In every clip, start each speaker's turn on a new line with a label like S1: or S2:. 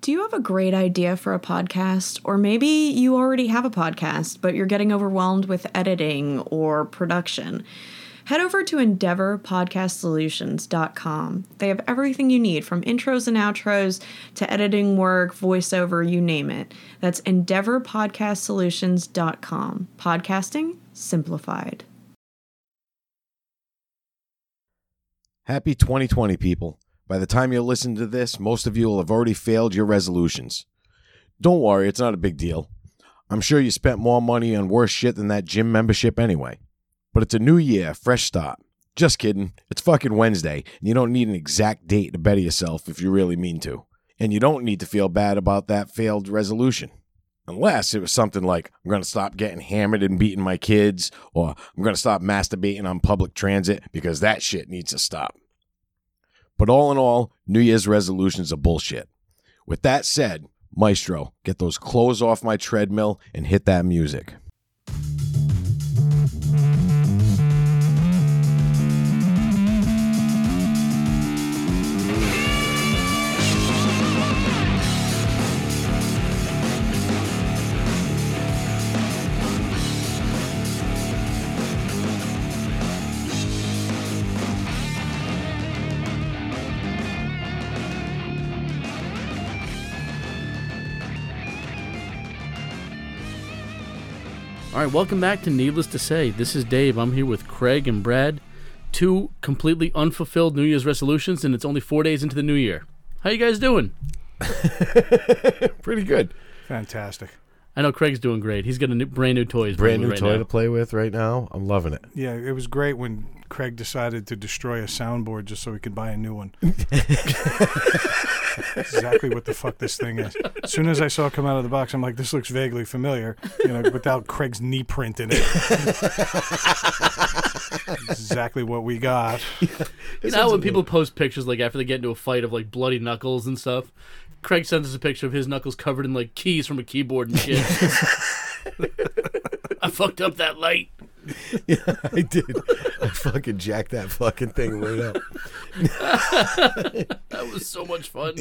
S1: Do you have a great idea for a podcast? Or maybe you already have a podcast, but you're getting overwhelmed with editing or production? Head over to EndeavorPodcastSolutions.com. They have everything you need from intros and outros to editing work, voiceover, you name it. That's EndeavorPodcastSolutions.com. Podcasting simplified.
S2: Happy 2020, people. By the time you listen to this, most of you will have already failed your resolutions. Don't worry, it's not a big deal. I'm sure you spent more money on worse shit than that gym membership anyway. But it's a new year, fresh start. Just kidding, it's fucking Wednesday, and you don't need an exact date to better yourself if you really mean to. And you don't need to feel bad about that failed resolution. Unless it was something like, I'm going to stop getting hammered and beating my kids, or I'm going to stop masturbating on public transit because that shit needs to stop. But all in all, New Year's resolutions are bullshit. With that said, Maestro, get those clothes off my treadmill and hit that music.
S3: All right, welcome back to Needless to Say. This is Dave. I'm here with Craig and Brad. Two completely unfulfilled New Year's resolutions, and it's only four days into the new year. How you guys doing?
S2: Pretty good.
S4: Fantastic.
S3: I know Craig's doing great. He's got a new, brand new toy. he's
S2: Brand
S3: playing
S2: new
S3: with right
S2: toy
S3: now.
S2: to play with right now. I'm loving it.
S4: Yeah, it was great when Craig decided to destroy a soundboard just so he could buy a new one. That's exactly what the fuck this thing is. As soon as I saw it come out of the box, I'm like, this looks vaguely familiar, you know, without Craig's knee print in it. exactly what we got.
S3: You know how when people post pictures like after they get into a fight of like bloody knuckles and stuff. Craig sends us a picture of his knuckles covered in like keys from a keyboard and shit. I fucked up that light.
S2: I did. I fucking jacked that fucking thing right up.
S3: That was so much fun.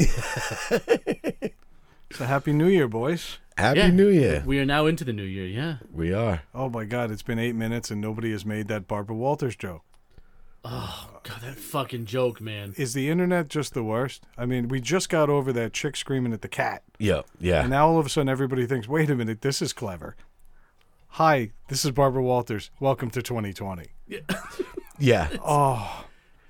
S4: So happy New Year, boys.
S2: Happy
S3: Yeah.
S2: New Year.
S3: We are now into the new year. Yeah.
S2: We are.
S4: Oh my God, it's been eight minutes and nobody has made that Barbara Walters joke.
S3: God, that fucking joke, man.
S4: Is the internet just the worst? I mean, we just got over that chick screaming at the cat.
S2: Yeah. Yeah.
S4: And now all of a sudden everybody thinks, wait a minute, this is clever. Hi, this is Barbara Walters. Welcome to 2020.
S2: yeah.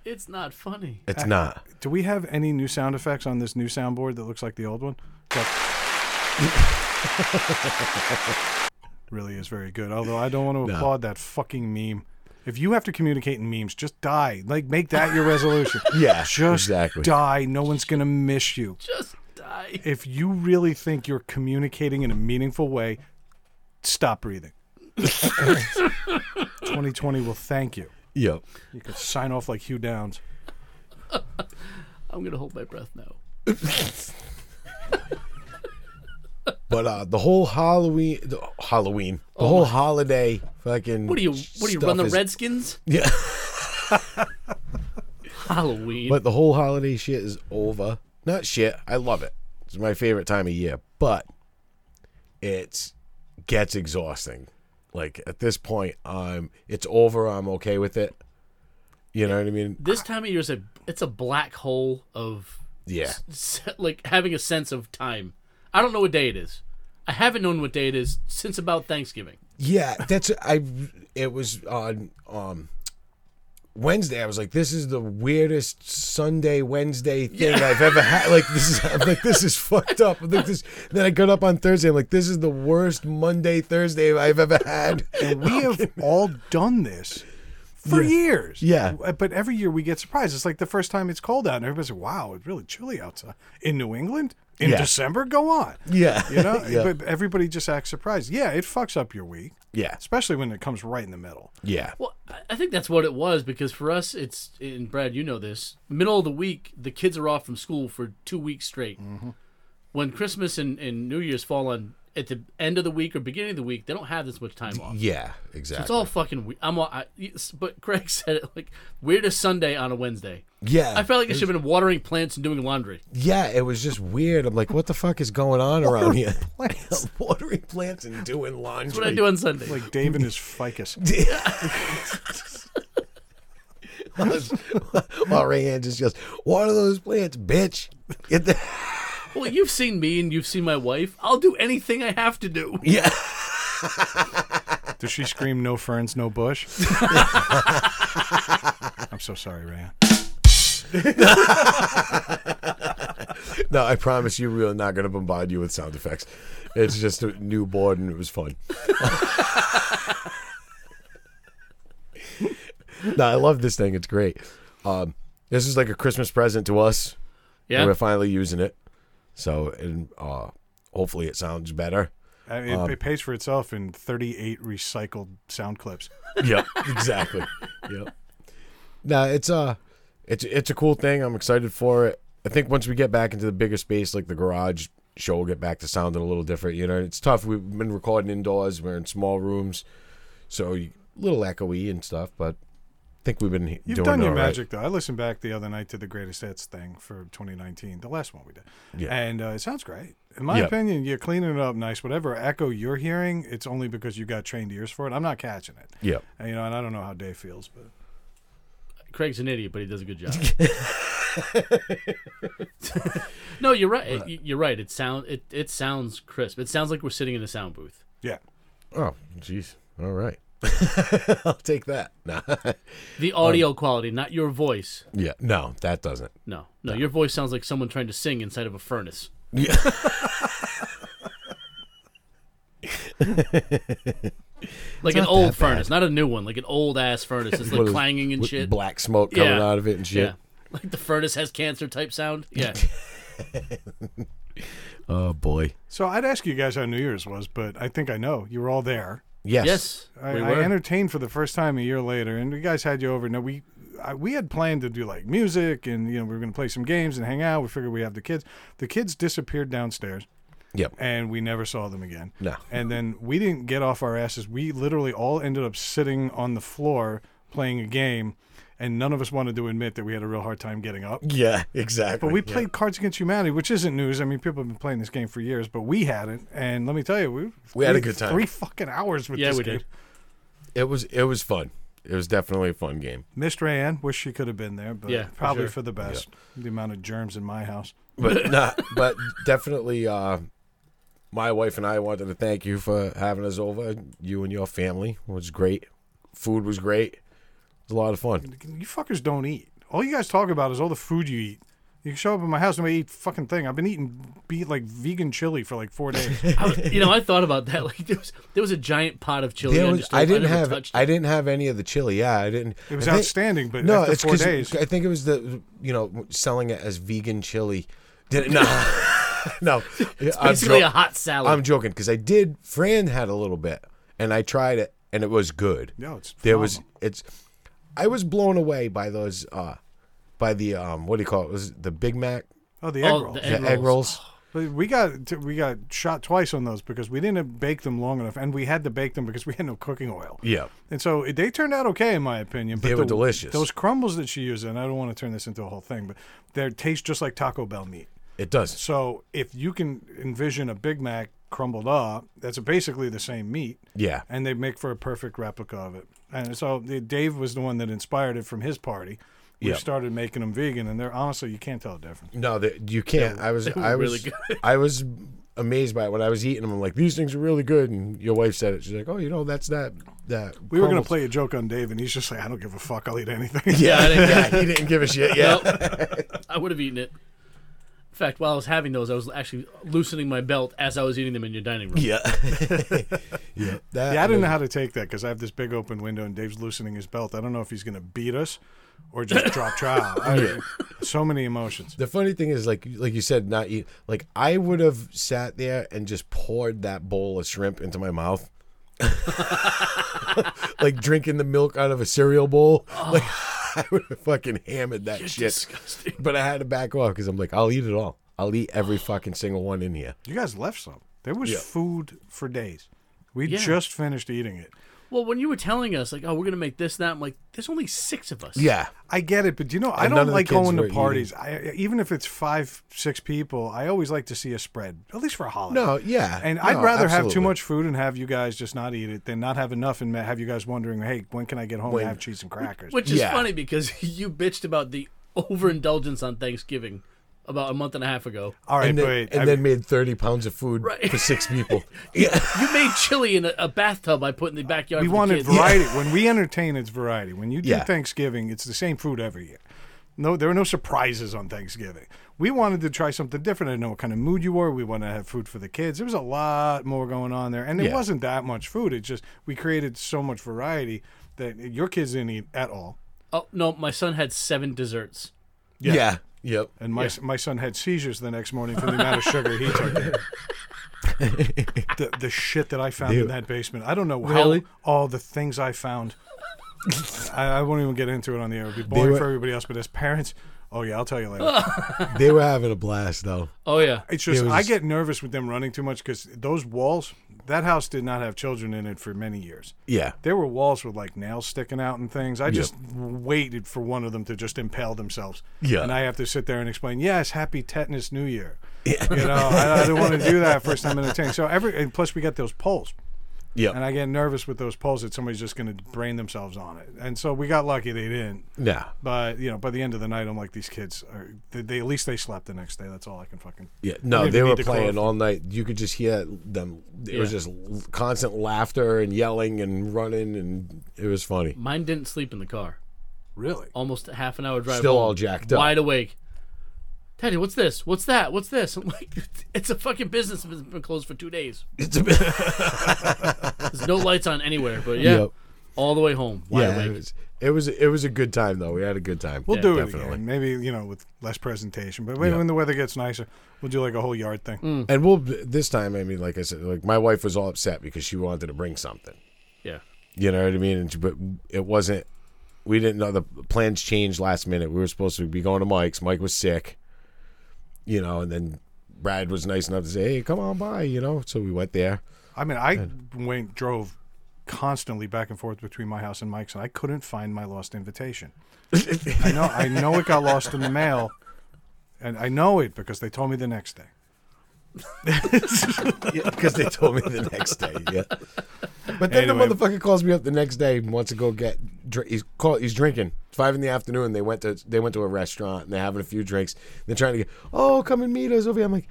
S3: It's not funny.
S2: It's not.
S4: Do we have any new sound effects on this new soundboard that looks like the old one? That really is very good. Although I don't want to applaud that fucking meme. If you have to communicate in memes, just die. Like, make that your resolution.
S2: Yeah.
S4: Just
S2: exactly.
S4: die. No one's going to miss you.
S3: Just die.
S4: If you really think you're communicating in a meaningful way, stop breathing. 2020 will thank you.
S2: Yep.
S4: You can sign off like Hugh Downs.
S3: I'm gonna hold my breath now.
S2: But uh, the whole Halloween, the, Halloween, the whole holiday, fucking.
S3: Oh What do you? What do you run the
S2: stuff is-
S3: Redskins?
S2: Yeah.
S3: Halloween.
S2: But the whole holiday shit is over. Not shit. I love it. It's my favorite time of year, but it gets exhausting. Like at this point, um, it's over. I'm okay with it. You know what I mean?
S3: this time of year is a it's a black hole of
S2: Yeah.
S3: s- like having a sense of time. I don't know what day it is. I haven't known what day it is since about Thanksgiving.
S2: Yeah, that's I. It was on um Wednesday. I was like, this is the weirdest Sunday Wednesday thing I've ever had. Like this is I'm like this is fucked up. I'm like this. Then I got up on Thursday. I'm like, this is the worst Monday Thursday I've ever had.
S4: And we have all done this for years.
S2: Yeah.
S4: Uh, But every year we get surprised. It's like the first time it's cold out and everybody's like, wow, it's really chilly outside. In New England? In
S2: Yeah.
S4: December? Go on.
S2: Yeah.
S4: You know?
S2: Yeah.
S4: But everybody just acts surprised. Yeah, it fucks up your week,
S2: Yeah.
S4: especially when it comes right in the middle.
S2: Yeah.
S3: Well, I- I think that's what it was because for us, it's and Brad, you know this. Middle of the week, the
S2: Mm-hmm.
S3: kids are off from school for two weeks straight. When Christmas and, and New Year's fall on at the end of the week or beginning of the week, they don't have this much time off.
S2: Yeah, exactly.
S3: It's all fucking. We- I'm all. I, yes, but Craig said it like weirdest Sunday on a Wednesday.
S2: yeah.
S3: I felt like I should have been watering plants and doing laundry.
S2: Yeah, it was just weird. I'm like, what the fuck is going on around here? Watering plants and doing laundry.
S3: That's what I do on Sunday.
S4: Like Dave and his ficus.
S2: While Rayanne just goes, water those plants, bitch. Get the-
S3: well, you've seen me and you've seen my wife. I'll do anything I have to do.
S2: yeah.
S4: Does she scream, no ferns, no bush? I'm so sorry, Rayan.
S2: No, I promise you, we're not going to bombard you with sound effects. It's just a new board and it was fun. no, I love this thing. It's great. Um, this is like a Christmas present to us. and
S3: Yeah.
S2: we're finally using it. So, and uh, hopefully it sounds better.
S4: I mean, Uh, it,
S2: Um,
S4: it pays for itself in 38 recycled sound clips.
S2: Yep, exactly. yep. No, it's uh it's it's a cool thing. I'm excited for it. I think once we get back into the bigger space, like the garage show, will get back to sounding a little different. You know, it's tough. We've been recording indoors. We're in small rooms, so you- a little echoey and stuff. But I think we've been
S4: You've
S2: doing
S4: done your
S2: all right.
S4: magic, though. I listened back the other night to the greatest hits thing for 2019, the last one we did.
S2: Yeah.
S4: And uh, it sounds great. In my
S2: Yeah.
S4: opinion, you're cleaning it up nice. Whatever echo you're hearing, it's only because you got trained ears for it. I'm not catching it.
S2: Yep.
S4: And, you know, and I don't know how Dave feels, but
S3: Craig's an idiot, but he does a good job. no, you're right. You- You're right. It sound it, it sounds crisp. It sounds like we're sitting in a sound booth.
S4: yeah.
S2: Oh, jeez. All right. I'll take that. Nah.
S3: The audio quality, not your voice.
S2: yeah. No, that doesn't.
S3: No, no, your voice sounds like someone trying to sing inside of a furnace.
S2: Yeah.
S3: Like an old furnace, not a new one. Like an old ass furnace. It's like
S2: With-
S3: clanging and
S2: with
S3: shit.
S2: Black smoke coming
S3: Yeah.
S2: out of it and shit.
S3: Yeah. Like the furnace has cancer type sound. Yeah.
S2: Oh boy.
S4: So I'd ask you guys how New Year's was, but I think I know. You were all there.
S2: Yes.
S3: yes.
S4: I,
S3: we
S4: I
S3: were.
S4: entertained for the first time a year later, and you guys had you over. Now we I, we had planned to do like music, and you know we were going to play some games and hang out. We figured we have the kids. The kids disappeared downstairs,
S2: Yep.
S4: and we never saw them again.
S2: No.
S4: And then we didn't get off our asses. We literally all ended up sitting on the floor playing a game, and none of us wanted to admit that we had a real hard time getting up.
S2: Yeah, exactly.
S4: But we played Cards Against Humanity, which isn't news. I mean, people have been playing this game for years, but we hadn't. And let me tell you, we
S2: We had a
S4: three-
S2: good time.
S4: Three fucking hours with
S3: Yeah,
S4: this
S3: we
S4: game.
S3: did.
S2: It was it was fun. It was definitely a fun game.
S4: Missed Rayanne. Wish she could have been there, but
S3: Yeah, for
S4: probably
S3: sure.
S4: for the best. The amount of germs in my house.
S2: But not but definitely uh my wife and I wanted to thank you for having us over. You and your family was great. Food was great. It was a lot of fun.
S4: You fuckers don't eat. All you guys talk about is all the food you eat. You show up at my house and we eat fucking thing. I've been eating be like vegan chili for like four days.
S3: I was- you know, I thought about that. Like there was, there was a giant pot of chili.
S2: There
S3: under
S2: was,
S3: stove.
S2: I didn't
S3: never
S2: have
S3: touched it.
S2: I didn't have any of the chili. Yeah, I didn't.
S4: It was
S2: I think-
S4: outstanding, but
S2: No,
S4: after
S2: it's
S4: four
S2: 'cause
S4: days-
S2: I think it was the you know selling it as vegan chili. Did it? No, no. I'm
S3: basically
S2: jo-
S3: a hot salad.
S2: I'm joking because I did. Fran had a little bit, and I tried it, and it was good.
S4: No, it's
S2: there was
S4: phenomenal.
S2: it's. I was blown away by those, uh by the um, what do you call it? Was it the Big Mac,
S4: Oh, the egg
S3: Oh,
S4: rolls.
S3: the
S2: the
S3: egg
S2: egg rolls?
S4: But we got t- we got shot twice on those because we didn't bake them long enough, and we had to bake them because we had no cooking oil.
S2: Yeah,
S4: And so it- they turned out okay, in my opinion. But
S2: They were
S4: the-
S2: delicious.
S4: Those crumbles that she used, and I don't want to turn this into a whole thing, but they taste just like Taco Bell meat.
S2: it does.
S4: So if you can envision a Big Mac crumbled up, that's basically the same meat,
S2: Yeah,
S4: and they make for a perfect replica of it. And so the- Dave was the one that inspired it from his party. We
S2: Yeah.
S4: started making them vegan, and they're honestly you can't tell the difference.
S2: no, the, you can't. I was,
S3: were
S2: I was,
S3: really
S2: I was amazed by it when I was eating them. I'm like, these things are really good, and your wife said it. She's like, oh, you know, that's that that.
S4: We were gonna
S2: crumbles.
S4: play a joke on Dave, and he's just like, "I don't give a fuck. I'll eat anything."
S2: Yeah, I didn't- yeah, he didn't give a shit. Yeah,
S3: Nope. I would have eaten it. In fact, while I was having those, I was actually loosening my belt as I was eating them in your dining room.
S2: yeah, yeah. That
S4: Yeah, I
S2: was-
S4: didn't know how to take that because I have this big open window and Dave's loosening his belt. I don't know if he's going to beat us or just drop trial. I- So many emotions.
S2: The funny thing is, like like you said, not eat. Like I would have sat there and just poured that bowl of shrimp into my mouth, like drinking the milk out of a cereal bowl. Like I would have fucking hammered that shit.
S3: disgusting.
S2: But I had to back off because I'm like, I'll eat it all. I'll eat every fucking single one in here.
S4: You guys left some. There was
S2: Yeah.
S4: food for days. We
S3: Yeah.
S4: just finished eating it.
S3: Well, when you were telling us, like, oh, we're going to make this, that, I'm like, there's only six of us.
S2: Yeah.
S4: I get it, but you know, I
S2: And none
S4: don't
S2: of the
S4: like
S2: kids
S4: going
S2: were
S4: to
S2: eating.
S4: parties. I, even if it's five, six people, I always like to see a spread, at least for a holiday.
S2: No, yeah.
S4: And
S2: No,
S4: I'd rather have too
S2: absolutely.
S4: much food and have you guys just not eat it than not have enough and have you guys wondering, hey, when can I get home
S2: When-
S4: and have cheese and crackers?
S3: Which is
S2: Yeah.
S3: funny because you bitched about the overindulgence on Thanksgiving about a month and a half ago.
S4: All right,
S2: and then,
S4: wait.
S2: and
S4: I-
S2: then made 30 pounds of food
S3: Right.
S2: for six people. yeah.
S3: You made chili in a, a bathtub I put in the backyard.
S4: we
S3: for the
S4: wanted
S3: kids.
S4: variety. When we entertain, it's variety. When you do
S2: Yeah.
S4: Thanksgiving, it's the same food every year. No, there are no surprises on Thanksgiving. We wanted to try something different. I didn't know what kind of mood you were. We wanted to have food for the kids. There was a lot more going on there, and it
S2: Yeah.
S4: wasn't that much food. It just we created so much variety that your kids didn't eat at all.
S3: Oh no, my son had seven desserts.
S2: yeah. Yep.
S4: And my my son had seizures the next morning from the amount of sugar he took. in. the the shit that I found in that basement. I don't know
S3: Really?
S4: how all the things I found. I, I won't even get into it on the air. It'd be boring
S2: were-
S4: for everybody else, but as parents, oh yeah, I'll tell you later.
S2: They were having a blast, though.
S3: Oh yeah,
S4: It's just
S2: was
S4: I
S2: just-
S4: get nervous with them running too much because those walls. That house did not have children in it for many years.
S2: Yeah.
S4: There were walls with like nails sticking out and things. I just waited for one of them to just impale themselves.
S2: Yeah.
S4: And I have to sit there and explain, yes, happy tetanus new year. You know, I, I don't want to do that first time in a tank. So every, and plus we got those poles.
S2: Yep.
S4: And I get nervous with those poles that somebody's just going to brain themselves on it. And so we got lucky they didn't.
S2: Yeah.
S4: But, you know, by the end of the night, I'm like, these kids are, they, they at least they slept the next day. That's all I can fucking.
S2: Yeah, no,
S4: even
S2: they
S4: need
S2: were
S4: to call
S2: playing
S4: it-
S2: all night. You could just hear them. It was
S3: Yeah.
S2: just l- constant laughter and yelling and running, and it was funny.
S3: mine didn't sleep in the car.
S4: Really?
S3: Almost a half an hour drive.
S2: Still
S3: home,
S2: all jacked up.
S3: wide awake. Daddy, what's this? What's that? What's this? I'm like, it's a fucking business that's been closed for two days.
S2: It's a bit,
S3: There's no lights on anywhere, but yeah,
S2: Yep.
S3: all the way home, wide
S2: yeah, it
S3: awake.
S2: was, it was it was a good time though. We had a good time.
S4: We'll do it
S2: definitely,
S4: again. Maybe, you know, with less presentation. But when, when the weather gets nicer, we'll do like a whole yard thing.
S2: and we'll this time. I mean, like I said, like my wife was all upset because she wanted to bring something.
S3: Yeah.
S2: You know what I mean? And she- But it wasn't. We didn't know the plans changed last minute. We were supposed to be going to Mike's. Mike was sick. You know, and then Brad was nice enough to say, "Hey, come on by." You know, so we went there.
S4: I mean, I went drove constantly back and forth between my house and Mike's, and I couldn't find my lost invitation. I know, I know it got lost in the mail, and I know it because they told me the next day.
S2: because they told me the next day. Yeah. But then
S4: Anyway.
S2: the motherfucker calls me up the next day and wants to go get. dr- He's call, He's drinking. It's five in the afternoon. They went to they went to a restaurant and they're having a few drinks. They're trying to get. Oh, come and meet us over here. I'm like,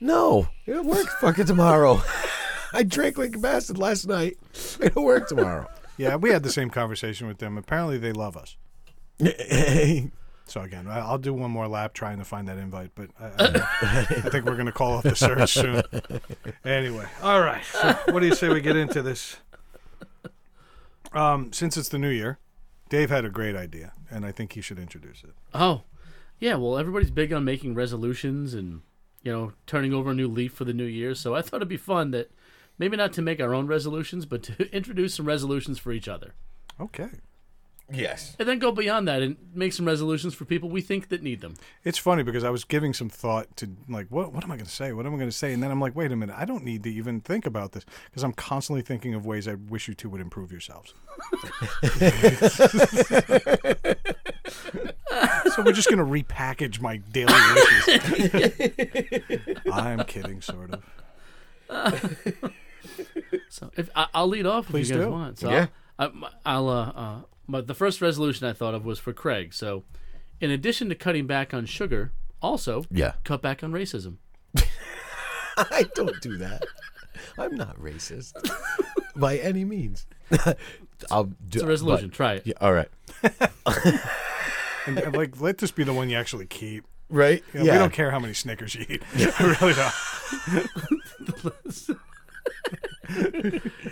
S2: no, it works fucking tomorrow. I drank like a bastard last night. It'll work tomorrow.
S4: Yeah, we had the same conversation with them. Apparently, they love us. So again, I- I'll do one more lap trying to find that invite, but I, I, I think we're going to call off the search soon. Anyway, all right. So what do you say we get into this? Um, since it's the new year, Dave had a great idea, and I think he should introduce it.
S3: Oh, yeah. Well, everybody's big on making resolutions and you know turning over a new leaf for the new year. So I thought it'd be fun that maybe not to make our own resolutions, but to introduce some resolutions for each other,
S4: Okay.
S2: yes.
S3: and then go beyond that and make some resolutions for people we think that need them.
S4: It's funny because I was giving some thought to like, what what am I going to say? What am I going to say? And then I'm like, wait a minute, I don't need to even think about this because I'm constantly thinking of ways I wish you two would improve yourselves. so we're just going to repackage my daily wishes. I'm kidding, sort of.
S3: So if I, I'll lead off,
S4: Please
S3: if you guys
S4: do.
S3: want. So
S2: Yeah.
S3: I'll, I, will uh, uh, my, the first resolution I thought of was for Craig. So, in addition to cutting back on sugar, also
S2: Yeah.
S3: cut back on racism.
S2: I don't do that. I'm not racist by any means. I'll do
S3: It's a resolution. Try it.
S2: yeah. All right.
S4: And, and, like, let this be the one you actually keep.
S2: Right.
S4: You know, We don't care how many Snickers you eat. I really don't.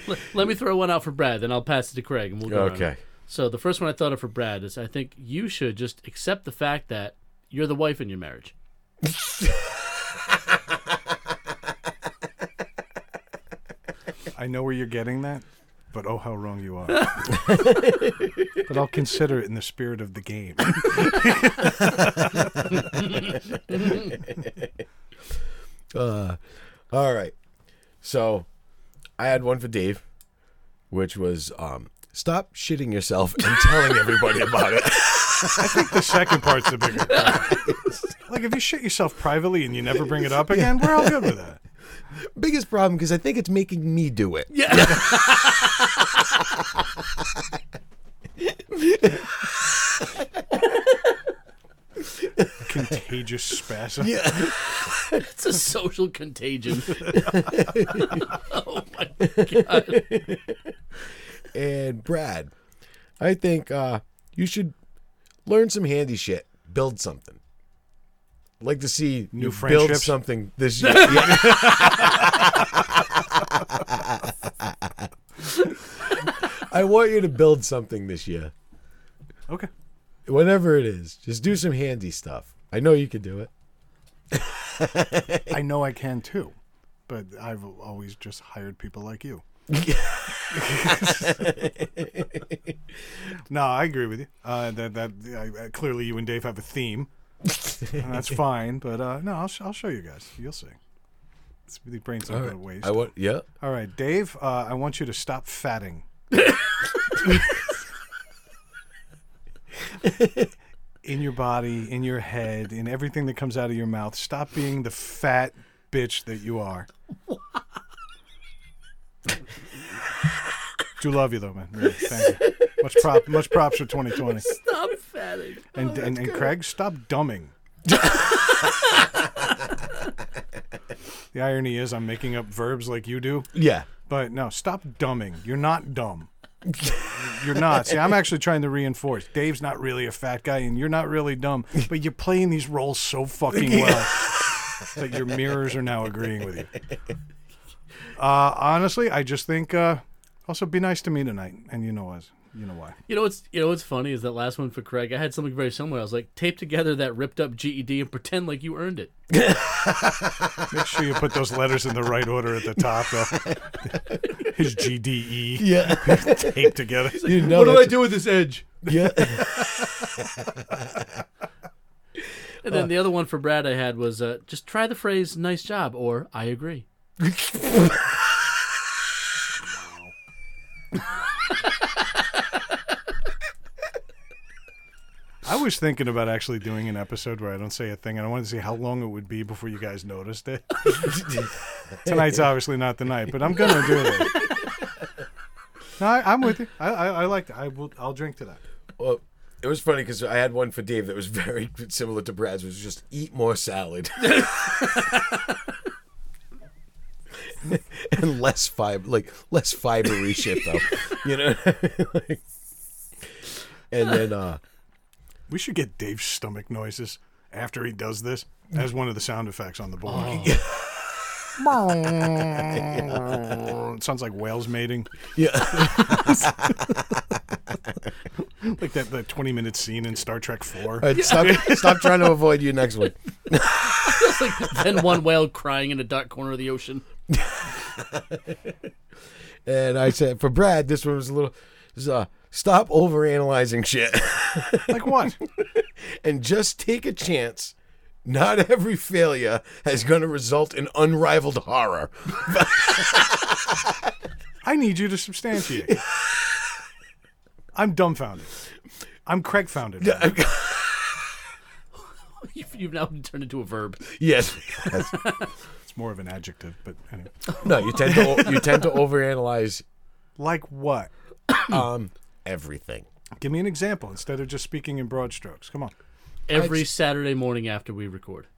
S3: Let, let me throw one out for Brad, then I'll pass it to Craig, and we'll go. around.
S2: Okay.
S3: So the first one I thought of for Brad is I think you should just accept the fact that you're the wife in your marriage.
S4: I know where you're getting that, but oh, how wrong you are. but I'll consider it in the spirit of the game.
S2: Uh, All right. So I had one for Dave, which was um, stop shitting yourself and telling everybody about it.
S4: The second part's the bigger. part. like if you shit yourself privately and you never bring it up again, we're all good with that.
S2: Biggest problem because I think it's making me do it.
S3: Yeah.
S4: Contagious spasm.
S3: it's a social contagion. oh my god.
S2: And Brad, I think uh, you should learn some handy shit, build something. I'd like to see
S4: New
S2: you build
S4: friendships.
S2: something this year. Yeah. I want you to build something this year.
S4: Okay.
S2: whatever it is, just do some handy stuff. I know you could do it.
S4: I know I can too, but I've always just hired people like you. no, I agree with you. Uh, that that I, I- clearly you and Dave have a theme, and that's fine. But uh, no, I'll, sh- I'll show you guys. You'll see. It's really brains out of waste.
S2: I want, yeah.
S4: All right, Dave. Uh, I want you to stop fatting. in your body, in your head, in everything that comes out of your mouth. Stop being the fat bitch that you are. Do love you though, man. Really, thank you. Much prop, much props for 2020.
S3: Stop fatting. Oh,
S4: And and, and Craig, stop dumbing. the irony is, I'm making up verbs like you do.
S2: Yeah.
S4: But no, stop dumbing. You're not dumb. you're not. See, I'm actually trying to reinforce. Dave's not really a fat guy, and you're not really dumb. But you're playing these roles so fucking well. It's like your mirrors are now agreeing with you. Uh, honestly, I just think uh, also be nice to me tonight, and you know what? You know why?
S3: You know what's you know what's funny is that last one for Craig. I had something very similar. I was like, tape together that ripped up GED and pretend like you earned it.
S4: Make sure you put those letters in the right order at the top. Though. His GDE
S2: Yeah.
S4: taped together.
S2: you know that's-
S3: do with this edge?
S2: Yeah.
S3: And then the other one for Brad I had was uh, just try the phrase "nice job" or "I agree."
S4: I was thinking about actually doing an episode where I don't say a thing, and I wanted to see how long it would be before you guys noticed it. Tonight's obviously not the night, but I'm gonna do it. No, I, I'm with you. I, I, I like. I will. I'll drink to that.
S2: well, it was funny because I had one for Dave that was very similar to Brad's, which was just eat more salad and less fiber, like less fibery shit, though. You know. Like- and then, uh,
S4: We should get Dave's stomach noises after he does this as one of the sound effects on the board. it sounds like whales mating,
S2: yeah,
S4: like that, that 20 minute scene in Star Trek 4.
S2: All right, stop, stop trying to avoid you next week.
S3: That's like then one whale crying in a dark corner of the ocean.
S2: And I said for Brad, this one was a little was, uh, stop overanalyzing shit
S4: Like what?
S2: and just take a chance. Not every failure is going to result in unrivaled horror.
S4: I need you to substantiate. I'm dumbfounded. I'm Craig founded.
S3: You've, you've now turned into a verb.
S2: yes.
S4: It's more of an adjective, but anyway.
S2: No, you tend to o- you tend to overanalyze
S4: Like what?
S2: um everything.
S4: Give me an example instead of just speaking in broad strokes. Come on.
S3: Every Saturday morning after we record.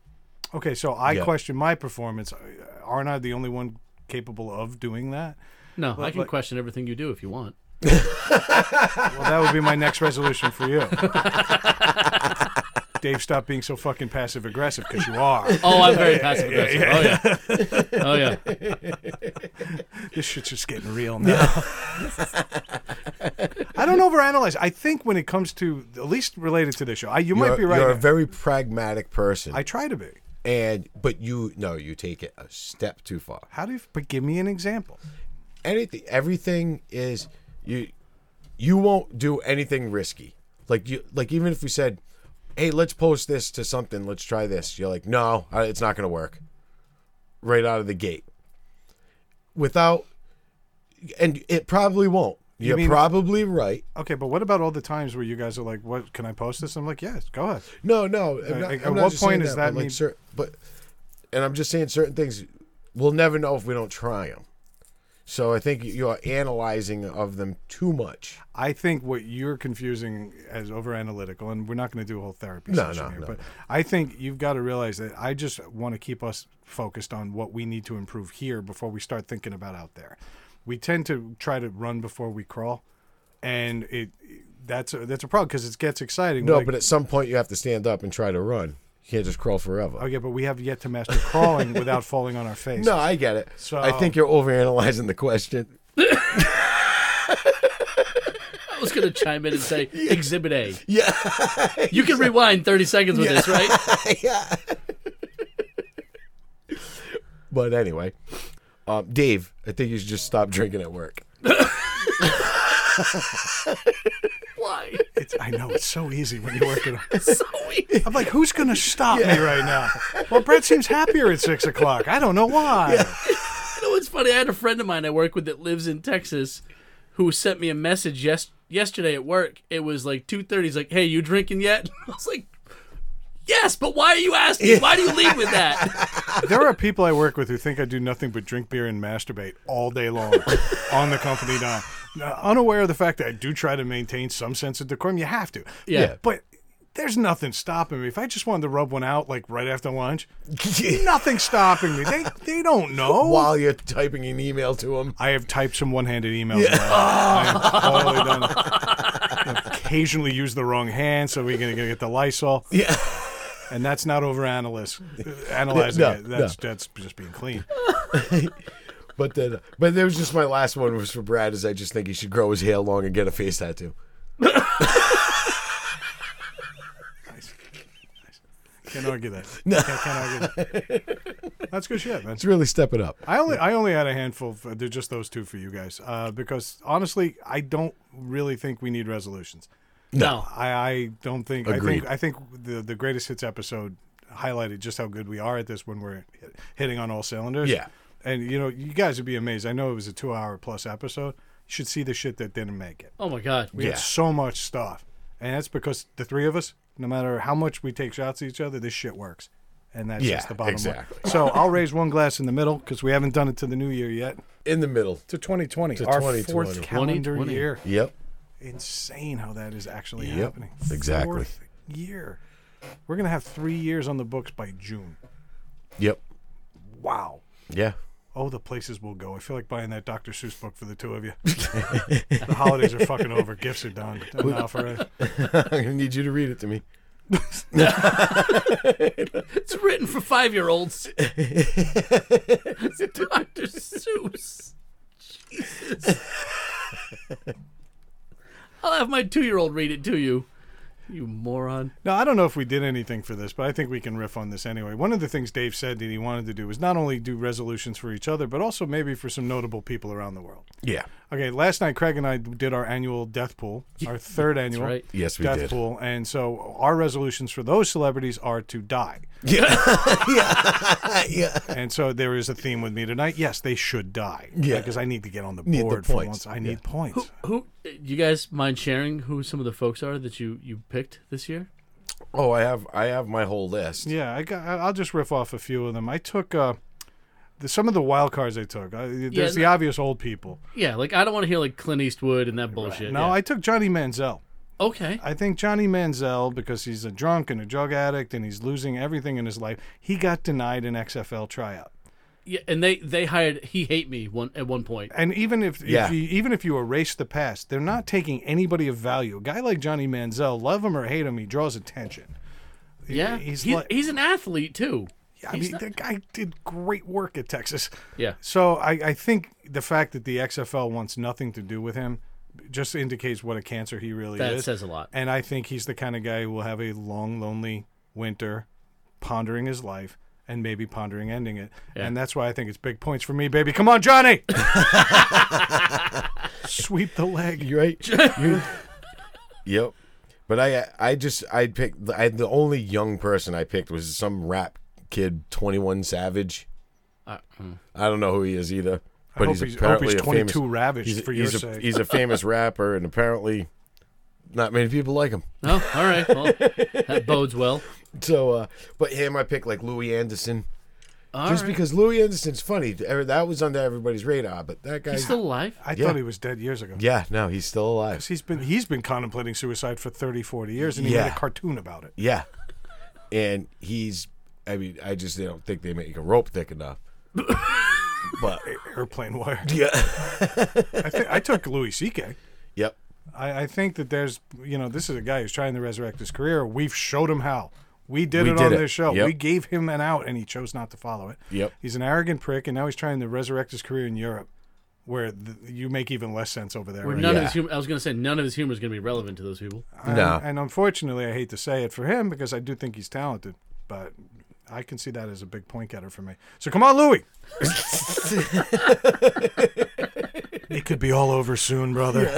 S4: Okay, so I
S2: Yeah.
S4: question my performance. Uh, Aren't I the only one capable of doing that?
S3: No, I can
S4: like-
S3: question everything you do if you want.
S4: Well, that would be my next resolution for you. Dave, stop being so fucking passive aggressive because you are.
S3: Oh, I'm very passive aggressive. Oh yeah. Oh yeah.
S4: This shit's just getting real now. I don't overanalyze. I think when it comes to, at least related to this show, I,
S2: You're,
S4: you might be right.
S2: you're a
S4: now.
S2: very pragmatic person,
S4: I try to be.
S2: and but you no, you take it a step too far.
S4: How do you, but give me an example.
S2: anything everything is you you won't do anything risky like you like even if we said hey let's post this to something let's try this you're like no uh, it's not gonna work right out of the gate without, and it probably won't. You're
S4: mean-
S2: probably right.
S4: Okay, but what about all the times where you guys are like, "What can I post this?" I'm like, "Yes, go ahead."
S2: No, no. I'm
S4: Like,
S2: not,
S4: like,
S2: I'm
S4: at
S2: not
S4: what
S2: just saying
S4: point does that
S2: but,
S4: mean-
S2: Like, cer- but, and I'm just saying certain things we'll never know if we don't try them. So I think you are analyzing of them too much.
S4: I think what you're confusing as over analytical, and we're not going to do a whole therapy
S2: No,
S4: session
S2: no,
S4: here,
S2: no,
S4: but I think you've got to realize that I just want to keep us focused on what we need to improve here before we start thinking about out there. We tend to try to run before we crawl, and it that's a, that's a problem because it gets exciting.
S2: No,
S4: like-
S2: but at some point you have to stand up and try to run. You can't just crawl forever.
S4: oh yeah, but we have yet to master crawling without falling on our face.
S2: No, I get it.
S4: So-
S2: I think you're overanalyzing the question.
S3: I was gonna chime in and say Exhibit A.
S2: Yeah.
S3: You can rewind thirty seconds with this, right?
S2: yeah. but anyway, um, Dave, I think you should just stop drinking at work.
S3: Why?
S4: It's, I know it's so easy when you're working. on-
S3: So easy.
S4: I'm like, who's going to stop me right now? Well, Brett seems happier at six o'clock. I don't know why.
S3: You know what's funny? I had a friend of mine I work with that lives in Texas who sent me a message yes- yesterday at work. It was like 2.30. He's like, hey, you drinking yet? I was like, yes, but why are you asking? Why do you lead with that?
S4: There are people I work with who think I do nothing but drink beer and masturbate all day long on the company dime, Now, unaware of the fact that I do try to maintain some sense of decorum. You have to.
S3: Yeah.
S4: But there's nothing stopping me. If I just wanted to rub one out like right after lunch, nothing stopping me. They they don't know.
S2: While you're typing an email to him.
S4: I have typed some one-handed emails. in my life. I have totally done it. Occasionally use the wrong hand, so we're gonna get the Lysol.
S2: Yeah.
S4: And that's not over analyst analyzing
S2: No,
S4: it. That's that's just being clean.
S2: But then, but there was just my last one was for Brad. Is I just think he should grow his hair long and get a face tattoo.
S4: Can't argue that. No. Can't, can't argue that. That's good shit, man.
S2: Let's really step it up.
S4: I only I only had a handful. For, they're just those two for you guys, uh, because honestly, I don't really think we need resolutions.
S3: No.
S4: I, I don't think.
S2: Agreed.
S4: I think I think the the greatest hits episode highlighted just how good we are at this when we're hit- hitting on all cylinders.
S2: Yeah.
S4: And you know, you guys would be amazed. I know it was a two hour plus episode. You should see the shit that didn't make it.
S3: Oh, my God.
S4: We
S2: Yeah.
S4: had so much stuff, and that's because the three of us, no matter how much we take shots at each other, this shit works, and that's
S2: Yeah,
S4: just the bottom
S2: exactly.
S4: line. So I'll raise one glass in the middle because we haven't done it to the new year yet.
S2: In the middle.
S4: To 2020,
S2: To
S4: our
S2: 2020.
S4: fourth calendar
S3: 2020.
S4: year.
S2: Yep.
S4: Insane how that is actually
S2: Yep,
S4: happening.
S2: exactly.
S4: Fourth year. We're gonna have three years on the books by June.
S2: Yep.
S4: Wow.
S2: Yeah.
S4: Oh, the places we'll go. I feel like buying that Dr. Seuss book for the two of you. the holidays are fucking over. Gifts are done. Enough already.
S2: I'm gonna need you to read it to me.
S3: It's written for five-year-olds. It's Dr. Seuss. Jesus. I'll have my two-year-old read it to you. You moron.
S4: Now, I don't know if we did anything for this, but I think we can riff on this anyway. One of the things Dave said that he wanted to do was not only do resolutions for each other, but also maybe for some notable people around the world.
S2: Yeah.
S4: Okay, last night Craig and I did our annual death pool, our third annual
S3: right.
S2: Yes, we
S4: death
S2: did.
S4: pool, and so our resolutions for those celebrities are to die.
S2: yeah.
S4: and so there is a theme with me tonight. Yes, they should die.
S2: Yeah.
S4: because I need to get on the
S2: Need the
S4: board for
S2: points.
S4: once. I need points.
S3: Who you guys mind sharing who some of the folks are that you you picked this year?
S2: Oh, I have I have my whole list.
S4: Yeah, I got, I- I'll just riff off a few of them. I took uh, the, some of the wild cards I took. Uh, there's
S3: Yeah,
S4: the obvious old people.
S3: Yeah, like I don't want to hear like Clint Eastwood and that bullshit.
S4: No,
S3: yeah.
S4: I took Johnny Manziel.
S3: okay.
S4: I think Johnny Manziel, because he's a drunk and a drug addict and he's losing everything in his life, he got denied an XFL tryout.
S3: Yeah, and they they hired he hate me one at one point.
S4: And even if,
S2: Yeah.
S4: if you, even if you erase the past, they're not taking anybody of value. A guy like Johnny Manziel, love him or hate him, he draws attention.
S3: Yeah,
S4: he's
S3: he's
S4: like-
S3: he's an athlete too.
S4: I mean, that guy did great work at Texas.
S3: Yeah,
S4: So I, I think the fact that the XFL wants nothing to do with him just indicates what a cancer he really
S3: that
S4: is.
S3: says a lot.
S4: And I think he's the kind of guy who will have a long, lonely winter pondering his life and maybe pondering ending it. And that's why I think it's big points for me, baby. Come on, Johnny! Sweep the leg.
S2: You right? You- yep. But I I just I picked I the only young person I picked was some rap kid, Twenty One Savage.
S3: Uh, mm.
S2: I don't know who he is either.
S4: I
S2: But
S4: hope
S2: he's
S4: he's- I hope
S2: apparently
S4: he's
S2: a famous.
S4: 22 ravished
S2: he's a,
S4: for your
S2: he's a-
S4: sake.
S2: he's a famous rapper, and apparently, not many people like him.
S3: Oh, all right. Well, that bodes well.
S2: So, uh, but him, I pick like Louis Anderson
S3: All
S2: just
S3: right.
S2: because Louis Anderson's funny. Er, That was under everybody's radar, but that guy.
S3: he's still alive.
S4: I
S2: Yeah.
S4: thought he was dead years ago.
S2: yeah, no, he's still alive.
S4: He's been he's been contemplating suicide for 30, 40 years, and he made
S2: Yeah.
S4: a cartoon about it.
S2: Yeah, and he's. I mean, I just don't think they make a rope thick enough. but
S4: Airplane wire.
S2: yeah,
S4: I, thi- I took Louis C.K.
S2: yep.
S4: I, I think that there's, you know, this is a guy who's trying to resurrect his career. We've showed him how. We did
S2: We
S4: it
S2: did
S4: on
S2: it.
S4: this show.
S2: Yep.
S4: We gave him an out, and he chose not to follow it.
S2: Yep.
S4: He's an arrogant prick, and now he's trying to resurrect his career in Europe, where th you make even less sense over there.
S3: Where
S4: right?
S3: none of
S2: Yeah.
S3: his humor, I was going to say none of his humor is going to be relevant to those people.
S4: And,
S2: No.
S4: and unfortunately, I hate to say it for him because I do think he's talented, but I can see that as a big point getter for me. So come on, Louis. it could be all over soon, brother.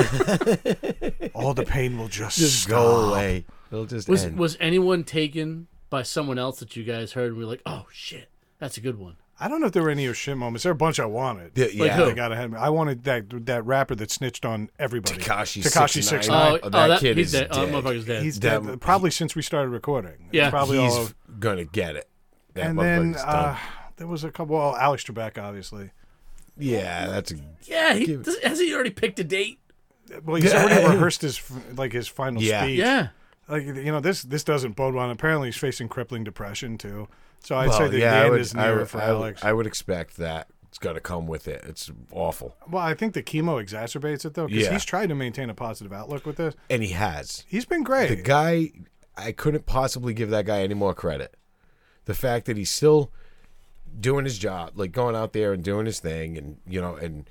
S4: all the pain will just,
S2: Just
S4: stop.
S2: go away. It'll just
S3: Was
S2: end.
S3: was anyone taken by someone else that you guys heard and were like, oh shit, that's a good one?
S4: I don't know if there were any of your shit moments. There are a bunch I wanted.
S2: Yeah,
S3: Like
S2: yeah.
S3: who?
S4: I got ahead. of me. I wanted that that rapper that snitched on everybody.
S2: Takashi 69.
S4: Takashi six
S2: Oh,
S4: nine.
S3: Oh,
S2: that
S3: oh, that,
S2: kid
S3: he's
S2: is
S3: dead. Oh,
S2: dead.
S3: that motherfucker's dead.
S4: He's
S2: Damn.
S4: dead. Probably since we started recording.
S3: Yeah.
S4: probably
S2: Uh, he's
S4: all of,
S2: gonna get it. That
S4: and then
S2: motherfucker's done.
S4: uh, there was a couple. Well, Alex Trebek, obviously.
S2: yeah, that's a
S3: yeah, he, does, has he already picked a date?
S4: Well, he's already rehearsed his f- like his final
S2: Yeah.
S4: speech.
S3: Yeah.
S4: Like you know, this this doesn't bode well. And apparently, he's facing crippling depression too. So I'd
S2: Well,
S4: say that
S2: yeah,
S4: the
S2: I
S4: end
S2: would-
S4: is
S2: I
S4: nearer
S2: would-
S4: for
S2: I would-
S4: Alex.
S2: I would expect that it's going to come with it. It's awful,
S4: well, I think the chemo exacerbates it though, because
S2: Yeah.
S4: he's tried to maintain a positive outlook with this.
S2: and he has
S4: He's been great.
S2: the guy. I couldn't possibly give that guy any more credit. The fact that he's still doing his job, like going out there and doing his thing, and you know, and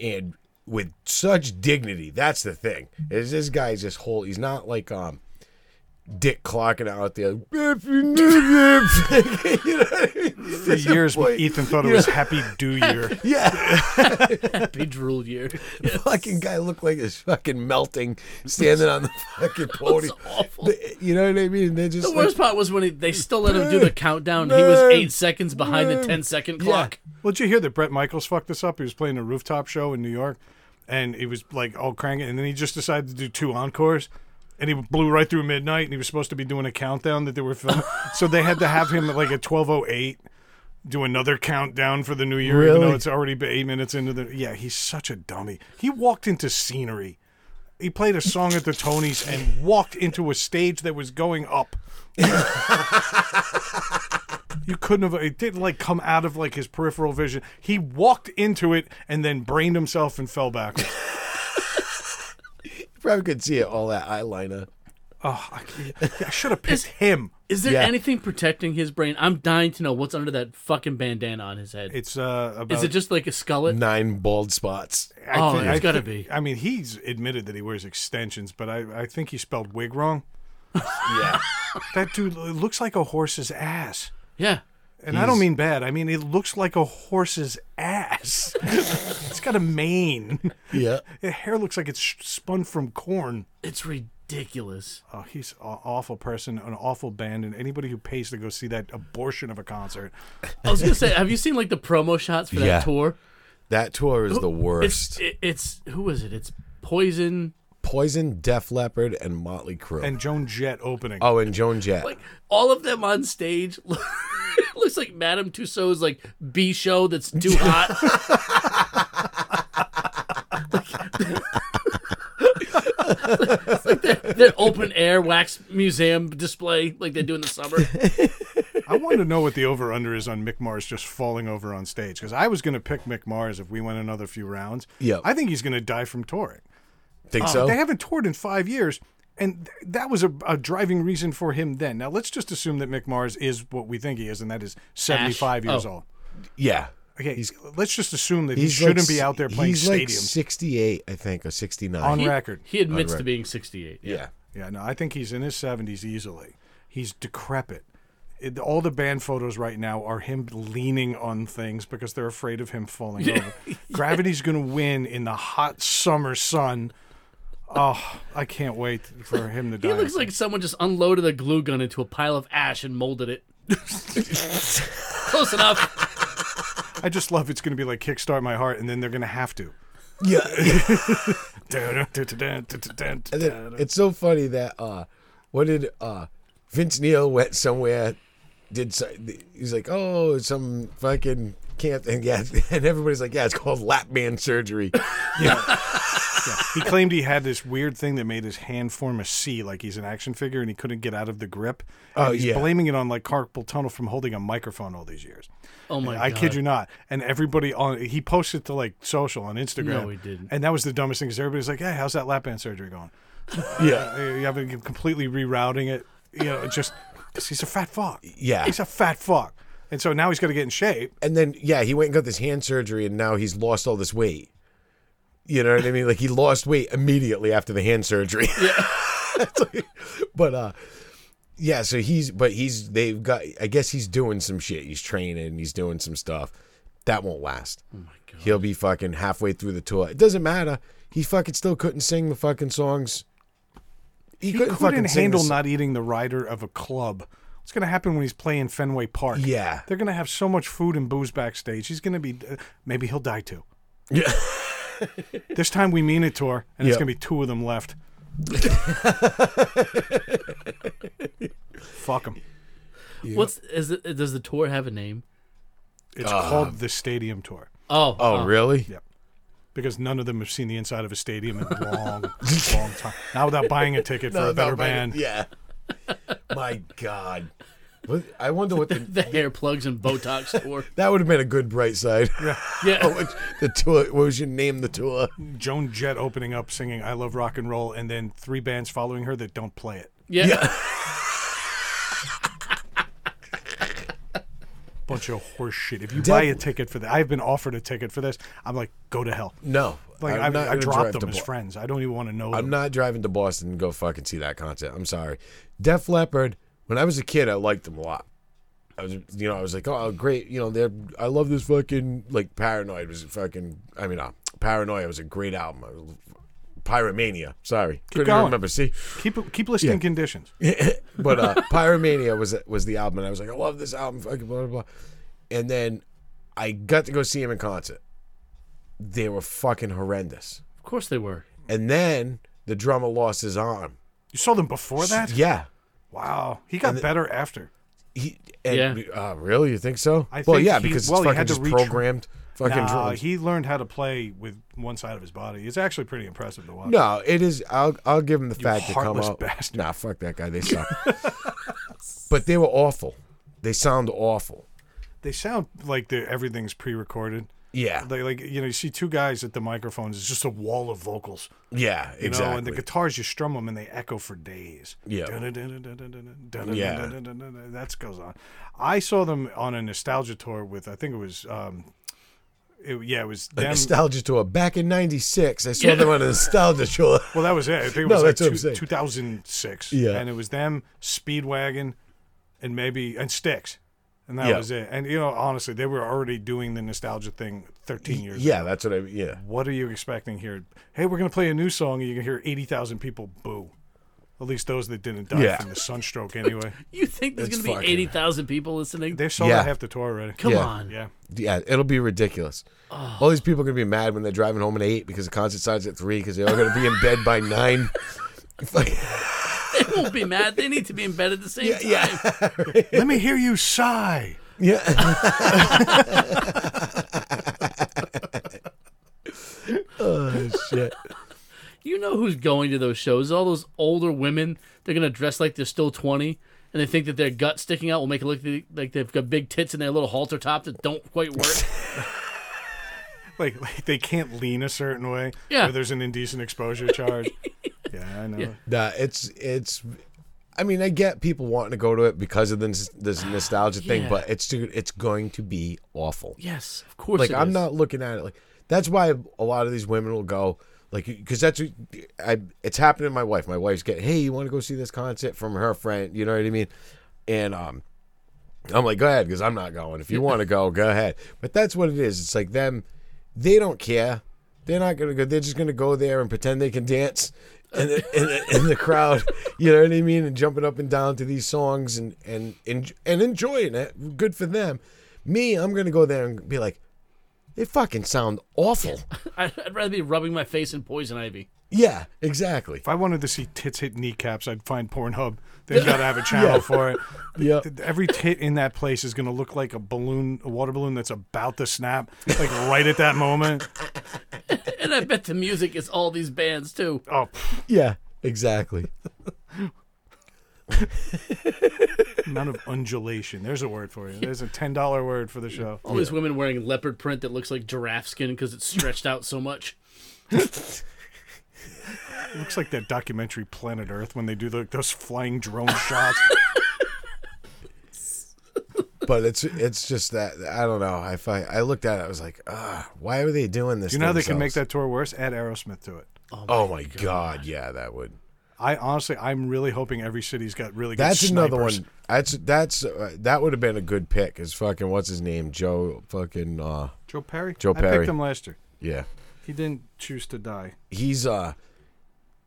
S2: and with such dignity. That's the thing. Is this guy's just whole? He's not like um. Dick clocking out there, if you knew it," you know what I mean? He's
S4: for
S2: just a
S4: years,
S2: boy.
S4: Ethan thought it was Happy Do Year.
S2: yeah.
S3: He drooled year.
S2: fucking guy looked like he's fucking melting, standing on the fucking podium.
S3: awful.
S2: They- you know what I mean? They're just
S3: The
S2: like,
S3: worst part was when he, they still let him do the countdown. He was
S2: Man.
S3: eight seconds behind the
S2: Man.
S3: 10 second
S2: Yeah.
S3: clock.
S4: Well, did you hear that Brett Michaels fucked this up? He was playing a rooftop show in New York, and he was like all cranking, and then he just decided to do two encores, and he blew right through midnight, and he was supposed to be doing a countdown that they were filming, so they had to have him at like at twelve oh eight do another countdown for the new year, even though
S2: Really?
S4: it's already been eight minutes into the. Yeah, he's such a dummy. He walked into scenery. He played a song at the Tonys and walked into a stage that was going up. You couldn't have. It didn't like come out of like his peripheral vision. He walked into it and then brained himself and fell backwards.
S2: you probably could see it all that eyeliner.
S4: oh, I, I should have picked him.
S3: Is there
S2: Yeah.
S3: anything protecting his brain? I'm dying to know what's under that fucking bandana on his head.
S4: It's uh. About,
S3: Is it just like a skullet?
S2: Nine bald spots.
S4: I
S3: oh,
S4: thi-
S3: it's
S4: I
S3: gotta
S4: thi-
S3: be.
S4: I mean, he's admitted that he wears extensions, but I I think he spelled wig wrong.
S2: Yeah,
S4: That dude lo- looks like a horse's ass.
S3: Yeah.
S4: And I don't mean bad. I mean it looks like a horse's ass. it's got a mane.
S2: yeah.
S4: The hair looks like it's sh- spun from corn.
S3: It's ridiculous.
S4: Oh, he's an awful person, an awful band, and anybody who pays to go see that abortion of a concert.
S3: I was gonna say, have you seen like the promo shots for that
S2: Yeah.
S3: tour?
S2: That tour is the
S3: It's
S2: worst.
S3: it, it's who is it? It's Poison.
S2: Poison, Def Leppard, and Motley Crue.
S4: And Joan Jett opening.
S2: oh, and Joan Jett.
S3: Like all of them on stage. looks like Madame Tussauds like B show that's too hot. It's like that, that open air wax museum display like they do in the summer.
S4: I want to know what the over under is on Mick Mars just falling over on stage because I was going to pick Mick Mars if we went another few rounds.
S2: Yeah.
S4: I think he's going to die from touring.
S2: Think Oh. so?
S4: oh, They haven't toured in five years, and th- that was a, a driving reason for him then. Now, let's just assume that Mick Mars is what we think he is, and that is 75 years
S3: Oh.
S4: old.
S2: yeah.
S4: Okay, let's just assume that he
S2: He's
S4: shouldn't
S2: like-
S4: be out there playing
S2: he's like
S4: stadiums.
S2: 68, I think, or 69.
S4: On
S3: He-
S4: record.
S3: He admits to being 68. Yeah.
S2: yeah.
S4: Yeah, no, I think he's in his 70s easily. He's decrepit. It, all the band photos right now are him leaning on things because they're afraid of him falling over. Gravity's going to win in the hot summer sun. Oh, I can't wait for him to die.
S3: He looks like someone just unloaded a glue gun into a pile of ash and molded it. Close enough.
S4: I just love it's going to be like kickstart my heart, and then they're going to have to.
S2: Yeah. And then
S4: It's
S2: it's so funny that uh what did uh Vince Neil went somewhere did so- he's like oh it's some fucking camp and yeah and everybody's like yeah it's called lap band surgery
S4: he claimed he had this weird thing that made his hand form a C, like he's an action figure, and he couldn't get out of the grip. And
S2: Oh,
S4: he's
S2: yeah.
S4: blaming it on like carpal tunnel from holding a microphone all these years.
S3: Oh my
S4: I
S3: god!
S4: kid you not. And everybody on he posted to like social on Instagram.
S3: No, he didn't.
S4: And that was the dumbest thing because everybody's like, "Hey, how's that lap band surgery going?"
S2: yeah
S4: Uh, You have been completely rerouting it. You know, just because he's a fat fuck.
S2: Yeah.
S4: he's a fat fuck. And so now he's got to get in shape.
S2: and then yeah he went and got this hand surgery and now he's lost all this weight you know what I mean like he lost weight immediately after the hand surgery It's like- but uh yeah so he's but he's they've got I guess he's doing some shit he's training and he's doing some stuff that won't last
S4: Oh
S2: He'll be fucking halfway through the tour. It doesn't matter. He fucking still couldn't sing the fucking songs.
S4: He
S2: couldn't
S4: couldn't,
S2: fucking sing
S4: handle
S2: this-
S4: not eating the rider of a club. What's going to happen when he's playing Fenway Park?
S2: Yeah.
S4: they're going to have so much food and booze backstage. He's going to be uh, maybe he'll die too.
S2: Yeah.
S4: This time we mean it, tour, and there's
S2: Yeah.
S4: going to be two of them left. Fuck him.
S3: What's is it, does the tour have a name?
S4: It's
S2: Uh.
S4: called the Stadium Tour
S3: Oh,
S2: Oh, really?
S4: Yeah. because none of them have seen the inside of a stadium in a long, long time. Not without buying a ticket for
S2: No,
S4: a better
S2: no, my-
S4: band.
S2: Yeah. My God. What, I wonder what the,
S3: The hair plugs and Botox tour.
S2: that would have been a good bright side.
S3: Yeah,
S2: What- the tour. What was your name? The tour.
S4: Joan Jett opening up singing I Love Rock and Roll and then three bands following her that don't play it.
S3: yeah.
S4: Bunch of horse shit. If you buy a ticket for that, I've been offered a ticket for this. I'm like, go to hell.
S2: No,
S4: Like
S2: I'm
S4: I,
S2: not
S4: I
S2: gonna drive
S4: dropped
S2: to
S4: them as
S2: Bo-
S4: friends. I don't even want to know
S2: I'm
S4: them.
S2: not driving to Boston and go fucking see that concert. I'm sorry. Def Leppard, when I was a kid, I liked them a lot. I was, you know, I was like, oh, great, you know, they're, I love this fucking, like, Paranoid was a fucking, I mean, uh, Paranoia was a great album. I was- Pyromania, sorry. Couldn't even
S4: going.
S2: remember, see?
S4: Keep keep listing conditions.
S2: But uh, Pyromania was was the album, and I was like, I love this album, fucking blah, blah, blah. And then I got to go see him in concert. They were fucking horrendous.
S3: Of course they were.
S2: And then the drummer lost his arm.
S4: You saw them before that?
S2: Yeah.
S4: Wow. He got better after.
S2: He and, uh, really, you think so?
S4: I
S2: well,
S4: think
S2: yeah,
S4: he-
S2: because
S4: well,
S2: it's
S4: he
S2: fucking
S4: had to
S2: just
S4: retrain-
S2: programmed. Fucking
S4: Nah,
S2: drums.
S4: he learned how to play with one side of his body. It's actually pretty impressive to watch.
S2: no, it is. I'll I'll give him the fact to come
S4: heartless
S2: out.
S4: bastard.
S2: Nah, fuck that guy. They suck. but they were awful. They sound awful.
S4: They sound like they're, everything's pre-recorded.
S2: Yeah,
S4: They, like you know, you see two guys at the microphones. It's just a wall of vocals.
S2: yeah,
S4: You
S2: exactly.
S4: know, and the guitars you strum them and they echo for days.
S2: Yeah. Yeah.
S4: That goes on. I saw them on a nostalgia tour with I think it was um, it, yeah it was them.
S2: nostalgia tour back in '96. I saw them on a nostalgia tour.
S4: well, that was it. I think it
S2: No,
S4: was
S2: that's what I'm
S4: like
S2: saying.
S4: two thousand six.
S2: Yeah.
S4: and it was them Speedwagon, and maybe and Sticks, and that
S2: Yeah.
S4: was it. And you know, honestly, they were already doing the nostalgia thing thirteen years.
S2: yeah, that's what I. Yeah,
S4: what are you expecting here? Hey, we're gonna play a new song, and you can hear eighty thousand people boo. At least those that didn't die
S2: Yeah.
S4: from the sunstroke, anyway.
S3: You think there's
S2: It's
S3: gonna be
S2: fucking-
S3: eighty thousand people listening?
S4: They sold
S2: Yeah.
S4: out half the tour already.
S3: Come
S2: Yeah.
S3: on.
S4: Yeah,
S2: yeah, it'll be ridiculous. All these people are gonna be mad when they're driving home at eight because the concert starts at three because they're all gonna be in bed by nine.
S3: They won't be mad. They need to be in bed at the same time.
S2: yeah.
S4: let me hear you sigh.
S2: Yeah. oh shit.
S3: You know who's going to those shows? All those older women. They're gonna dress like they're still twenty, and they think that their gut sticking out will make it look like they've got big tits and their little halter top that don't quite work.
S4: Like, like they can't lean a certain way.
S3: Yeah.
S4: or there's an indecent exposure charge. yeah, I know.
S2: Nah, it's it's I mean, I get people wanting to go to it because of this this nostalgia thing,
S3: Yeah.
S2: but it's too, it's going to be awful.
S3: yes, of course.
S2: Like
S3: it
S2: I'm
S3: is.
S2: not looking at it like that's why a lot of these women will go like because that's what- I it's happening to my wife. My wife's getting hey, you want to go see this concert from her friend? You know what I mean? And um, I'm like go ahead because I'm not going. If you want to go, go ahead. But that's what it is. It's like them, they don't care. They're not gonna go. They're just gonna go there and pretend they can dance. in the, in, the, in the crowd, you know what I mean, and jumping up and down to these songs and and and, and enjoying it. Good for them. Me, I'm gonna go there and be like, They fucking sound awful.
S3: I'd I'd rather be rubbing my face in poison ivy.
S2: yeah, exactly.
S4: If I wanted to see tits hit kneecaps, I'd find Pornhub. They've got to have a channel for it.
S2: Yeah.
S4: Every tit in that place is going to look like a balloon, a water balloon that's about to snap, like right at that moment.
S3: And I bet the music is all these bands too.
S4: Oh, pff,
S2: Yeah, exactly.
S4: amount of undulation. There's a word for you. There's a ten dollar word for the show.
S2: Oh,
S3: All these women wearing leopard print that looks like giraffe skin because it's stretched out so much.
S4: looks like that documentary Planet Earth when they do the, those flying drone shots.
S2: But it's it's just that I don't know. I find, I looked at it. I was like, ah, why are they doing this?
S4: you know how they can make that tour worse? Add Aerosmith to it.
S2: Oh my god. Yeah, that would.
S4: I honestly, I'm really hoping every city's got really good.
S2: That's another
S4: snipers.
S2: one. That's that's uh, that would have been a good pick. Is fucking what's his name? Joe fucking uh
S4: Joe Perry.
S2: Joe
S4: I
S2: Perry.
S4: picked him last year.
S2: yeah.
S4: He didn't choose to die.
S2: He's uh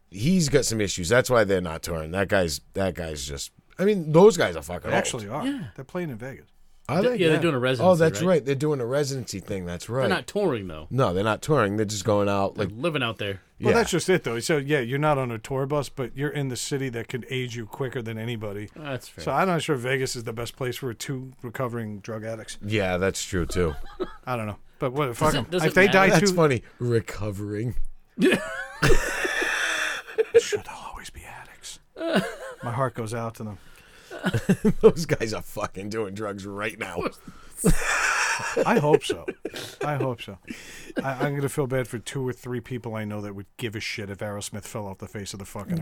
S2: he's got some issues. That's why they're not touring. That guy's that guy's just. I mean, those guys are fucking.
S4: They
S2: old.
S4: actually are. They're playing in Vegas.
S2: Are they?
S3: Th- yeah, they're doing a residency.
S2: Oh, that's right. They're doing a residency thing. That's right.
S3: They're not touring though.
S2: no, they're not touring. They're just going out like
S3: They're living out there.
S4: Well,
S2: yeah.
S4: that's just it, though. So, yeah, you're not on a tour bus, but you're in the city that could age you quicker than anybody.
S3: That's fair.
S4: So, I'm not sure Vegas is the best place for two recovering drug addicts.
S2: yeah, that's true too.
S4: I don't know. But what, fuck
S3: it-
S4: 'em.
S3: does
S4: If
S3: it
S4: they
S3: matter?
S4: die
S2: That's
S4: too,
S2: funny. Recovering.
S4: sure, they'll always be addicts. My heart goes out to them.
S2: Those guys are fucking doing drugs right now.
S4: I hope so. I hope so. I, I'm going to feel bad for two or three people I know that would give a shit if Aerosmith fell off the face of the fucking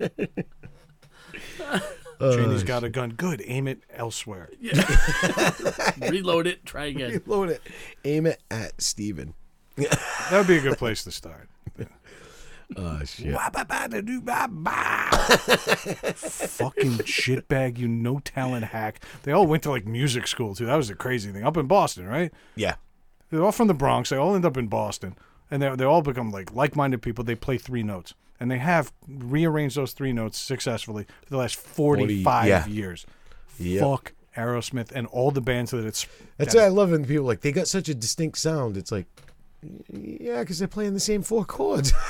S4: earth.
S3: Oh,
S4: Janie's got a gun. Good. Aim it elsewhere.
S3: Reload it. Try again.
S2: Load it. Aim it at Steven.
S4: That would be a good place to start.
S2: Oh shit.
S4: Fucking shitbag, you no talent hack. They all went to like music school too. That was the crazy thing. Up in Boston, right?
S2: Yeah.
S4: They're all from the Bronx. They all end up in Boston, and they they all become like like-minded people. They play three notes, and they have rearranged those three notes successfully for the last forty-five
S2: yeah.
S4: years.
S2: Yep.
S4: Fuck Aerosmith and all the bands that it's.
S2: That's
S4: that-
S2: why I love when people like they got such a distinct sound. It's like, yeah, because they're playing the same four chords.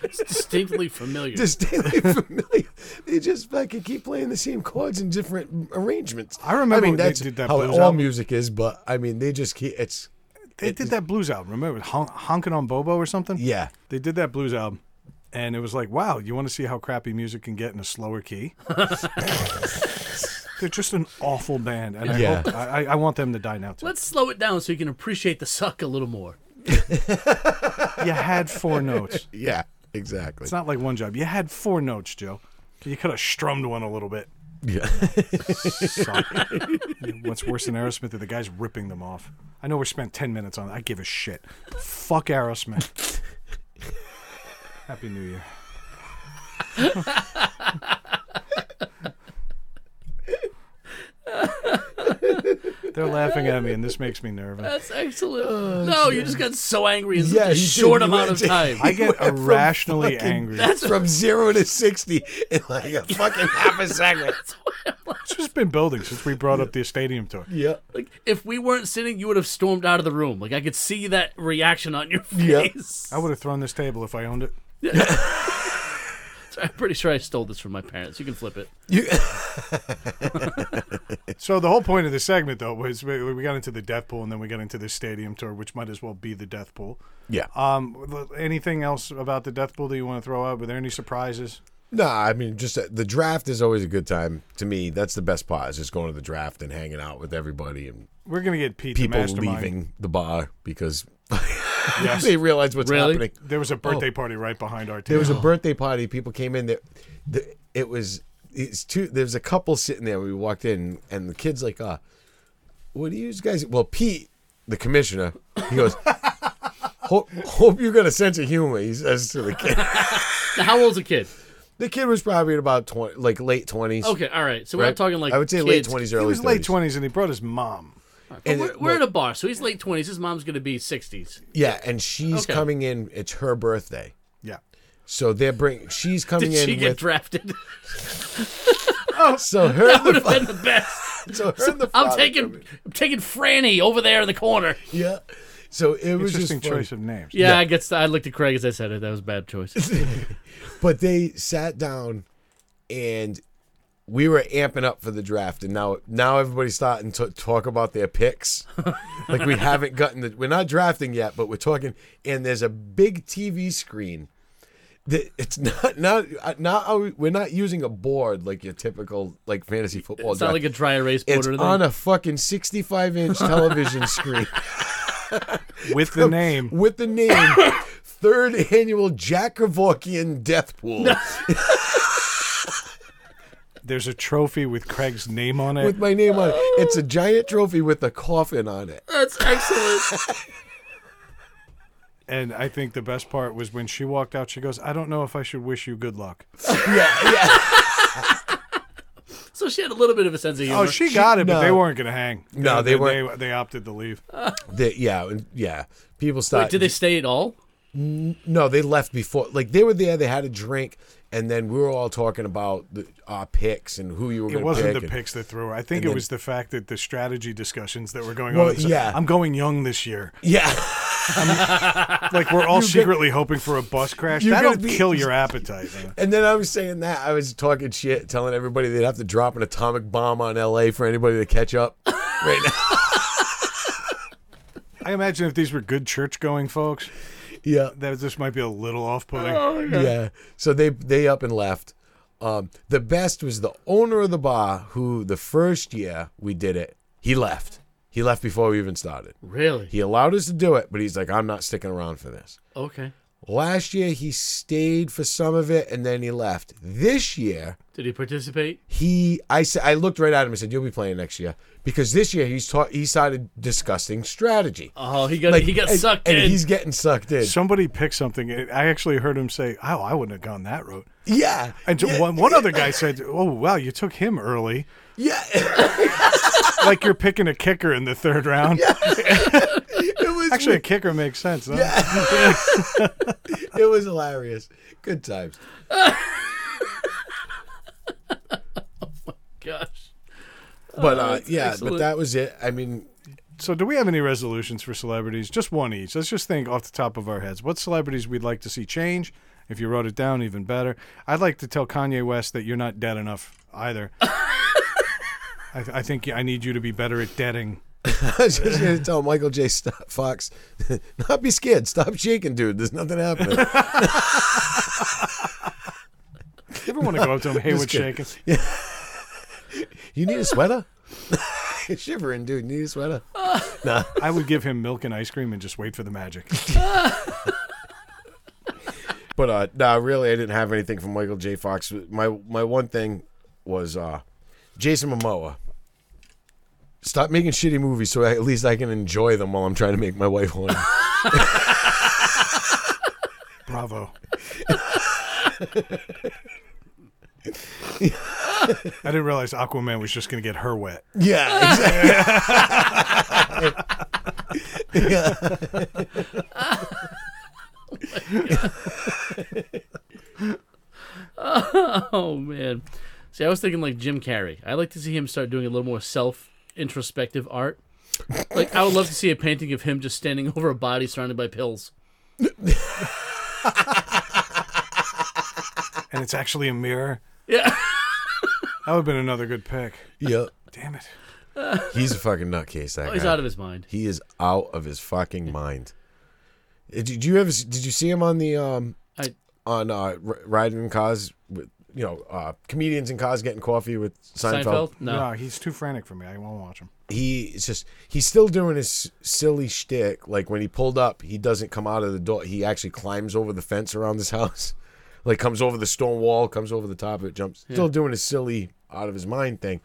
S3: It's distinctly familiar.
S2: Distinctly familiar. They just fucking keep playing the same chords in different arrangements.
S4: I remember
S2: mean,
S4: when they
S2: that's
S4: did that
S2: how
S4: blues
S2: all
S4: album.
S2: music is, but I mean, they just keep it's.
S4: They did that blues album. Remember Hon- honking on Bobo or something?
S2: Yeah.
S4: They did that blues album, and it was like, wow, you want to see how crappy music can get in a slower key? They're just an awful band, and I,
S2: Yeah.
S4: hope, I, I- I want them to die now too.
S3: Let's slow it down so you can appreciate the suck a little more.
S4: You had four notes.
S2: Yeah. Exactly.
S4: It's not like one job. You had four notes, Joe. You could have strummed one a little bit.
S2: yeah.
S4: Suck. What's worse than Aerosmith are the guys ripping them off. I know we spent 10 minutes on it. I give a shit. Fuck Aerosmith. Happy New Year. They're laughing at me, and this makes me nervous.
S3: That's excellent. no, you just got so angry in
S2: Oh, Yeah,
S3: such a
S2: he did.
S3: short
S2: He
S3: amount of
S2: went-
S3: time.
S4: I get irrationally
S2: fucking-
S4: angry.
S2: That's from zero to sixty in like a fucking half a second.
S4: It's just been building since we brought up the stadium tour.
S2: Yeah.
S3: Like if we weren't sitting, you would have stormed out of the room. Like I could see that reaction on your
S2: Yeah.
S3: face.
S4: I would have thrown this table if I owned it.
S3: So I'm pretty sure I stole this from my parents. You can flip it.
S2: You,
S4: So the whole point of the segment, though, was we, we got into the death pool and then we got into the stadium tour, which might as well be the death pool.
S2: yeah.
S4: Um, l- anything else about the death pool that you want to throw out? Were there any surprises?
S2: No, I mean, just uh, the draft is always a good time to me. That's the best part is just going to the draft and hanging out with everybody and
S4: We're gonna get Pete
S2: people
S4: the mastermind.
S2: leaving the bar because
S4: Yes.
S2: they realize what's
S3: Really?
S2: happening.
S4: There was a birthday party right behind our team.
S2: There was a birthday party. People came in. That the, it was it's two. There's a couple sitting there. We walked in and the kids like, uh, what do you guys? Well, Pete, the commissioner, he goes. Hope, hope you got a sense of humor, he says to the kid.
S3: Now, how old's a kid?
S2: The kid was probably at about twenty, like late twenties.
S3: Okay, all right. So we're not talking like
S2: I would say late
S3: kids.
S2: twenties,
S4: he
S2: early.
S4: was late
S2: 30s.
S4: twenties and he brought his mom.
S2: And
S3: We're,
S2: it-
S3: we're at a bar, so he's late twenties. His mom's gonna be sixties.
S2: Yeah, and she's
S3: Okay.
S2: coming in. It's her birthday,
S4: Yeah.
S2: so they're bring. She's coming
S3: Did she
S2: in
S3: get
S2: with.
S3: drafted?
S2: so her
S3: Would have been the best.
S2: so her and the
S3: I'm
S2: father come
S3: taking
S2: in.
S3: I'm taking Franny over there in the corner.
S2: Yeah. So it was just
S4: Interesting
S2: funny.
S4: choice of names.
S3: Yeah, I guess I looked at Craig as I said it. That was a bad choice.
S2: But they sat down and we were amping up for the draft and now now everybody's starting to talk about their picks. like we haven't gotten the we're not drafting yet, but we're talking and there's a big TV screen. that It's not not not we're not using a board like your typical like fantasy football.
S3: It's not
S2: draft.
S3: like a dry erase board
S2: it's
S3: or anything.
S2: on a fucking 65 inch television screen
S4: With the name.
S2: with the name Third Annual Jack Kevorkian Death Pool.
S4: There's a trophy with Craig's name on it.
S2: with my name on it. It's a giant trophy with a coffin on it.
S3: That's excellent.
S4: And I think the best part was when she walked out, she goes, I don't know if I should wish you good luck.
S3: so she had a little bit of a sense of humor.
S4: Oh, she got it, but
S2: no.
S4: they weren't going to hang.
S2: No, they
S4: They,
S2: weren't.
S4: they opted to leave.
S2: That yeah, and yeah. People
S3: Wait,
S2: stopped.
S3: did they stay at all?
S2: No, they left before. Like they were there. They had a drink, and then we were all talking about the, our picks and who you were.
S4: It
S2: gonna
S4: wasn't
S2: pick
S4: the
S2: and-
S4: picks that threw her. I think it was the fact that the strategy discussions that were going
S2: Well,
S4: on. It's,
S2: yeah.
S4: I'm going young this year.
S2: Yeah,
S4: Like we're all secretly hoping for a bus crash.
S2: you're
S4: That'll
S2: gonna be-
S4: kill your appetite. man.
S2: and then I was saying that I was talking shit, telling everybody they'd have to drop an atomic bomb on L.A. for anybody to catch up. Right now,
S4: I imagine if these were good church going folks,
S2: yeah,
S4: that this might be a little off putting.
S2: Oh. yeah. So they they up and left. Um, the best was the owner of the bar who the first year we did it, he left. He left before we even started.
S3: Really?
S2: He allowed us to do it, but he's like, I'm not sticking around for this.
S3: Okay.
S2: Last year, he stayed for some of it and then he left. This year,
S3: Did he participate?
S2: he, I said, I looked right at him and said, You'll be playing next year. Because this year, he's taught, he started discussing strategy.
S3: Oh, he got he got
S2: and,
S3: sucked
S2: and
S3: in.
S2: he's getting sucked in.
S4: Somebody picked something. I actually heard him say, "Oh, I wouldn't have gone that route."
S2: yeah.
S4: And
S2: yeah,
S4: one, one other guy said, "Oh, wow, you took him early,
S2: yeah.
S4: like you're picking a kicker in the third round."
S2: it was
S4: Actually, a kicker makes sense. Huh?
S2: it was hilarious. Good times.
S3: Gosh.
S2: But uh, yeah,
S3: Oh, excellent.
S2: but that was it. I mean,
S4: So, do we have any resolutions for celebrities? Just one each. Let's just think off the top of our heads. What celebrities we'd like to see change? If you wrote it down, even better. I'd like to tell Kanye West that you're not dead enough either. I, th- I think I need you to be better at deading.
S2: I was just going to tell Michael J. Sto- Fox, not be scared. Stop shaking, dude. There's nothing happening.
S4: You ever want to go up to him, Hayward
S2: kidding.
S4: shaking?
S2: You need a sweater? Shivering, dude. You need a sweater?
S4: I would give him milk and ice cream and just wait for the magic.
S2: But uh no, really I didn't have anything from Michael J. Fox. My my one thing was uh Jason Momoa. Stop making shitty movies so I, at least I can enjoy them while I'm trying to make my wife horny.
S4: Bravo. I didn't realize Aquaman was just going to get her wet.
S2: yeah, exactly.
S3: Oh man. See, I was thinking like Jim Carrey. I'd like to see him start doing a little more self introspective art. Like I would love to see a painting of him just standing over a body surrounded by pills.
S4: And it's actually a mirror.
S3: Yeah.
S4: That would have been another good pick.
S2: Yep.
S4: Damn it.
S2: He's a fucking nutcase. That guy.
S3: Oh, He's out of his mind.
S2: He is out of his fucking mind. Uh, Did you ever? Did you see him on the um
S3: I-
S2: on uh r- riding in cars with you know uh comedians in cars getting coffee with Seinfeld?
S3: Seinfeld? No.
S4: No, he's too frantic for me. I won't watch him.
S2: He it's just he's still doing his silly shtick. Like when he pulled up, he doesn't come out of the door. He actually climbs over the fence around his house, like comes over the stone wall, comes over the top of it, jumps. Still doing his silly out of his mind thing.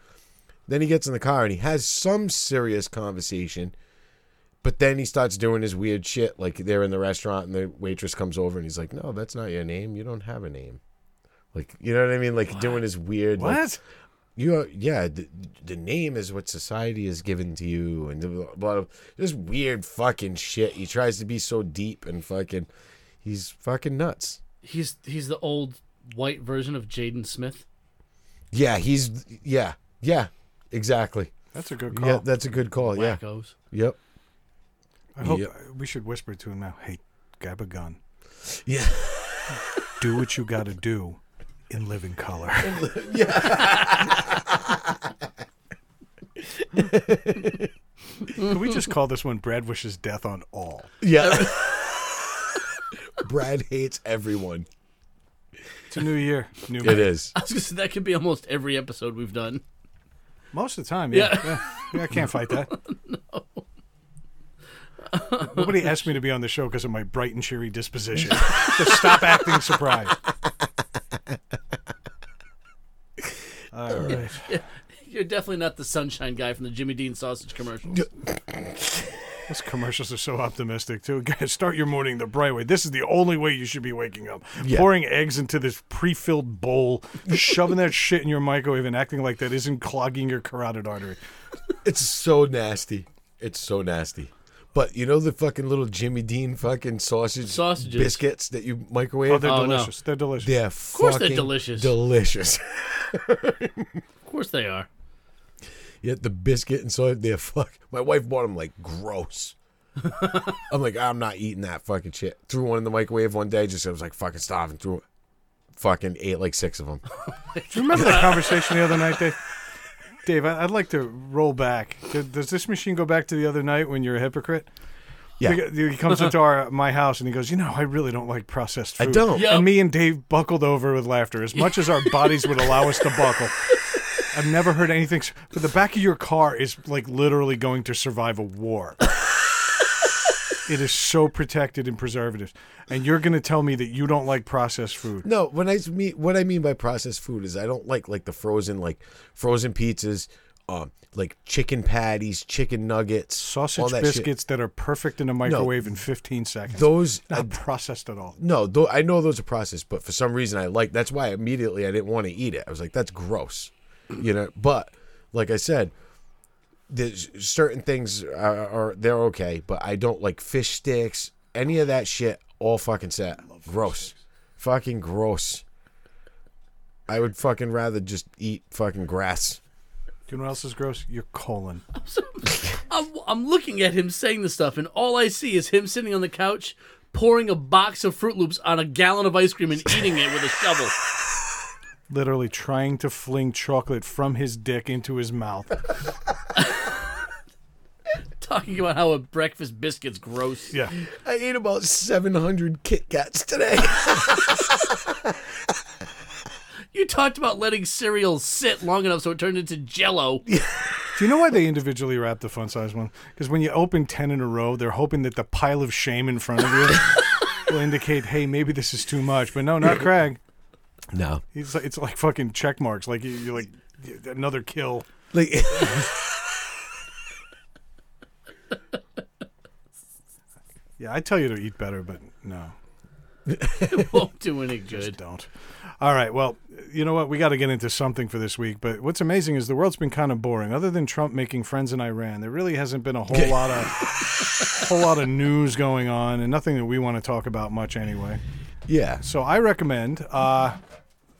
S2: Then he gets in the car and he has some serious conversation, but then he starts doing his weird shit. Like they're in the restaurant and the waitress comes over and he's like, "No, that's not your name. You don't have a name." Like you know what I mean? Like doing his weird like,
S4: What?
S2: you are, yeah, the, the name is what society has given to you, and blah, blah, blah. This weird fucking shit. He tries to be so deep and fucking, he's fucking nuts.
S3: He's he's the old white version of Jaden Smith.
S2: Yeah, he's, yeah, yeah, Exactly.
S4: That's a good call.
S2: Yeah, that's a good call. Yeah.
S3: Wackos.
S2: Yep.
S4: I hope
S2: Yep.
S4: we should whisper to him now. Hey, grab a gun.
S2: Yeah.
S4: Do what you got to do in living color. Can we just call this one Brad wishes death on all?
S2: Yeah. Brad hates everyone.
S4: It's a new year, new
S2: It
S4: me.
S2: is.
S3: I was gonna say that could be almost every episode we've done.
S4: Most of the time, yeah. yeah. Yeah, I can't fight that. Nobody asked me to be on the show because of my bright and cheery disposition. so stop acting surprised. All right.
S3: You're definitely not the sunshine guy from the Jimmy Dean sausage commercials.
S4: Those commercials are so optimistic, too. Guys, start your morning the bright way. This is the only way you should be waking up. Pouring eggs into this pre filled bowl, shoving that shit in your microwave, and acting like that isn't clogging your carotid artery.
S2: It's so nasty. It's so nasty. But you know the fucking little Jimmy Dean fucking sausage
S3: Sausages.
S2: biscuits that you microwave?
S4: Oh, they're
S3: Oh, no.
S4: delicious. They're delicious.
S2: they're
S3: course they're
S2: fucking
S3: delicious.
S2: Delicious.
S3: Of course they are.
S2: Yet the biscuit and so they're fuck. My wife bought them like gross. I'm like, I'm not eating that fucking shit. Threw one in the microwave one day. Just I was like fucking starving. Threw, fucking ate like six of them.
S4: Do you remember that conversation the other night, Dave? Dave, I- I'd like to roll back. Th- Does this machine go back to the other night when you're a hypocrite?
S2: Yeah.
S4: He he comes into our my house and he goes, you know, I really don't like processed
S2: I
S4: food.
S2: don't.
S3: Yeah.
S4: And me and Dave buckled over with laughter, as much as our bodies would allow us to buckle. I've never heard anything. s- But the back of your car is like literally going to survive a war. it is so protected in preservatives, and you're going to tell me that you don't like processed food.
S2: No, when I s- mean what I mean by processed food is I don't like like the frozen like frozen pizzas, um, like chicken patties, chicken nuggets, all
S4: sausage
S2: that shit.
S4: biscuits that are perfect in a microwave in 15 seconds.
S2: Those
S4: not
S2: I,
S4: processed at all.
S2: no, though I know those are processed, but for some reason I like. That's why immediately I didn't want to eat it. I was like, that's gross, you know. But like I said, there's certain things are, are they're okay, but I don't like fish sticks, any of that shit. All fucking set, gross, fucking gross. I would fucking rather just eat fucking grass.
S4: Do you know what else is gross? Your colon.
S3: I'm, I'm looking at him saying this stuff, and all I see is him sitting on the couch, pouring a box of Fruit Loops on a gallon of ice cream and eating it with a shovel.
S4: Literally trying to fling chocolate from his dick into his mouth.
S3: Talking about how a breakfast biscuit's gross.
S4: Yeah.
S2: I ate about 700 Kit Kats today.
S3: You talked about letting cereal sit long enough so it turned into jello.
S4: Do you know why they individually wrap the fun size one? Because when you open 10 in a row, they're hoping that the pile of shame in front of you will indicate, hey, maybe this is too much. But no, not Craig.
S2: no.
S4: It's like, it's like fucking check marks. Like you- you're like another kill.
S2: Like
S4: Yeah, I tell you to eat better, but no.
S3: Oh, It won't do any good.
S4: Just don't. All right. Well, you know what? We got to get into something for this week. But what's amazing is the world's been kind of boring. Other than Trump making friends in Iran, there really hasn't been a whole lot of whole lot of news going on, and nothing that we want to talk about much anyway.
S2: yeah.
S4: So I recommend uh,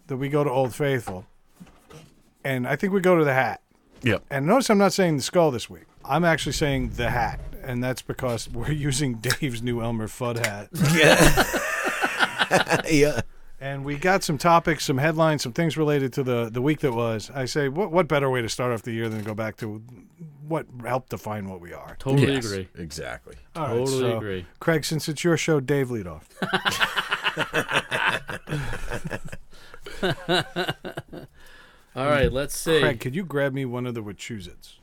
S4: that we go to Old Faithful, and I think we go to the Hat.
S2: Yep.
S4: And notice I'm not saying the skull this week. I'm actually saying the hat, and that's because we're using Dave's new Elmer Fudd hat.
S2: yeah.
S4: And we got some topics, some headlines, some things related to the, the week that was. I say, what what better way to start off the year than to go back to what helped define what we are?
S3: Totally agree.
S2: Exactly.
S4: All right,
S3: Totally
S4: so,
S3: agree.
S4: Craig, since it's your show, Dave lead off.
S3: All right, let's see.
S4: Craig, could you grab me one of the Wachusets?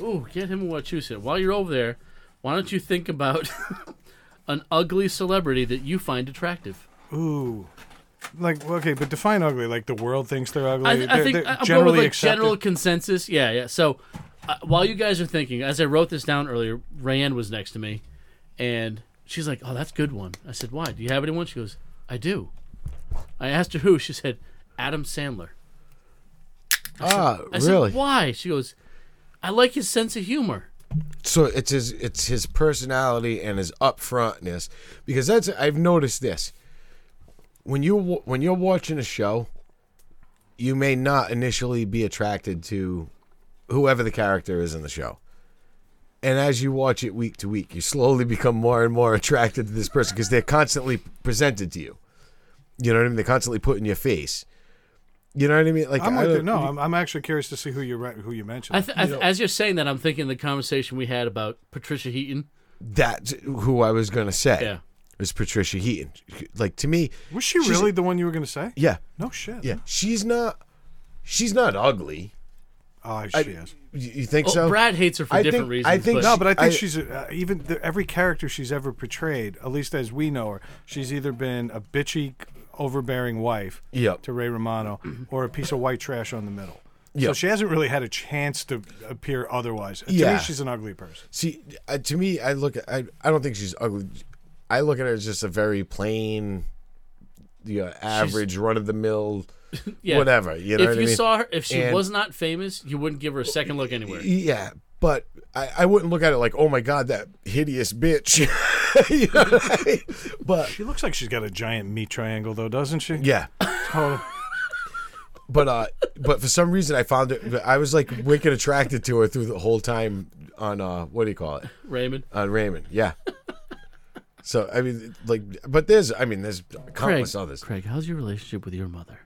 S3: Ooh, get him a Wachusett. While you're over there, why don't you think about an ugly celebrity that you find attractive?
S4: Ooh. Like, okay, but define ugly. Like, the world thinks they're ugly.
S3: I, th- I
S4: They're-
S3: think
S4: they're
S3: I- I'm going with
S4: generally
S3: like
S4: accepted.
S3: general consensus. Yeah, yeah. So uh, while you guys are thinking, as I wrote this down earlier, Rayanne was next to me, and she's like, "Oh, that's a good one." I said, "Why? Do you have anyone?" She goes, "I do." I asked her who. She said, "Adam Sandler."
S2: Ah,
S3: I
S2: really?
S3: said, "Why?" She goes, "I like his sense of humor."
S2: so it's his it's his personality and his upfrontness because that's I've noticed this. When you wa- when you're watching a show, you may not initially be attracted to whoever the character is in the show. And as you watch it week to week, you slowly become more and more attracted to this person because they're constantly presented to you. You know what I mean? They're constantly put in your face. You know what I mean? Like
S4: I'm
S2: I
S4: with you.
S2: don't-
S4: No, I'm, I'm actually curious to see who you re- who you mentioned.
S3: I th- I th- as you're saying that, I'm thinking the conversation we had about Patricia Heaton.
S2: that's who I was gonna say.
S3: Yeah.
S2: was Patricia Heaton. Like to me,
S4: was she
S2: she's-
S4: really the one you were going to say?
S2: yeah,
S4: No shit.
S2: yeah. She's not. She's not ugly.
S4: Oh, she
S2: I-
S4: is.
S2: You, you think
S3: Oh,
S2: so?
S3: Brad hates her for
S2: I
S3: different
S2: think-
S3: reasons.
S2: I think-
S3: but
S2: No,
S4: No, but I think
S2: I-
S4: she's uh, even the, every character she's ever portrayed, at least as we know her, she's either been a bitchy, overbearing wife
S2: Yep.
S4: to Ray Romano or a piece of white trash on the middle. So
S2: Yep.
S4: she hasn't really had a chance to appear otherwise. To
S2: Yeah.
S4: me, she's an ugly person.
S2: See, uh, to me, I look at. I, I don't think she's ugly. I look at her as just a very plain, you know, average, run of the mill,
S3: yeah.
S2: whatever. You know
S3: if
S2: what
S3: you
S2: I mean?
S3: saw her, if she
S2: And-
S3: was not famous, you wouldn't give her a second look anywhere.
S2: Yeah, but I, I wouldn't look at it like, oh my god, that hideous bitch. You know what I mean? But
S4: She looks like she's got a giant meat triangle, though, doesn't she?
S2: yeah,
S4: Oh,
S2: but uh, but for some reason, I found it. I was like wicked attracted to her through the whole time on uh, what do you call it?
S3: Raymond,
S2: On Raymond, yeah. So I mean, like, but there's, I mean, there's
S3: Craig,
S2: countless others.
S3: Craig, how's your relationship with your mother?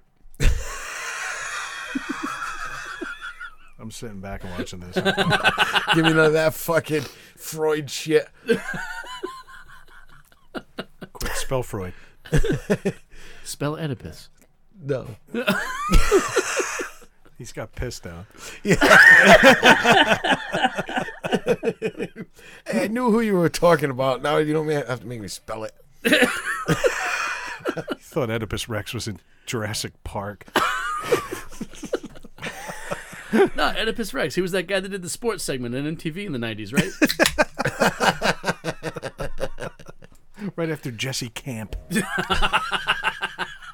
S4: I'm sitting back and watching this.
S2: Give me none of that fucking Freud shit.
S4: Quick spell Freud.
S3: Spell Oedipus.
S2: No.
S4: He's got pissed down.
S2: Hey, I knew who you were talking about. Now you don't have to make me spell it.
S4: He thought Oedipus Rex was in Jurassic Park.
S3: No, Oedipus Rex. He was that guy that did the sports segment on MTV in the '90s, right?
S4: Right after Jesse Camp.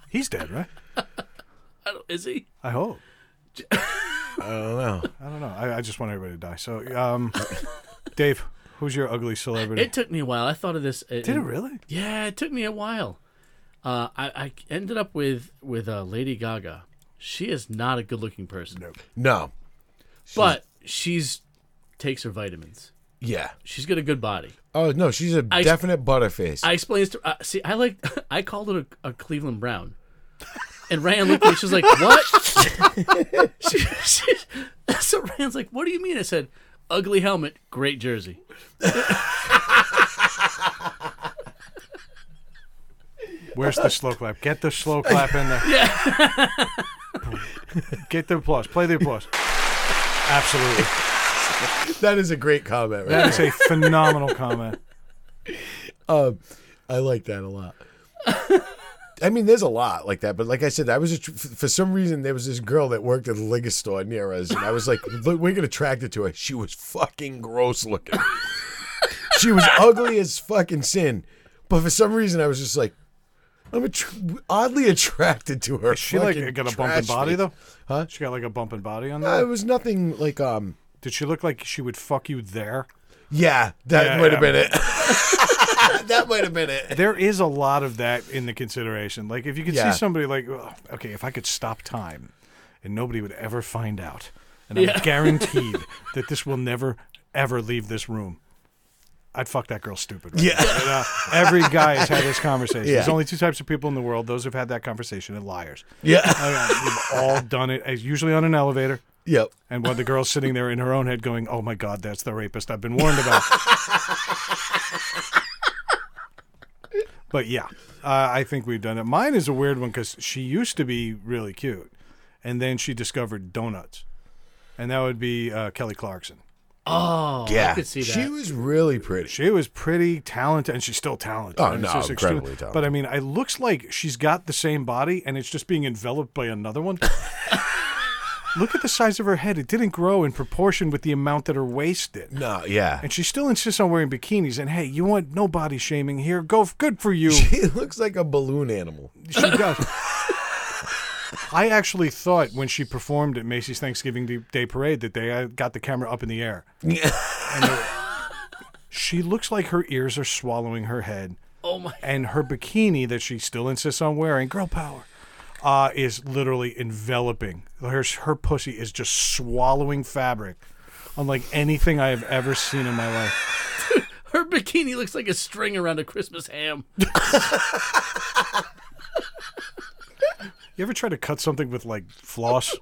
S4: He's dead, right?
S3: I don't- Is he?
S4: I hope.
S2: I don't know.
S4: I don't know. I, I just want everybody to die. So, um, Dave, who's your ugly celebrity?
S3: It took me a while. I thought of this. uh,
S4: Did it
S3: in-
S4: really?
S3: Yeah, it took me a while. Uh, I, I ended up with with uh, Lady Gaga. She is not a good-looking person,
S2: No.
S3: but she's takes her vitamins.
S2: Yeah.
S3: She's got a good body.
S2: Oh no, she's a
S3: I-
S2: definite butterface.
S3: I explains to uh, see. I like. I called it a, a Cleveland Brown, and Ryan looked at me. She was like, "What?" she, she, so Ryan's like, "What do you mean?" I said, "Ugly helmet, great jersey."
S4: Where's the slow clap? Get the slow clap in there. Yeah. Get the applause. Play the applause. Absolutely.
S2: that is a great comment. Right?
S4: That is a phenomenal comment.
S2: Um, I like that a lot. I mean, there's a lot like that, but like I said, I was a, for some reason there was this girl that worked at the liquor store near us, and I was like, "Look, we're gonna attracted to her." She was fucking gross looking. she was ugly as fucking sin, but for some reason I was just like, I'm attr oddly attracted to her.
S4: She like
S2: fucking
S4: got a bumping
S2: trash
S4: body
S2: face.
S4: though.
S2: Huh?
S4: She got like a bumping body on
S2: Uh,
S4: there.
S2: it was nothing like um.
S4: Did she look like she would fuck you there?
S2: Yeah, that
S4: Yeah,
S2: might have
S4: yeah.
S2: been it. that might have been it.
S4: There is a lot of that in the consideration. Like if you could
S2: Yeah.
S4: see somebody like, "Ugh, okay, if I could stop time, and nobody would ever find out, and I'm
S3: Yeah.
S4: guaranteed that this will never ever leave this room. I'd fuck that girl stupid. Right
S2: Yeah.
S4: now. And, uh, every guy has had this conversation. There's
S2: Yeah.
S4: only two types of people in the world: those who've had that conversation and liars.
S2: Yeah.
S4: I mean, We've all done it. It's usually on an elevator.
S2: Yep.
S4: And while the girl's sitting there in her own head going, oh my God, that's the rapist I've been warned about. but yeah, uh, I think we've done it. Mine is a weird one because she used to be really cute. And then she discovered donuts. And that would be uh, Kelly Clarkson.
S3: Oh,
S2: Yeah.
S3: I could see that.
S2: She was really pretty.
S4: She was pretty talented, and she's still talented.
S2: Oh,
S4: And it's
S2: no,
S4: just extreme-
S2: incredibly talented.
S4: But I mean, it looks like she's got the same body, and it's just being enveloped by another one. Look at the size of her head; it didn't grow in proportion with the amount that her waist did.
S2: No, yeah.
S4: And she still insists on wearing bikinis. And hey, you want no body shaming here? Go, f- good for you. she
S2: She looks like a balloon animal.
S4: does. I actually thought when she performed at Macy's Thanksgiving Day Parade that they uh, got the camera up in the air. And they- she looks like her ears are swallowing her head.
S3: oh my.
S4: and her bikini that she still insists on wearing. Girl power. uh, is literally enveloping. Her her pussy is just swallowing fabric, unlike anything I have ever seen in my life.
S3: Her bikini looks like a string around a Christmas ham.
S4: You ever try to cut something with like floss?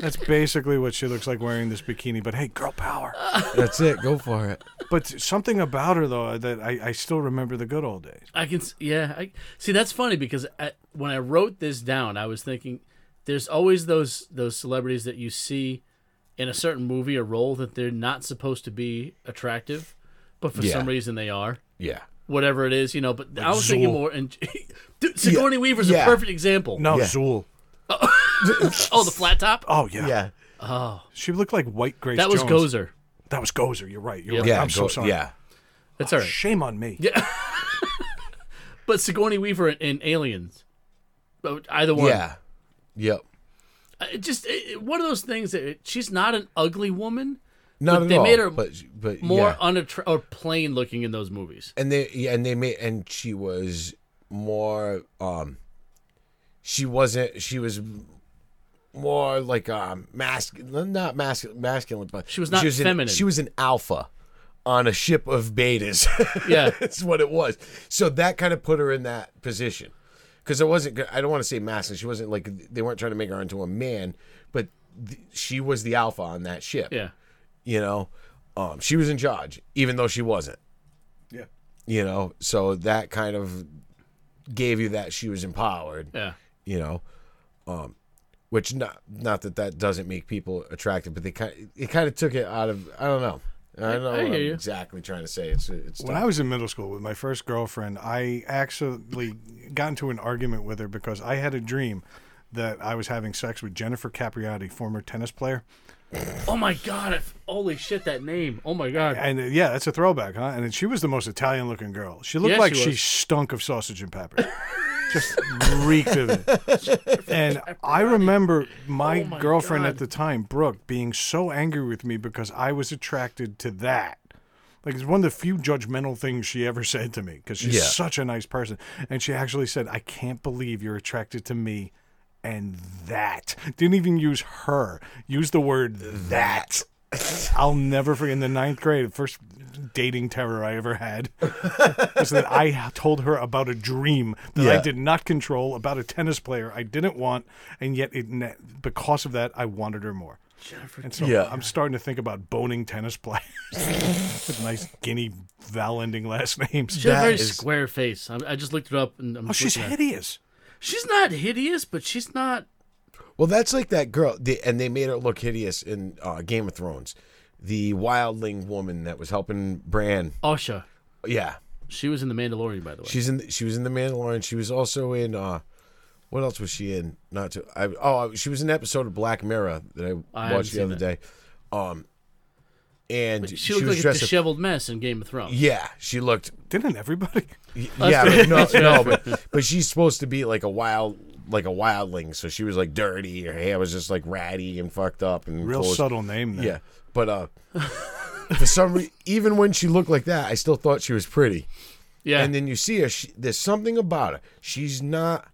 S4: That's basically what she looks like wearing this bikini. But hey, girl power.
S2: That's it. Go for it.
S4: But something about her though that I, I still remember the good old days.
S3: I can, s- yeah. I see. That's funny because I, when I wrote this down, I was thinking there's always those those celebrities that you see in a certain movie or role that they're not supposed to be attractive, but for
S2: Yeah.
S3: some reason they are.
S2: Yeah.
S3: Whatever it is, you know. But I was thinking
S4: Zool.
S3: more. And Dude, Sigourney Weaver's
S2: Yeah.
S3: a perfect example.
S4: No,
S2: Yeah.
S4: Zool.
S3: Oh, the flat top.
S4: Oh yeah.
S2: Yeah.
S4: She looked like White Grace.
S3: that was
S4: Jones.
S3: Gozer.
S4: That was Gozer. You're right. You're
S3: Yeah.
S4: right.
S2: Yeah.
S4: I'm so
S2: go-
S4: sorry.
S2: Yeah.
S3: That's all right.
S4: Shame on me.
S3: But Sigourney Weaver in, in Aliens, But either one.
S2: Yeah. Yep.
S3: I- it just it, it- one of those things that it- she's not an ugly woman,
S2: Not
S3: But
S2: at
S3: they
S2: all.
S3: made her
S2: but but
S3: more
S2: yeah.
S3: unattra- or plain looking in those movies.
S2: and they yeah, and they made and she was more um she wasn't she was more like um masculine not masculine masculine but
S3: She was not
S2: an-
S3: feminine.
S2: she was an alpha on a ship of betas
S3: Yeah.
S2: that's what it was so that kind of put her in that position because it wasn't go- i don't want to say masculine she wasn't like they weren't trying to make her into a man but th- she was the alpha on that ship
S3: Yeah,
S2: you know um she was in charge even though she wasn't
S4: Yeah.
S2: you know so that kind of gave you that she was empowered
S3: yeah.
S2: you know um which not not that that doesn't make people attractive but they kind it kind of took it out of i don't know i don't know
S3: I
S2: what
S3: hear
S2: i'm
S3: you.
S2: exactly trying to say it's it's
S4: When I was in middle school with my first girlfriend, I actually got into an argument with her because I had a dream that I was having sex with Jennifer Capriati, former tennis player.
S3: Oh my god! I, holy shit! That name. Oh my god.
S4: And uh, yeah, that's a throwback, huh? And she was the most Italian looking girl. She looked
S3: Yeah,
S4: like
S3: she
S4: she
S3: was.
S4: stunk of sausage and pepper. Just reeked of it. And I remember my,
S3: Oh my
S4: girlfriend
S3: God.
S4: at the time, Brooke, being so angry with me because I was attracted to that. Like it's one of the few judgmental things she ever said to me because she's
S2: Yeah.
S4: such a nice person. And she actually said, "I can't believe you're attracted to me." And that didn't even use her. Use the word that. I'll never forget in the ninth grade, the first dating terror I ever had was that I told her about a dream that I
S2: Yeah.
S4: did not control about a tennis player I didn't want, and yet it ne- because of that I wanted her more. And so
S2: Yeah.
S4: I'm starting to think about boning tennis players with nice guinea vowel ending last names.
S3: She had a
S2: that
S3: very
S2: is-
S3: square face. I, I just looked it up, and I'm
S4: Oh, she's
S3: looking at-
S4: hideous.
S3: She's not hideous, but she's not.
S2: well that's like that girl they, and they made her look hideous in uh, game of thrones the wildling woman that was helping bran
S3: Osha.
S2: yeah
S3: She was in The Mandalorian, by the way.
S2: She's in. The, she was in the Mandalorian. She was also in. uh What else was she in? Not to. I, oh, she was in an episode of Black Mirror that I,
S3: haven't
S2: watched the
S3: seen
S2: other day. Um, and
S3: She,
S2: she,
S3: looked
S2: was
S3: like a
S2: dressed. up-
S3: disheveled mess in Game of Thrones.
S2: yeah, she looked.
S4: Didn't everybody?
S2: y- Yeah, but no, no, but but she's supposed to be like a wild, like a wildling. So she was like dirty. Her hair was just like ratty and fucked up and
S4: Real
S2: clothes-
S4: subtle name there.
S2: Yeah, but uh, for some reason, even when she looked like that, I still thought she was pretty.
S3: yeah.
S2: And then you see her. She, there's something about her. She's not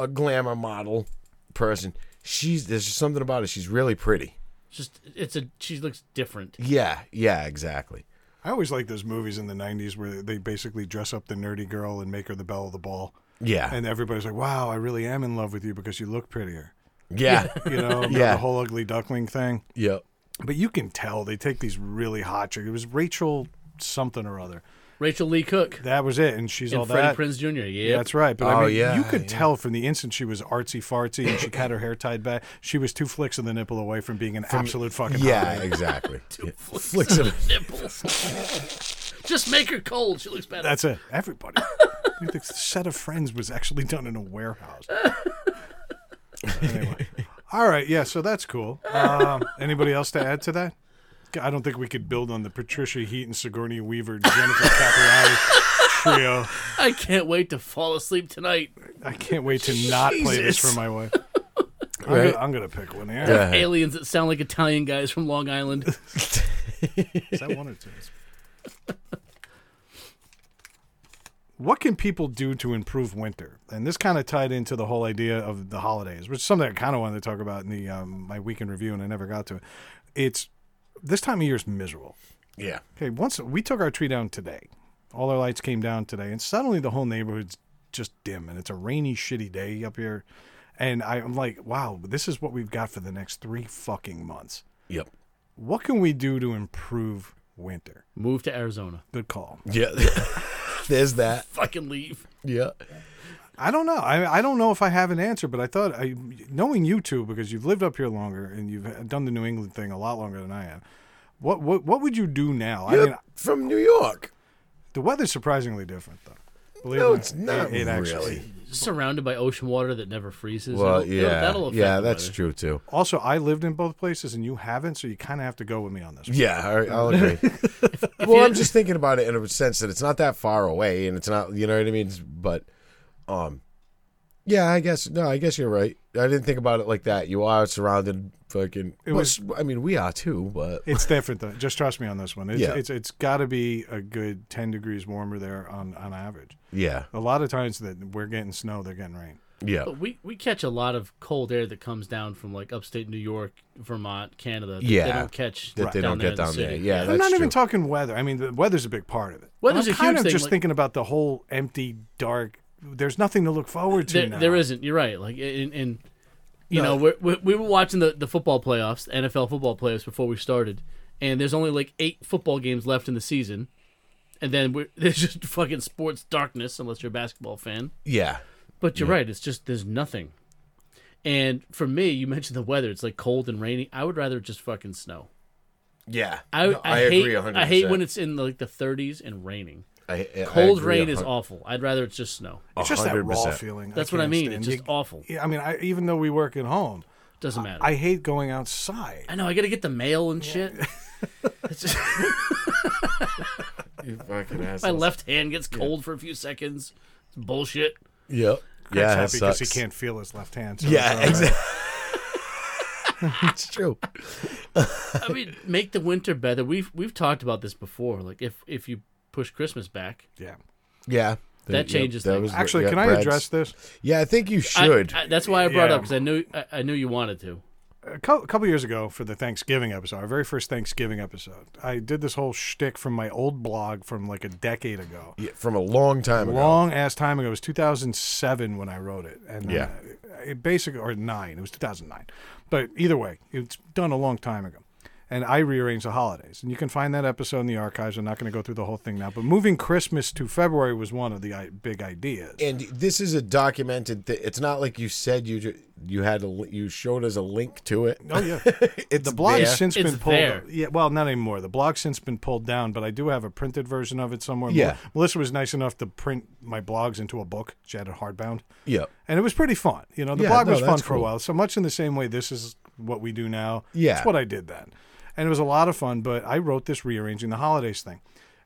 S2: a glamour model person. She's there's just something about her. She's really pretty.
S3: just it's a. She looks different.
S2: Yeah, yeah, exactly.
S4: I always like those movies in the 90s where they basically dress up the nerdy girl and make her the belle of the ball.
S2: Yeah,
S4: And everybody's like, wow, I really am in love with you because you look prettier.
S2: yeah,
S4: You know, about
S2: Yeah.
S4: the whole ugly duckling thing.
S2: yep.
S4: But you can tell they take these really hot chicks. It was Rachel something or other.
S3: Rachel Lee Cook
S4: That was it. And she's all
S3: and Freddie
S4: that.
S3: Prinze Jr.
S4: Yeah,
S3: Yeah.
S4: That's right. But I
S2: Oh,
S4: mean,
S2: yeah,
S4: you could
S2: yeah.
S4: tell from the instant she was artsy fartsy and she had her hair tied back, she was two flicks of the nipple away from being an absolute fucking hot
S2: Yeah,
S4: lady.
S2: exactly. Yeah. Flicks of
S3: nipples. Just make her cold. She looks better.
S4: That's it. Everybody. I think the set of friends was actually done in a warehouse. anyway. All right. Yeah. So that's cool. Um, anybody else to add to that? I don't think we could build on the Patricia Heaton, Sigourney Weaver, Jennifer Capriati trio.
S3: I can't wait to fall asleep tonight.
S4: I can't wait to not play this
S3: Jesus.
S4: for my wife. I'm,
S2: Right.
S4: gonna, I'm gonna pick one here.
S2: Yeah.
S3: Aliens that sound like Italian guys from Long Island.
S4: Is that one or two? what can people do to improve winter? And this kind of tied into the whole idea of the holidays, which is something I kind of wanted to talk about in the um, my weekend review, and I never got to it. It's this time of year is miserable.
S2: Yeah.
S4: Okay, once we took our tree down today, all our lights came down today, and suddenly the whole neighborhood's just dim, and it's a rainy, shitty day up here. And I'm like, wow, this is what we've got for the next three fucking months.
S2: Yep.
S4: What can we do to improve winter?
S3: Move to Arizona.
S4: Good call.
S2: Yeah. There's that.
S3: Fucking leave.
S2: Yeah.
S4: I don't know. I, I don't know if I have an answer, but I thought I, knowing you two because you've lived up here longer and you've done the New England thing a lot longer than I have. What what what would you do now? I
S2: You're
S4: mean,
S2: from New York.
S4: the weather's surprisingly different though. Believe
S2: No,
S4: me,
S2: it's not really.
S3: Surrounded by ocean water that never freezes.
S2: Well,
S3: It'll- it'll-
S2: yeah.
S3: that'll affect
S2: yeah,
S3: the
S2: that's
S3: weather.
S2: true too.
S4: Also, I lived in both places and you haven't, so you kind of have to go with me on this. one.
S2: Yeah, all right, I'll agree. well, I'm just thinking about it in a sense that it's not that far away, and it's not, you know what I mean. It's- But, um, yeah, I guess no, I guess you're right. I didn't think about it like that. You are surrounded, fucking.
S4: It
S2: It
S4: was-
S2: was. I mean, we are too, but
S4: It's different though. Just trust me on this one. It's
S2: Yeah.
S4: it's, it's got to be a good 10 degrees warmer there on on average.
S2: yeah,
S4: A lot of times that we're getting snow, they're getting rain.
S2: yeah,
S3: But we, we catch a lot of cold air that comes down from like upstate New York, Vermont, Canada. that They
S2: Yeah.
S3: don't catch
S2: that they don't
S3: down
S2: get
S3: there in
S2: down
S3: the
S2: there.
S3: city.
S2: Yeah, that's
S4: I'm not
S2: true.
S4: even talking weather. I mean, the weather's a big part of it.
S3: Weather's
S4: I'm
S3: a
S4: kind
S3: huge
S4: of
S3: thing,
S4: just
S3: like-
S4: thinking about the whole empty, dark. There's nothing to look forward to
S3: There,
S4: now.
S3: there isn't. You're right. Like in, in you know, we're, we we were watching the, the football playoffs, the NFL football playoffs before we started, and there's only like eight football games left in the season, and then we're, there's just fucking sports darkness unless you're a basketball fan.
S2: yeah,
S3: But you're right. It's just there's nothing. And for me, you mentioned the weather. It's like cold and rainy. I would rather just fucking snow.
S2: yeah.
S3: I,
S2: No,
S3: I, hate,
S2: agree. 100%.
S3: I hate when it's in like the 30s and raining.
S2: I- I- I
S3: Cold
S2: agree
S3: rain is
S2: 100%.
S3: awful. I'd rather it's just snow.
S4: It's just that raw
S2: 100%.
S4: feeling.
S3: That's what I
S4: can't
S3: mean.
S4: stand.
S3: It's just
S4: You-
S3: awful.
S4: Yeah, I mean, I, even though we work at home,
S3: Doesn't matter.
S4: I
S3: I,
S4: hate going outside.
S3: know. I gotta get the mail and shit. It's just- my left hand gets cold for a few seconds. It's bullshit.
S2: Yep.
S4: Craig's
S2: Yeah,
S4: happy
S2: that
S4: because he
S2: sucks.
S4: can't feel his left hand. so it's all
S2: Yeah,
S4: right.
S2: exactly. it's true.
S3: I mean, make the winter better. We've we've talked about this before. Like if if you push Christmas back,
S4: Yeah.
S2: Yeah.
S3: That changes things.
S4: Actually,
S2: yeah,
S4: can I
S2: Brad's-
S4: address this?
S2: Yeah, I think you
S3: I-
S2: should.
S3: I- that's why I brought it up
S4: Yeah.
S3: because I knew I, I knew you wanted to.
S4: a cou- couple years ago for the Thanksgiving episode, our very first Thanksgiving episode, I did this whole shtick from my old blog from like a decade ago.
S2: Yeah, from a long time ago.
S4: Long ass time ago. It was 2007 when I wrote it, and
S2: Yeah.
S4: uh, it basically or nine. It was 2009, but either way, it's done a long time ago. And I rearranged the holidays, and you can find that episode in the archives. I'm not going to go through the whole thing now, but moving Christmas to February was one of the I- big ideas.
S2: And this is a documented. Th- it's not like you said you ju- you had a li- you showed us a link to it.
S4: Oh yeah, the blog has
S2: there.
S4: since
S3: It's
S4: been pulled.
S3: there.
S4: Yeah, well, not anymore. The blog's since been pulled down, but I do have a printed version of it somewhere.
S2: Yeah.
S4: Mel- Melissa was nice enough to print my blogs into a book. She had it hardbound,
S2: Yep.
S4: and it was pretty fun. You know, the
S2: Yeah,
S4: blog
S2: no,
S4: was fun
S2: that's
S4: for a
S2: cool.
S4: while. So much in the same way, this is what we do now.
S2: Yeah.
S4: it's what I did then, and it was a lot of fun. But I wrote this rearranging the holidays thing,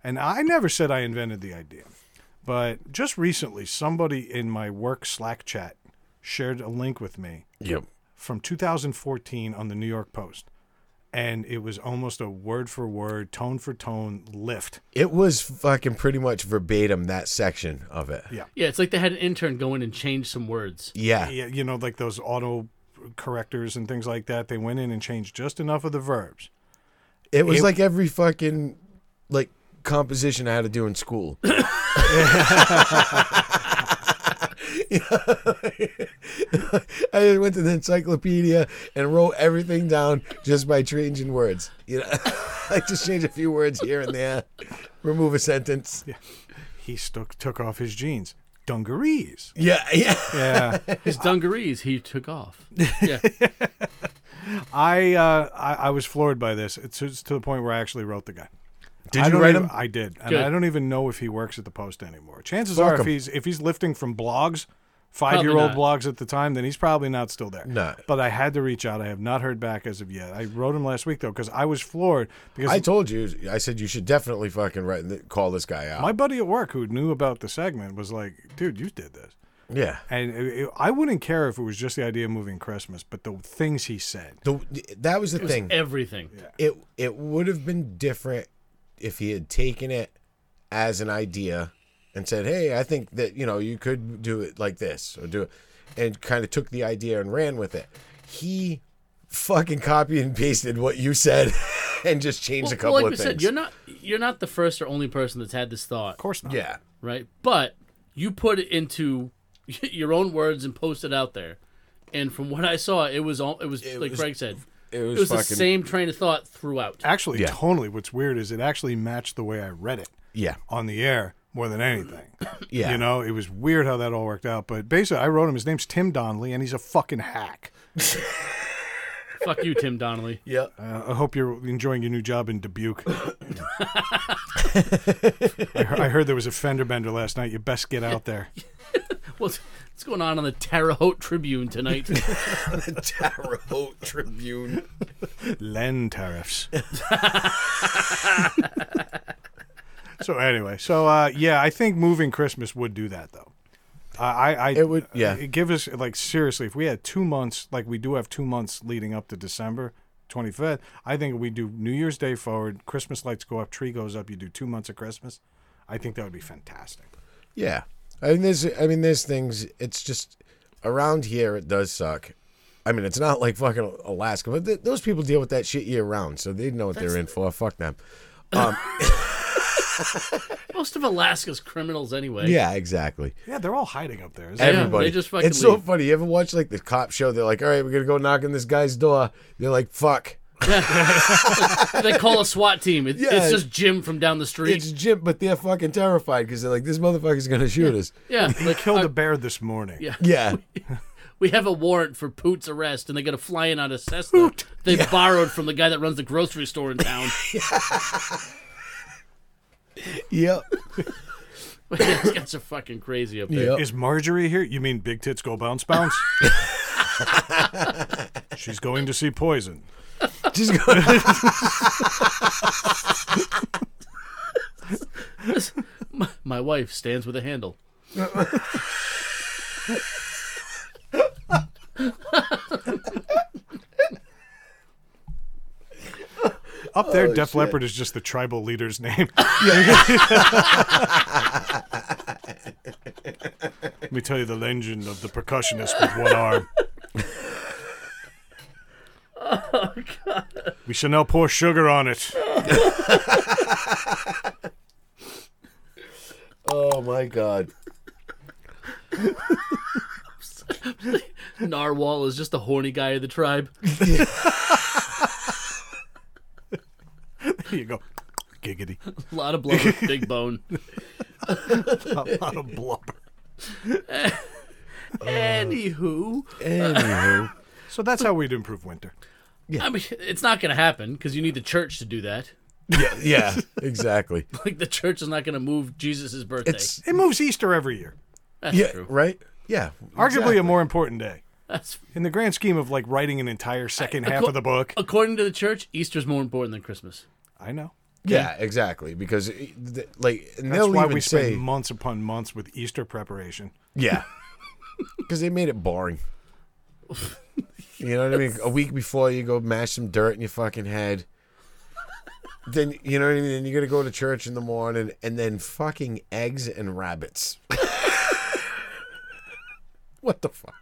S4: and I never said I invented the idea, but just recently, somebody in my work Slack chat shared a link with me
S2: Yep.
S4: from 2014 on the New York Post. And it was almost a word for word, tone for tone lift.
S2: It was fucking pretty much verbatim that section of it.
S4: Yeah.
S3: Yeah, it's like they had an intern go in and change some words.
S2: Yeah.
S4: Yeah, you know, like those auto correctors and things like that. They went in and changed just enough of the verbs.
S2: It was
S4: It-
S2: like every fucking like composition I had to do in school. I went to the encyclopedia and wrote everything down just by changing words. You know, I just change a few words here and there, remove a sentence.
S4: He stuck, took off his jeans. Dungarees.
S2: Yeah, yeah.
S4: Yeah.
S3: His dungarees he took off. Yeah,
S4: I, uh, I I was floored by this. It's, it's to the point where I actually wrote the guy.
S2: Did
S4: I
S2: you
S4: don't
S2: write
S4: even-
S2: them?
S4: I did, and
S3: Good.
S4: I don't even know if he works at the Post anymore. Chances
S2: Fuck
S4: are, if
S2: him.
S4: he's if he's lifting from blogs, five year old
S3: not.
S4: blogs at the time, then he's probably not still there.
S2: No.
S4: But I had to reach out. I have not heard back as of yet. I wrote him last week though because I was floored because
S2: I told you. I said you should definitely fucking write, call this guy out.
S4: my buddy at work who knew about the segment was like, "Dude, you did this,"
S2: yeah.
S4: and it, it- I wouldn't care if it was just the idea of moving Christmas, but the things he said.
S2: The, that was the thing.
S3: everything.
S2: it it would have been different if he had taken it as an idea and said, "Hey, I think that you know you could do it like this or do it," and kind of took the idea and ran with it. He fucking copied and pasted what you said and just changed a couple
S3: like
S2: of
S3: we
S2: things.
S3: said, you're not you're not the first or only person that's had this thought,
S4: Of course not.
S2: yeah.
S3: right? But you put it into your own words and posted it out there. And from what I saw, it was all it was like
S2: was-
S3: Greg said.
S2: It was,
S3: It was the
S2: fucking
S3: same train of thought throughout.
S4: Actually,
S2: Yeah.
S4: totally. What's weird is it actually matched the way I read it
S2: yeah,
S4: on the air more than anything.
S2: yeah.
S4: You know, it was weird how that all worked out. But basically, I wrote him. His name's Tim Donnelly, and he's a fucking hack.
S3: Fuck you, Tim Donnelly.
S2: yeah.
S4: Uh, I hope you're enjoying your new job in Dubuque. I, he- I heard there was a fender bender last night. You best get out there.
S3: What's what's going on on the Terre Haute Tribune tonight?
S2: Tarot Tribune.
S4: Len tariffs. so anyway, so uh, yeah, I think moving Christmas would do that though. I, I
S2: It would- yeah.
S4: It give us like seriously, if we had two months, like we do have two months leading up to December twenty fifth. I think we do New Year's Day forward. Christmas lights go up, tree goes up. You do two months of Christmas. I think that would be fantastic.
S2: Yeah. I mean there's I mean there's things it's just around here it does suck. I mean it's not like fucking Alaska, but th- those people deal with that shit year round, so they know what they're in for. Fuck them.
S3: Most of Alaska's criminals anyway.
S2: Yeah, exactly.
S4: Yeah, they're all hiding up there. isn't it?
S2: Everybody.
S3: they just fucking
S2: it's so
S3: leave.
S2: funny. You ever watch like the cop show? They're like, all right, we're gonna go knock on this guy's door. They're like, fuck.
S3: they call a SWAT team. It,
S2: Yeah.
S3: It's just Jim from down the street.
S2: It's Jim, but they're fucking terrified because they're like, this motherfucker's gonna shoot us.
S3: yeah, like
S4: Killed
S3: uh,
S4: a bear this morning.
S3: yeah.
S2: Yeah.
S3: We have a warrant for Poot's arrest, and they got to fly in on a Cessna they borrowed from the guy that runs the grocery store in town.
S2: yep.
S3: These guys are fucking crazy up there.
S2: Yep.
S4: Is Marjorie here? You mean big tits go bounce bounce? She's going to see poison.
S2: Just go.
S3: My, my wife stands with a handle.
S4: Up there, Def Leppard is just the tribal leader's name. Let me tell you the legend of the percussionist with one arm. Oh, God. We shall now pour sugar on it.
S2: oh my god.
S3: Narwhal is just the horny guy of the tribe.
S4: Here you go. Giggity.
S3: A lot of blubber, big bone.
S4: A lot of blubber.
S3: Anywho,
S2: Anywho.
S4: So that's how we'd improve winter.
S3: I mean, it's not going to happen because you need the church to do that.
S2: yeah. Yeah. Exactly.
S3: Like the church is not going to move Jesus' birthday.
S2: It's
S4: It moves Easter every year.
S3: That's
S2: yeah.
S3: true.
S2: Right. Yeah.
S4: Arguably a
S2: exactly.
S4: more important day.
S3: That's
S4: In the grand scheme of like writing an entire second half
S3: co-
S4: of the book,
S3: according to the church, Easter's more important than Christmas.
S4: I know.
S2: Yeah, exactly. Because it- th- like, and
S4: That's
S2: they'll
S4: why
S2: even
S4: we spend
S2: say,
S4: months upon months with Easter preparation.
S2: yeah, because they made it boring. you know what I mean? A week before you go mash some dirt in your fucking head. Then you know what I mean. Then you gotta go to church in the morning, and then fucking eggs and rabbits. what the fuck?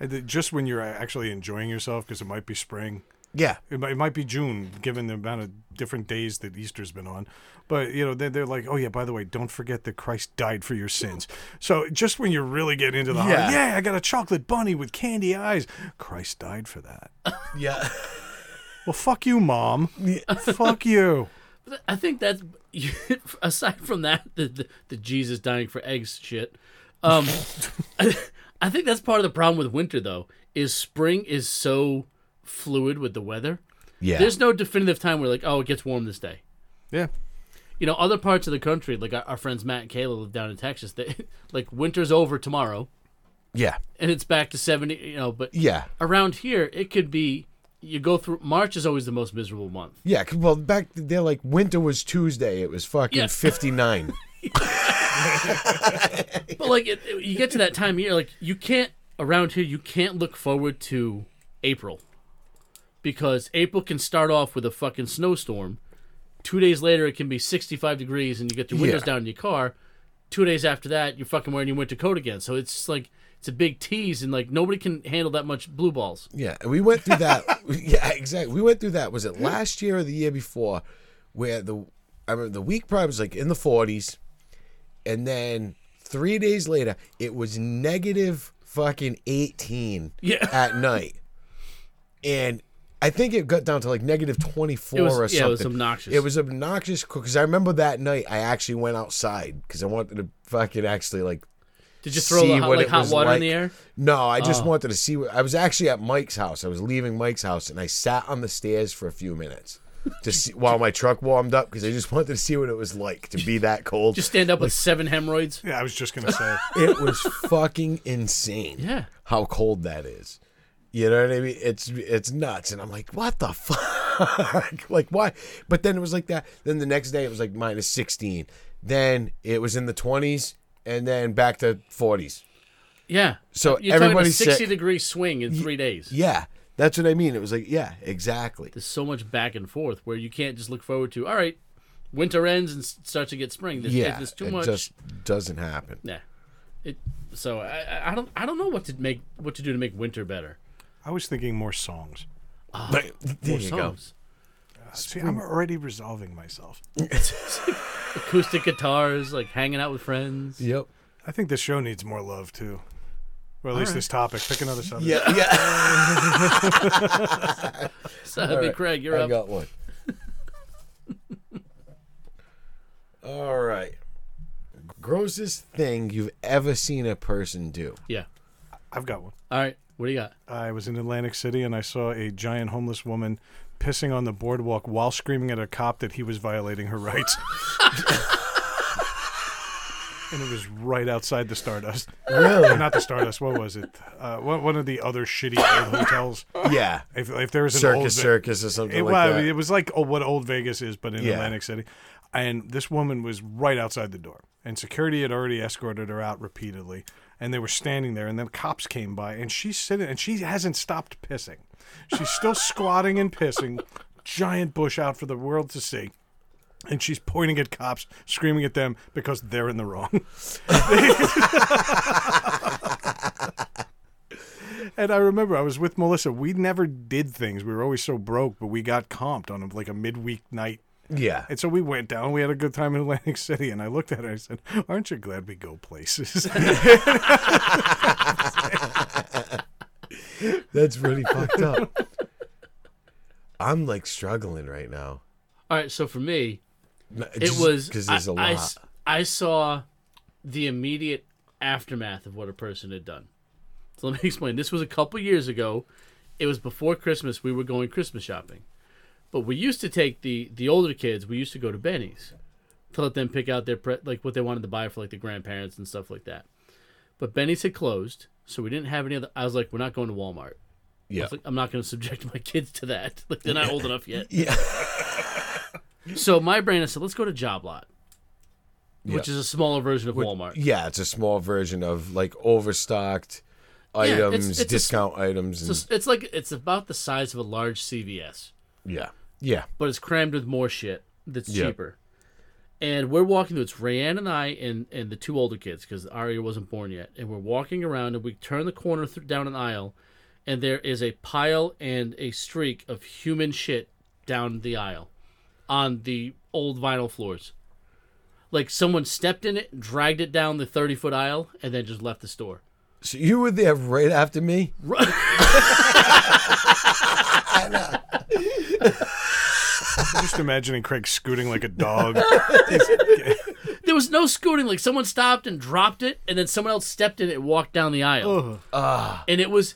S4: I thi- Just when you're uh, actually enjoying yourself, because it might be spring.
S2: Yeah,
S4: It might, it might be June, given the amount of different days that Easter's been on. But, you know, they're, they're like, oh, yeah, by the way, don't forget that Christ died for your sins. So just when you really get into the, yeah,
S2: Yeah.
S4: yeah I got a chocolate bunny with candy eyes. Christ died for that.
S2: yeah.
S4: Well, fuck you, Mom. fuck you.
S3: I think that's aside from that, the, the, the Jesus dying for eggs shit. Um, I, I think that's part of the problem with winter though. Is spring is so fluid with the weather.
S2: Yeah.
S3: There's no definitive time where like, oh, it gets warm this day.
S4: Yeah.
S3: You know, other parts of the country, like our, our friends Matt and Kayla live down in Texas, they like winter's over tomorrow
S2: yeah,
S3: and it's back to seventy. You know, but
S2: yeah,
S3: around here it could be. You go through March is always the most miserable month.
S2: yeah. 'cause, Well, back they're like winter was Tuesday. It was fucking
S3: Yeah.
S2: fifty nine.
S3: But like, it, it- you get to that time of year, like you can't around here. You can't look forward to April because April can start off with a fucking snowstorm. Two days later, it can be sixty-five degrees, and you get your windows
S2: Yeah.
S3: down in your car, two days after that, you're fucking wearing your winter coat again. So it's just like it's a big tease, and like nobody can handle that much blue balls.
S2: Yeah, we went through that. yeah, exactly. We went through that. Was it last year or the year before? Where the I remember the week prior was like in the forties, and then three days later it was negative fucking eighteen.
S3: Yeah.
S2: at night, and I think it got down to like negative twenty four
S3: It was-
S2: or something.
S3: yeah, it was obnoxious.
S2: It was obnoxious because I remember that night I actually went outside because I wanted to fucking actually like
S3: Did you throw the hot, like hot water in the air?
S2: no, I
S3: Oh.
S2: just wanted to see. What, I was actually at Mike's house. I was leaving Mike's house, and I sat on the stairs for a few minutes to see while my truck warmed up because I just wanted to see what it was like to be that cold.
S3: Just stand up with seven hemorrhoids.
S4: Yeah, I was just gonna say.
S2: it was fucking insane.
S3: Yeah.
S2: how cold that is. You know what I mean? It's it's nuts, and I'm like, what the fuck? like why? But then it was like that. Then the next day it was like minus 16. Then it was in the 20s, and then back to 40s.
S3: Yeah.
S2: So
S3: you're
S2: everybody's
S3: talking a sixty
S2: sick.
S3: degree swing in three days.
S2: Yeah, that's what I mean. It was like, yeah, exactly.
S3: There's so much back and forth where you can't just look forward to. All right, winter ends and s- starts to get spring. There's,
S2: yeah,
S3: there's too
S2: it
S3: much.
S2: just doesn't happen.
S3: Nah. It. So I, I- I don't I don't know what to make what to do to make winter better.
S4: I was thinking more songs.
S3: Oh,
S2: But there
S3: More
S2: you go.
S3: songs.
S4: See, I'm already resolving myself.
S3: acoustic guitars, like hanging out with friends.
S2: Yep.
S4: I think this show needs more love too, or at least this topic. Pick another subject.
S2: Yeah, yeah.
S3: So, Big Craig, you're
S2: I
S3: up.
S2: got one. All right. Grossest thing you've ever seen a person do.
S3: Yeah.
S4: I've got one.
S3: All right. What do you got?
S4: I was in Atlantic City and I saw a giant homeless woman pissing on the boardwalk while screaming at a cop that he was violating her rights. and it was right outside the Stardust. Really? Not the Stardust. What was it? Uh, one one of the other shitty old hotels.
S2: Yeah.
S4: If, if there was an old
S2: Circus,
S4: Ve-
S2: circus, or something
S4: It,
S2: like
S4: well, I
S2: that.
S4: mean, it was like oh, what Old Vegas is, but in
S2: Yeah.
S4: Atlantic City. And this woman was right outside the door, and security had already escorted her out repeatedly, and they were standing there, and then cops came by, and she's sitting, and she hasn't stopped pissing. She's still squatting and pissing, giant bush out for the world to see. And she's pointing at cops, screaming at them because they're in the wrong. And I remember I was with Melissa. We never did things. We were always so broke, but we got comped on a, like a midweek night
S2: yeah.
S4: and so we went down. We had a good time in Atlantic City. And I looked at her and I said, Aren't you glad we go places?
S2: That's really fucked up. I'm like struggling right now.
S3: All right. So for me,
S2: No,
S3: it
S2: just-
S3: was
S2: because there's
S3: I-
S2: a lot.
S3: I s- I saw the immediate aftermath of what a person had done. So let me explain. This was a couple years ago. It was before Christmas. We were going Christmas shopping, but we used to take the the older kids. We used to go to Benny's to let them pick out their pre- like what they wanted to buy for like the grandparents and stuff like that. But Benny's had closed, so we didn't have any other. I was like, we're not going to Walmart. I
S2: yeah.
S3: was like, I'm not going to subject my kids to that. Like they're not old enough yet.
S2: yeah.
S3: So my brain, I said, let's go to Job Lot, which
S2: Yeah.
S3: is a smaller version of Walmart.
S2: Yeah, it's a small version of like overstocked
S3: it's-
S2: items,
S3: it's a s-
S2: discount items. And,
S3: So it's like it's about the size of a large CVS,
S2: yeah. Yeah.
S3: but it's crammed with more shit that's
S2: Yeah.
S3: cheaper. And we're walking through. It's Rayanne and I and and the two older kids because Aria wasn't born yet. And we're walking around, and we turn the corner th- down an aisle, and there is a pile and a streak of human shit down the aisle, on the old vinyl floors. Like someone stepped in it, dragged it down the thirty foot aisle, and then just left the store.
S2: So you were there right after me?
S4: I'm just imagining Craig scooting like a dog.
S3: There was no scooting. Like someone stopped and dropped it, and then someone else stepped in it and walked down the aisle. And it was,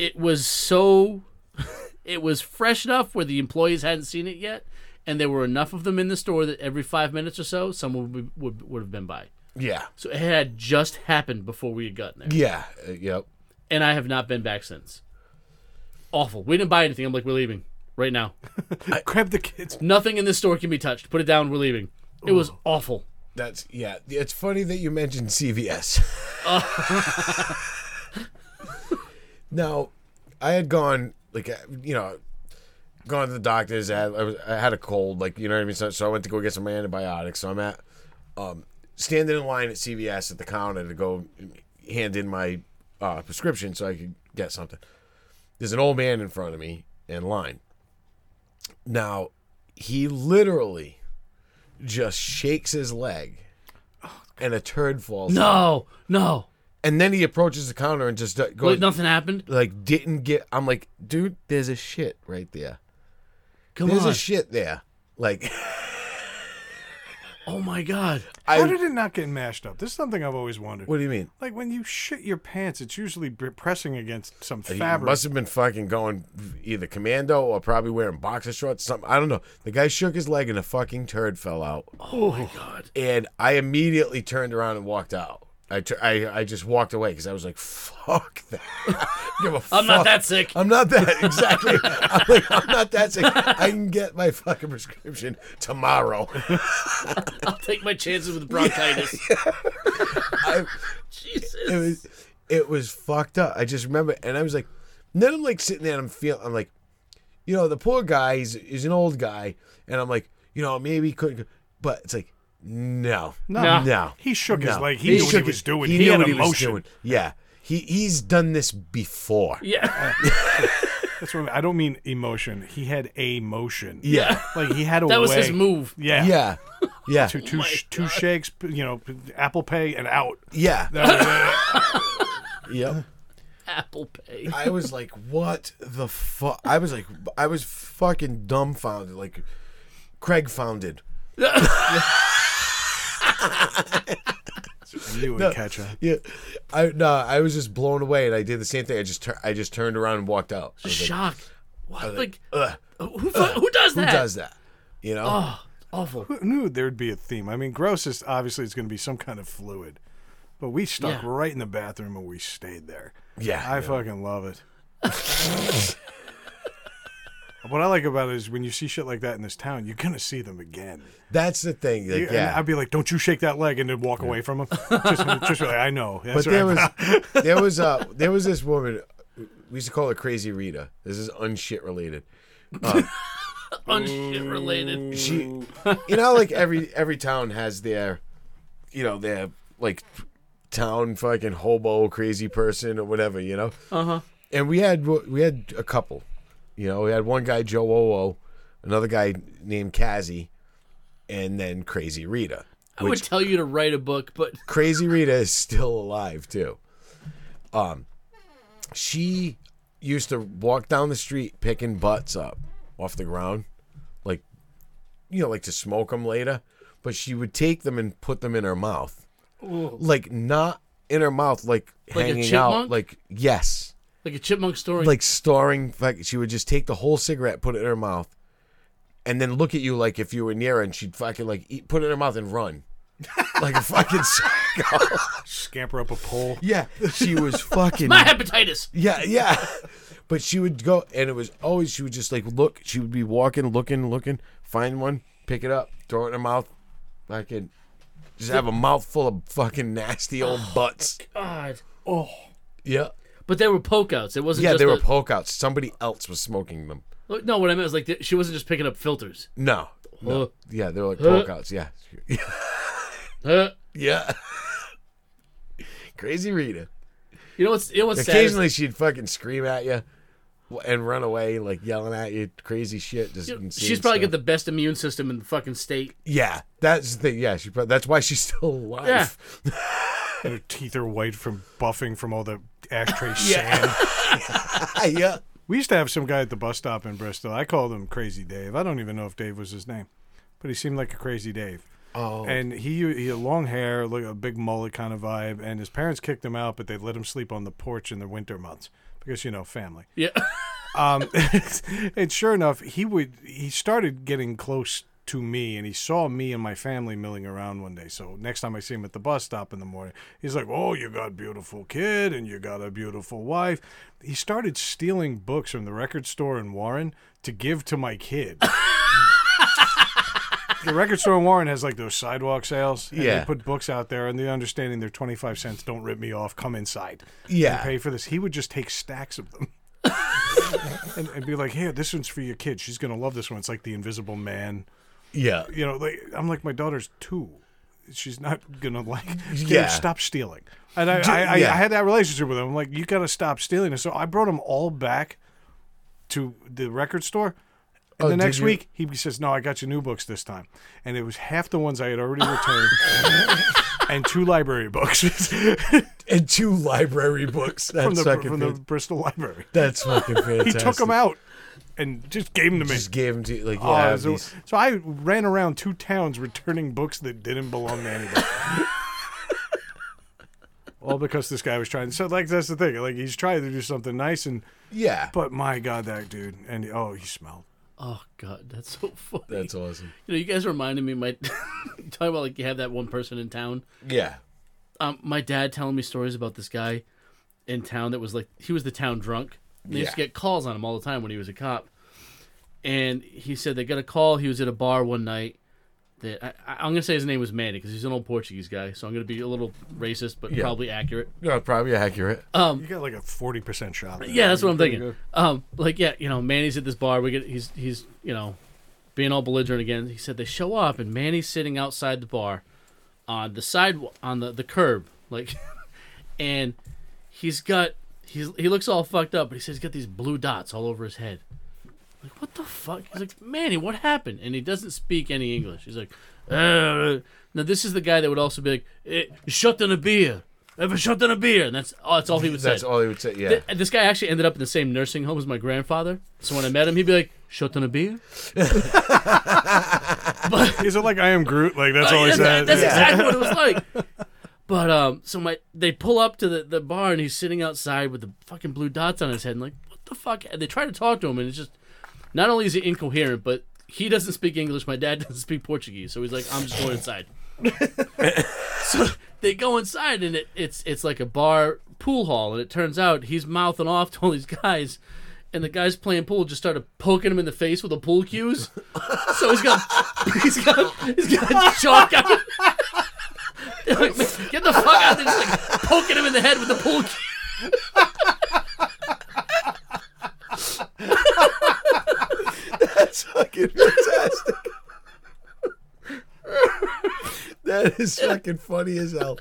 S3: it was so, it was fresh enough where the employees hadn't seen it yet, and there were enough of them in the store that every five minutes or so, someone would would, would have been by.
S2: Yeah.
S3: So it had just happened before we had gotten there,
S2: Yeah. Uh, yep.
S3: and I have not been back since. Awful. We didn't buy anything. I'm like, we're leaving right now.
S4: Grab the kids.
S3: Nothing in this store can be touched. Put it down. We're leaving. It was awful.
S2: That's yeah. It's funny that you mentioned CVS. now, I had gone like uh, you know, gone to the doctor's. I had, I, was, I had a cold, like you know what I mean. So, so I went to go get some antibiotics. So I'm at um standing in line at CVS at the counter to go hand in my uh, prescription so I could get something. There's an old man in front of me in line. Now, he literally just shakes his leg and a turd falls. out.
S3: Oh, No, no.
S2: And then he approaches the counter and just uh, goes,
S3: Wait, nothing happened.
S2: like, didn't get. I'm like, dude, there's a shit right there.
S3: Come
S2: there's
S3: on.
S2: a shit there. Like,
S3: oh my god.
S2: I.
S4: How did it not get mashed up? This is something I've always wondered.
S2: what do you mean?
S4: Like when you shit your pants, it's usually b- pressing against some
S2: He
S4: fabric.
S2: must have been fucking going either commando or probably wearing boxer shorts. Something I don't know. The guy shook his leg and a fucking turd fell out,
S3: Oh my god.
S2: and I immediately turned around and walked out. I tur- I, I just walked away because I was like, "Fuck that! I don't Give a
S3: I'm not
S2: fuck.
S3: that sick.
S2: I'm not that exactly. I'm like, I'm not that sick. I can get my fucking prescription tomorrow.
S3: I'll take my chances with bronchitis.
S2: I,
S3: Jesus.
S2: it was it was fucked up. I just remember, and I was like, then I'm like sitting there, and I'm feeling, I'm like, you know, the poor guy is is an old guy, and I'm like, you know, maybe he couldn't, but it's like, no,
S4: No.
S2: no,
S4: He shook his
S2: no.
S4: leg. He knew what he
S2: shook
S4: was
S2: it.
S4: doing. He had emotion.
S2: Yeah, he he's done this before.
S3: yeah.
S4: That's what I mean. I don't mean emotion. He had a motion.
S2: Yeah,
S4: Like he had a
S3: That was
S4: way.
S3: his move. Oh
S4: Yeah.
S2: yeah, yeah,
S4: Two, two, sh- two shakes, you know, Apple Pay and out.
S2: yeah,
S4: That was it.
S2: yep.
S3: Apple Pay.
S2: I was like, what the fuck? I was like, I was fucking dumbfounded, like Craig founded.
S4: you would catch on.
S2: Yeah, I no, I was just blown away, and I did the same thing. I just tur- I just turned around and walked out. I was like,
S3: Shock. What? Like,
S2: Ugh,
S3: who, fu- who does
S2: who
S3: that?
S2: does that? You know?
S3: Oh, awful.
S4: Who knew there'd be a theme? I mean, gross is obviously it's going to be some kind of fluid, but we stuck
S3: Yeah.
S4: right in the bathroom and we stayed there.
S2: yeah.
S4: I fucking love it. what I like about it is when you see shit like that in this town, you're going to see them again.
S2: That's the thing. Like,
S4: And
S2: yeah.
S4: I'd be like, don't you shake that leg and then walk away from him. just, just like, I know. That's
S2: but there
S4: right.
S2: was there was uh there was this woman we used to call her Crazy Rita. This is unshit related.
S3: Unshit related.
S2: She, you know, how, like every every town has their, you know, their like town fucking hobo crazy person or whatever. You know. Uh huh. And we had we had a couple. You know, we had one guy Joe Oo, another guy named Kazzy, and then Crazy Rita.
S3: I would tell you to write a book, but
S2: Crazy Rita is still alive too. Um, she used to walk down the street picking butts up off the ground, like you know, like to smoke them later. But she would take them and put them in her mouth, like not in her mouth, like,
S3: Like a
S2: hanging out,
S3: chipmunk?
S2: like yes,
S3: like a chipmunk story.
S2: like storing. Like she would just take the whole cigarette, put it in her mouth, and then look at you like if you were near, her, and she'd fucking like eat, put it in her mouth and run, like a fucking psycho.
S4: Scamper up a pole.
S2: Yeah, she was fucking.
S3: my hepatitis.
S2: yeah, yeah. But she would go, and it was always she would just like look. She would be walking, looking, looking, find one, pick it up, throw it in her mouth, fucking, just have a mouthful of fucking nasty old butts.
S3: Oh God.
S2: Yeah,
S3: But they were poke outs. It wasn't
S2: yeah.
S3: just
S2: They were
S3: a-
S2: poke outs. Somebody else was smoking them.
S3: No, what I meant was like th- she wasn't just picking up filters.
S2: No, no.
S3: Uh,
S2: Yeah, they were like poke outs. Yeah,
S3: uh.
S2: yeah. Crazy Rita.
S3: You know what's you know what's sad? is-
S2: Occasionally, she'd fucking scream at you and run away, like yelling at you, crazy shit. Just
S3: you know,
S2: insane
S3: she's probably
S2: stuff.
S3: got the best immune system in the fucking state.
S2: Yeah, that's the thing. Yeah, she. prob- That's why she's still alive.
S3: Yeah.
S4: And her teeth are white from buffing from all the ashtray sand.
S2: Ah, yeah.
S4: We used to have some guy at the bus stop in Bristol. I called him Crazy Dave. I don't even know if Dave was his name, but he seemed like a Crazy Dave.
S2: Oh.
S4: And he he had long hair, like a big mullet kind of vibe. And his parents kicked him out, but they let him sleep on the porch in the winter months because you know family.
S3: Yeah.
S4: Um, and sure enough, he would he started getting close to me, and he saw me and my family milling around one day. So next time I see him at the bus stop in the morning, he's like, "Oh, you got beautiful kid, and you got a beautiful wife." He started stealing books from the record store in Warren to give to my kid. The record store in Warren has like those sidewalk sales. And
S2: Yeah.
S4: They put books out there and the understanding they're 25 cents. Don't rip me off. Come inside
S2: Yeah.
S4: pay for this. He would just take stacks of them and, and be like, "Here, this one's for your kid. She's gonna love this one. It's like the Invisible Man."
S2: Yeah.
S4: You know, like I'm like my daughter's two. she's not gonna like.
S2: Yeah.
S4: Yeah. Stop stealing. And I, I, I,
S2: yeah.
S4: I had that relationship with him. I'm like, you gotta stop stealing. And so I brought him all back to the record store. And
S2: Oh,
S4: the
S2: did
S4: next
S2: you-
S4: week, he says, "No, I got you new books this time," and it was half the ones I had already returned, and two library books
S2: and two library books. That's
S4: from the
S2: fucking
S4: from the
S2: fan-
S4: Bristol Library.
S2: that's fucking
S4: He
S2: fantastic.
S4: took them out and just gave them to me.
S2: Just gave them to you, like
S4: Oh,
S2: yeah.
S4: so, so I ran around two towns returning books that didn't belong to anybody. All because this guy was trying. So like that's the thing. Like he's trying to do something nice, and
S2: yeah.
S4: but my god, that dude, and oh, he smelled.
S3: Oh god, that's so funny.
S2: That's awesome.
S3: you know, you guys reminded me. of My talking about like you have that one person in town.
S2: Yeah.
S3: um, my dad telling me stories about this guy in town that was like he was the town drunk. They used to
S2: Yeah.
S3: get calls on him all the time when he was a cop. And he said they got a call. He was at a bar one night. That I, I- I'm gonna say his name was Manny because he's an old Portuguese guy. So I'm gonna be a little racist, but
S2: Yeah.
S3: probably accurate.
S2: No, probably accurate.
S3: Oh,
S4: You got like a forty percent shot. there.
S3: Um, Yeah, that's what I'm
S4: Pretty
S3: thinking.
S4: good.
S3: Um, like yeah, you know, Manny's at this bar. We get he's he's you know, being all belligerent again. He said they show up and Manny's sitting outside the bar, on the side on the the curb, like, and he's got he's he looks all fucked up, but he says he's got these blue dots all over his head. Like what the fuck? He's like Manny, what happened? And he doesn't speak any English. He's like, uh, now this is the guy that would also be like, eh, shut in a beer, ever shut in a beer, and that's oh, that's all he would say.
S2: That's all he would say. Yeah.
S3: Th- this guy actually ended up in the same nursing home as my grandfather. So when I met him, he'd be like, "Shot on a beer."
S4: Is it like I am Groot? Like that's all he
S3: That's,
S4: said.
S3: Uh, that's exactly what it was like. But um, so my they pull up to the, the bar and he's sitting outside with the fucking blue dots on his head. And like, what the fuck? And they try to talk to him, and it's just not only is he incoherent, but he doesn't speak English. My dad doesn't speak Portuguese, so he's like, "I'm just going inside." so they go inside, and it, it's it's like a bar pool hall, and it turns out he's mouthing off to all these guys. And the guys playing pool just started poking him in the face with the pool cues. So he's got he's got he's got chalk out. They're like, "Man, get the fuck out! They're just like poking him in the head with the pool cue.
S2: That's fucking fantastic. that is fucking funny as hell.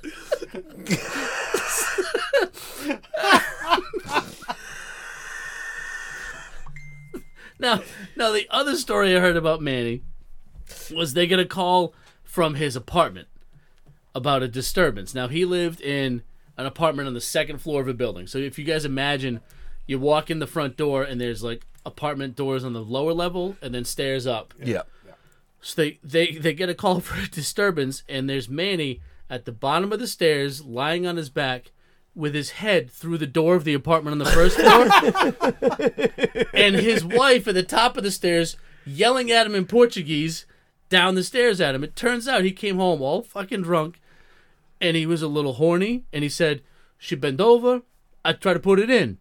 S3: Now, now the other story I heard about Manny was they get a call from his apartment about a disturbance. Now he lived in an apartment on the second floor of a building. So if you guys imagine, you walk in the front door and there's like apartment doors on the lower level and then stairs up.
S2: Yeah.
S3: So they, they, they get a call for a disturbance, and there's Manny at the bottom of the stairs, lying on his back, with his head through the door of the apartment on the first floor, and his wife at the top of the stairs yelling at him in Portuguese down the stairs at him. It turns out he came home all fucking drunk, and he was a little horny, and he said, "She bent over, I tried to put it in."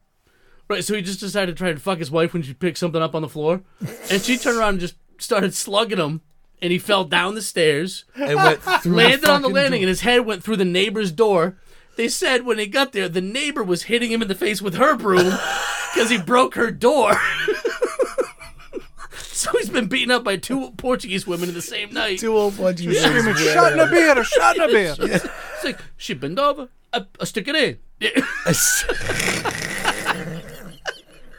S3: Right, so he just decided to try and fuck his wife when she picked something up on the floor. And she turned around and just started slugging him. And he fell down the stairs,
S2: And went through
S3: landed on the
S2: fucking
S3: landing, and his head went through the neighbor's door. They said when he got there, the neighbor was hitting him in the face with her broom because he broke her door. so he's been beaten up by two Portuguese women in the same night.
S2: Two old Portuguese
S4: Screaming, shot in a beer, shot in a beer.
S3: It's like, she bent over, I, I stick it in.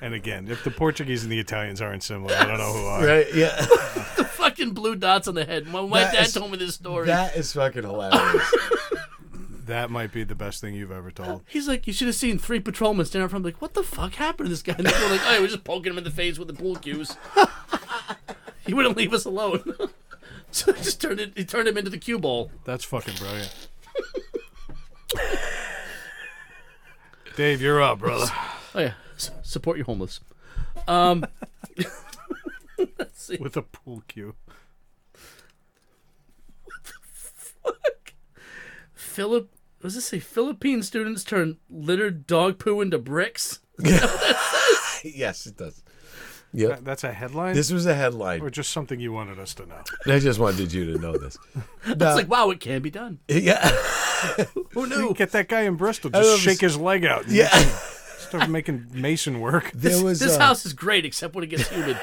S4: And again, if the Portuguese and the Italians aren't similar, I don't know who are.
S2: Right? Yeah.
S3: Fucking blue dots on the head. My, my
S2: That
S3: dad
S2: is-
S3: told me this story.
S2: That is fucking hilarious.
S4: That might be the best thing you've ever told.
S3: He's like, you should have seen three patrolmen stand out front, like, what the fuck happened to this guy? And they're like, oh, we're just poking him in the face with the pool cues. he wouldn't leave us alone. so he just turned it. He turned him into the cue ball.
S4: That's fucking brilliant. Dave, you're up, brother.
S3: Oh yeah, S- support your homeless.
S4: With a pool cue.
S3: Philip, what does it say? Philippine students turn littered dog poo into bricks.
S2: yes, it does.
S4: That- That's a headline?
S2: This was a headline.
S4: or just something you wanted us to know?
S2: I just wanted you to know this.
S3: It's like, wow, it can be done.
S2: yeah.
S3: Who knew?
S4: Get that guy in Bristol.
S2: love
S4: Just shake
S2: this-
S4: his leg out. and
S2: Yeah.
S4: Start making mason work.
S2: There was
S3: this
S2: uh,
S3: house is great, except when it gets humid.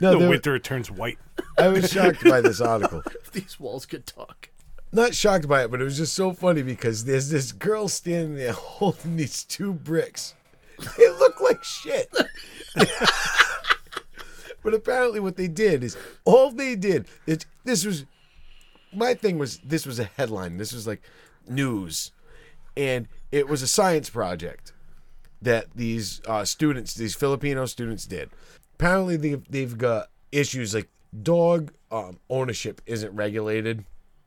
S2: No,
S4: the
S2: there,
S4: winter it turns white.
S2: I was shocked by this article.
S3: If these walls could talk.
S2: Not shocked by it, but it was just so funny because there's this girl standing there holding these two bricks. They look like shit. but apparently, what they did is all they did. It, this was my thing. Was this was a headline? This was like news, and it was a science project that these uh, students, these Filipino students, did. Apparently, they they've got issues like dog um, ownership isn't regulated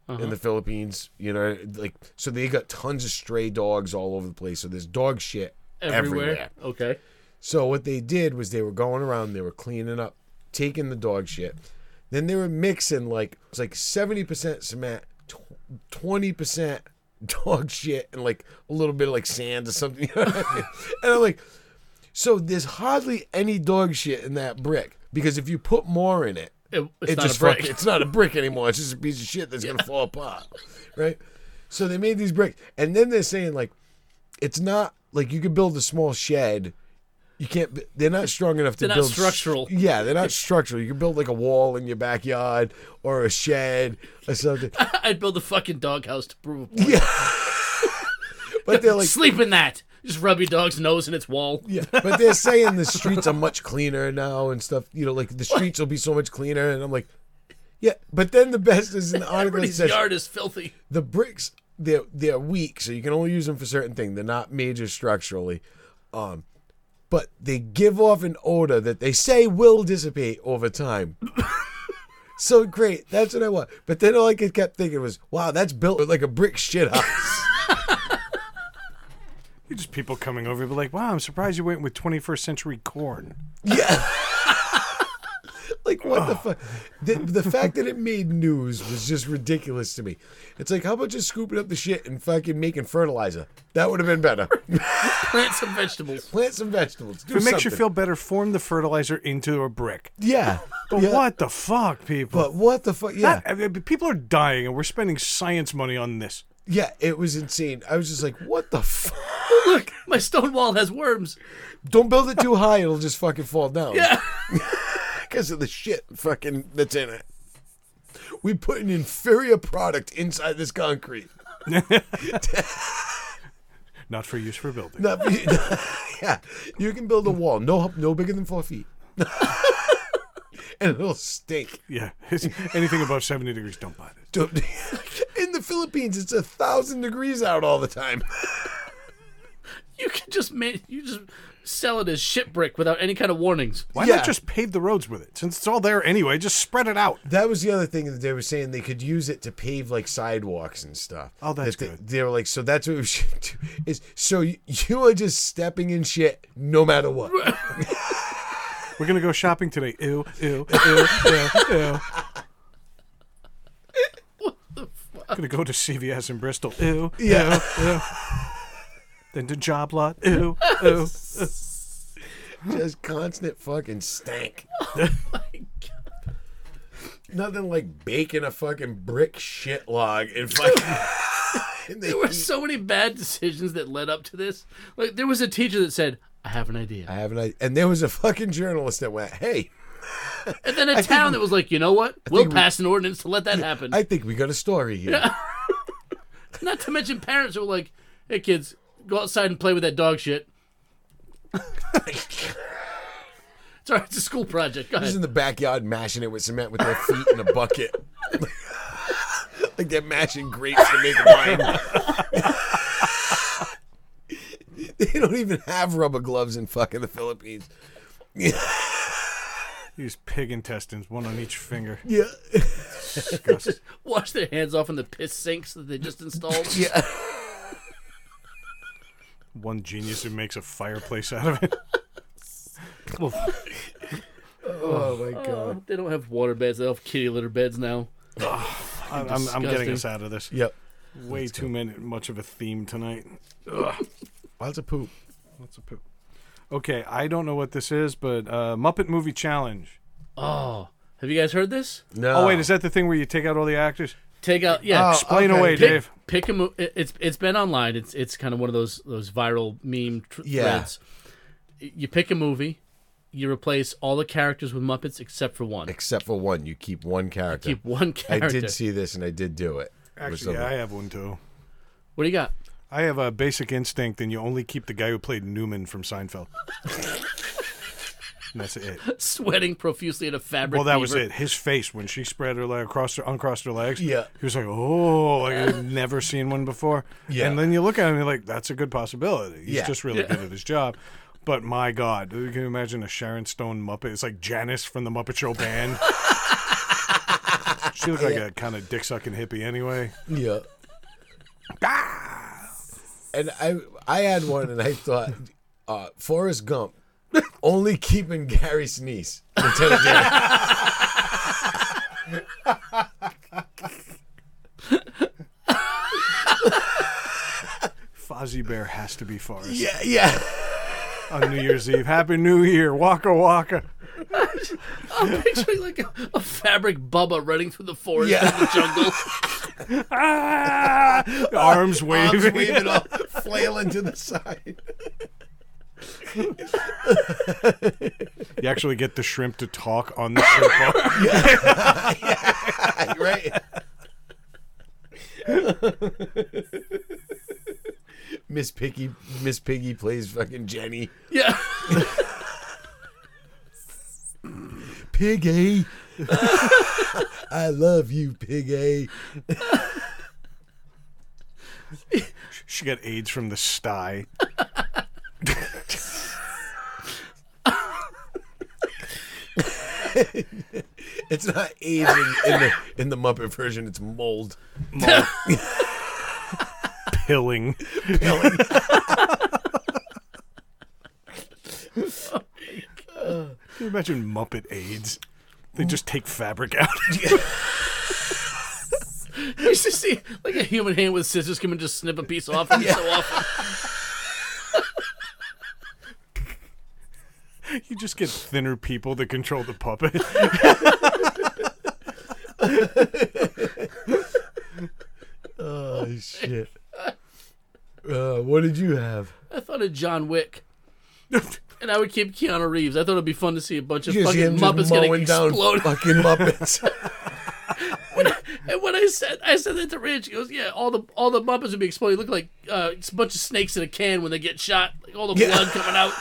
S2: in the Philippines. You know, like so they got tons of stray dogs all over the place. So there's dog shit
S3: Everywhere.
S2: everywhere.
S3: Okay.
S2: So what they did was they were going around, they were cleaning up, taking the dog shit. Then they were mixing like it was like seventy percent cement, twenty percent dog shit, and like a little bit of like sand or something. You know what I mean? and I'm like, so there's hardly any dog shit in that brick because if you put more in it,
S3: It, it's
S2: it
S3: not
S2: just
S3: a break.
S2: fucking- it's not a brick anymore. It's just a piece of shit that's gonna fall apart, right? So they made these bricks, and then they're saying like, it's not like you could build a small shed. You can't. b- They're not strong enough to
S3: They're not
S2: build
S3: structural.
S2: Yeah, they're not structural. You can build like a wall in your backyard or a shed or something.
S3: I'd build a fucking doghouse to prove a point.
S2: But they're like,
S3: Sleep in that. Just rub your dog's nose in its wall.
S2: yeah. But they're saying the streets are much cleaner now and stuff. You know, like the streets will be so much cleaner. And I'm like, yeah. But then the best is an article that
S3: Everybody's
S2: says
S3: yard is filthy.
S2: the bricks they're they're weak, so you can only use them for certain things. They're not major structurally, um, but they give off an odor that they say will dissipate over time. so great, that's what I want. But then all I could kept thinking was, wow, that's built like a brick shit house.
S4: You just people coming over, be like, "Wow, I'm surprised you went with 21st century corn."
S2: yeah. Like what the fuck? The, the fact that it made news was just ridiculous to me. It's like how about just scooping up the shit and fucking making fertilizer? That would have been better.
S3: Plant some vegetables.
S2: Plant some vegetables. Do
S4: If it makes you
S2: something.
S4: feel better, form the fertilizer into a brick.
S2: Yeah.
S4: But
S2: Oh, Yeah.
S4: what the fuck, people?
S2: But what the fuck? Yeah.
S4: Not- I mean, people are dying, and we're spending science money on this.
S2: yeah, it was insane. I was just like, what the fuck?
S3: Look, my stone wall has worms.
S2: Don't build it too high. It'll just fucking fall down.
S3: Yeah.
S2: Because of the shit fucking that's in it. We put an inferior product inside this concrete.
S4: Not for use for building.
S2: Not be- yeah. You can build a wall no no bigger than four feet. and it'll stink.
S4: Yeah, It's- anything above 70 degrees, don't buy this.
S2: Don't- In the Philippines, it's a thousand degrees out all the time.
S3: You can just make you just sell it as shit brick without any kind of warnings.
S4: Why
S2: Yeah.
S4: not just pave the roads with it? Since it's all there anyway, just spread it out.
S2: That was the other thing that they were saying they could use it to pave like sidewalks and stuff.
S4: Oh, that's
S2: That they,
S4: good.
S2: They were like, so that's what we should do. Is so you, you are just stepping in shit no matter what.
S4: We're gonna go shopping today. Ew, ew, ew, ew, ew. Gonna go to CVS in Bristol. Ew,
S2: Yeah.
S4: ew, ew. Then to Job Lot. Ew, ew.
S2: just constant fucking stank. Nothing like baking a fucking brick shit log and fucking. and they
S3: There were
S2: eat-
S3: so many bad decisions that led up to this. Like there was a teacher that said, "I have an
S2: I
S3: idea,"
S2: have an idea. And there was a fucking journalist that went, hey,
S3: and then a town that was like, "You know what? We'll pass an ordinance to let that happen."
S2: I think we got a story here.
S3: Not to mention parents who were like, "Hey kids, go outside and play with that dog shit." it's all right. It's a school project. Go
S2: Just in
S3: ahead.
S2: the backyard mashing it with cement with their feet in a bucket. like they're mashing grapes to make wine. they don't even have rubber gloves in fucking the Philippines.
S4: These pig intestines, one on each finger.
S2: Yeah.
S4: Disgust.
S3: Wash their hands off in the piss sinks that they just installed.
S2: Yeah.
S4: One genius who makes a fireplace out of it. Oof.
S2: Oh my god.
S3: They don't have water beds. They have kitty litter beds now.
S4: I'm, I'm, I'm getting
S3: Disgusting.
S4: us out of this.
S2: Yep.
S4: Way too many, much of a theme tonight.
S2: Lots of poop.
S4: What's a poop? Okay, I don't know what this is, but uh, Muppet Movie Challenge.
S3: Oh, have you guys heard this?
S2: No.
S4: Oh wait, is that the thing where you take out all the actors?
S3: Take out yeah.
S2: Oh,
S4: Explain
S2: okay.
S4: away,
S2: Pick-
S4: Dave.
S3: pick a mo- it- it's it's been online. It's it's kind of one of those those viral meme tr-
S2: Yeah.
S3: threads. You pick a movie, you replace all the characters with Muppets except for one.
S2: except for one. You keep one character.
S3: Keep one
S2: I
S3: character.
S2: did see this and I did do it. It was
S4: Actually,
S2: a-
S4: yeah, I have one too.
S3: What do you got?
S4: I have a basic instinct, and you only keep the guy who played Newman from Seinfeld. and that's it.
S3: Sweating profusely at a fabric.
S4: Well, that was
S3: weaver.
S4: it. His face when she spread her leg across her, uncrossed her legs.
S2: Yeah.
S4: he was like, "Oh, like I've never seen one before."
S2: Yeah.
S4: and then you look at him, and you're like, "That's a good possibility. He's
S2: Yeah.
S4: just really good at his job." But my God, can you imagine a Sharon Stone Muppet? It's like Janice from the Muppet Show Band. she looked like a kind of dick sucking hippie, anyway.
S2: Yeah. Ah. And I I had one and I thought uh Forrest Gump only keeping Gary Sinise. Lieutenant Dan.
S4: Fozzie Bear has to be Forrest
S2: yeah, yeah.
S4: on New Year's Eve. Happy New Year, Waka Waka.
S3: I'm picturing like a, a fabric Bubba running through the forest
S2: Yeah.
S3: in the jungle.
S4: Ah! Arms waving.
S2: Arms waving up, flailing to the side.
S4: You actually get the shrimp to talk on the shrimp.
S2: Right. Miss Piggy Miss Piggy plays fucking Jenny.
S3: yeah.
S2: Piggy. I love you, Piggy.
S4: She got AIDS from the sty.
S2: It's not AIDS in, in the in the Muppet version. It's mold.
S4: Pilling. Can you imagine Muppet AIDS? They just take fabric out.
S3: You used to see like a human hand with scissors come and just snip a piece off every so often.
S4: you just get thinner people to control the puppet.
S2: Oh shit. Uh, what did you have?
S3: I thought of John Wick. And I would keep Keanu Reeves. I thought it'd be fun to see a bunch of
S2: You see him
S3: fucking Muppets
S2: just
S3: getting
S2: mowing down
S3: exploded.
S2: fucking Muppets.
S3: And when I said I said that to Rich, he goes, "Yeah, all the all the Muppets would be exploding. Look like uh, it's a bunch of snakes in a can when they get shot. Like all the blood coming out."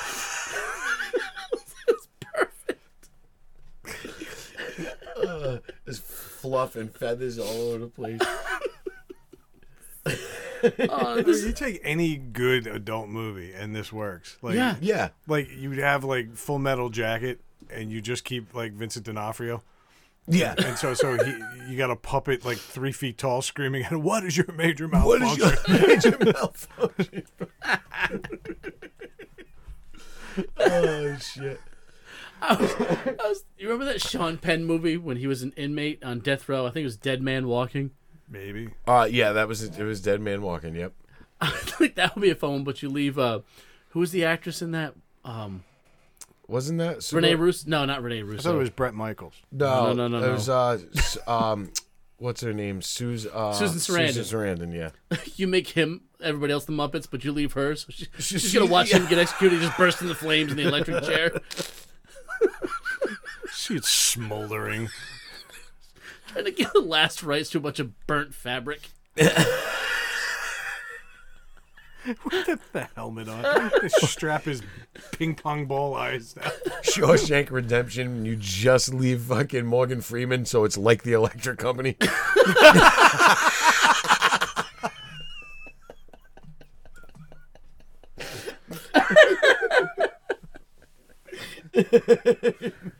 S2: There's fluff and feathers all over the place.
S3: Uh, this
S4: you take any good adult movie and this works. Like
S3: Yeah.
S2: Yeah.
S4: like you'd have like full metal jacket and you just keep like Vincent D'Onofrio.
S2: Yeah.
S4: And so so he you got a puppet like three feet tall screaming at him, what is your major malfunction?
S2: What is your major malfunction? oh shit.
S3: I was- you remember that Sean Penn movie when he was an inmate on death row? I think it was Dead Man Walking.
S4: Maybe.
S2: Uh yeah, that was it was Dead Man Walking, yep.
S3: like that would be a fun one. But you leave. Uh, who was the actress in that? Um,
S2: Wasn't that Super-
S3: Renee Russo? No, not Renee Russo.
S4: I thought it was Brett Michaels.
S2: No,
S3: No, no, no,
S2: It was uh, s- um, what's her name? Susan. Uh,
S3: Susan Sarandon.
S2: Susan Sarandon. Yeah.
S3: you make him everybody else the Muppets, but you leave her. So she, she's
S2: she-
S3: gonna watch him get executed, just burst into flames in the electric chair.
S4: See it's smoldering.
S3: Trying to get the last rites to a bunch of burnt fabric.
S4: the helmet on. His strap is ping pong ball eyes now.
S2: Shawshank Redemption. You just leave fucking Morgan Freeman, so it's like the Electric Company.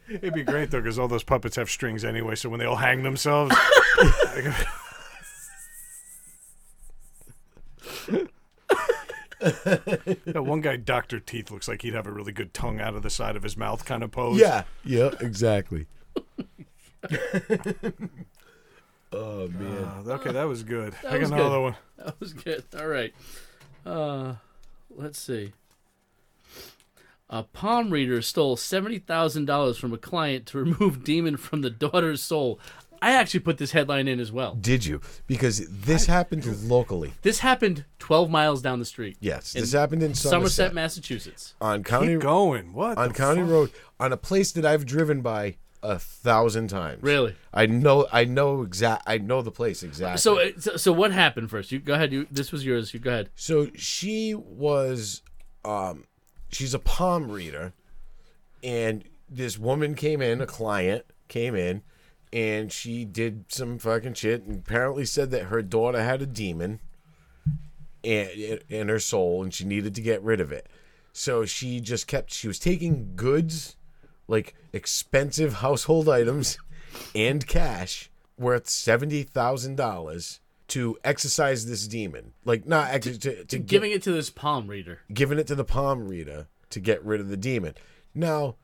S4: It'd be great though, because all those puppets have strings anyway. So when they all hang themselves, that one guy, Doctor Teeth, looks like he'd have a really good tongue out of the side of his mouth kind of pose.
S2: yeah. Yeah. Exactly. oh man.
S4: Uh, okay, that was good. I got
S3: was
S4: another
S3: good.
S4: one.
S3: That was good. All right. Uh, let's see. A palm reader stole seventy thousand dollars from a client to remove demon from the daughter's soul. I actually put this headline in as well.
S2: Did you? Because this happened locally.
S3: This happened 12 miles down the street.
S2: Yes,
S3: in
S2: this happened in Somerset,
S3: Somerset, Massachusetts.
S2: on County
S4: Keep going. What?
S2: on
S4: the
S2: County
S4: fuck?
S2: Road on a place that I've driven by a thousand times.
S3: Really?
S2: I know. I know exact. I know the place exactly.
S3: So, uh, so, so what happened first? You go ahead. You this was yours. You go ahead.
S2: So she was, um, she's a palm reader, and this woman came in, a client came in, and she did some fucking shit, and apparently said that her daughter had a demon, and in her soul, and she needed to get rid of it. So she just kept. She was taking goods, like expensive household items, and cash worth seventy thousand dollars. To exercise this demon, like not ex- to, to, get-
S3: Giving it to this palm reader.
S2: giving it to the palm reader to get rid of the demon. Now,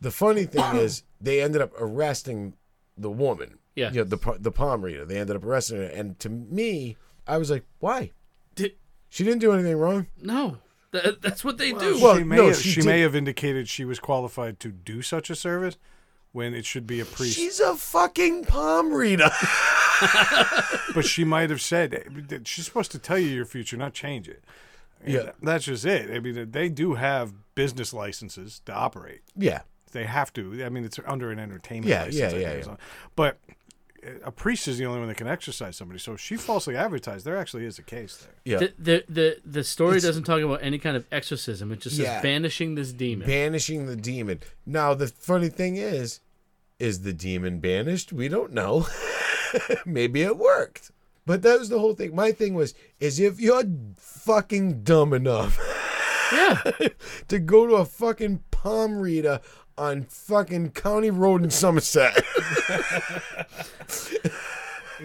S2: the funny thing is, they ended up arresting the woman.
S3: Yeah.
S2: You know, the pa- the palm reader. They ended up arresting her, and to me, I was like, why?
S3: Did,
S2: She didn't do anything wrong.
S3: no, That- that's what they do.
S2: Well,
S4: she may,
S2: no,
S4: have,
S2: she
S4: she, may
S2: did-
S4: have indicated she was qualified to do such a service when it should be a priest.
S2: She's a fucking palm reader.
S4: But she might have said eh, that she's supposed to tell you your future, not change it.
S2: Yeah.
S4: That's just it. I mean, they do have business licenses to operate.
S2: yeah.
S4: They have to. I mean, it's under an entertainment
S2: Yeah,
S4: license.
S2: yeah,
S4: I think
S2: yeah,
S4: it's
S2: yeah.
S4: on. But eh, a priest is the only one that can exercise somebody. So if she falsely advertised, there actually is a case there.
S2: Yeah.
S3: The, the the the story doesn't talk about any kind of exorcism. It just
S2: Yeah.
S3: says banishing this demon.
S2: Banishing the demon. Now, the funny thing is, is the demon banished? We don't know. Maybe it worked. But that was the whole thing. My thing was, is if you're fucking dumb enough
S3: yeah,
S2: to go to a fucking palm reader on fucking County Road in Somerset.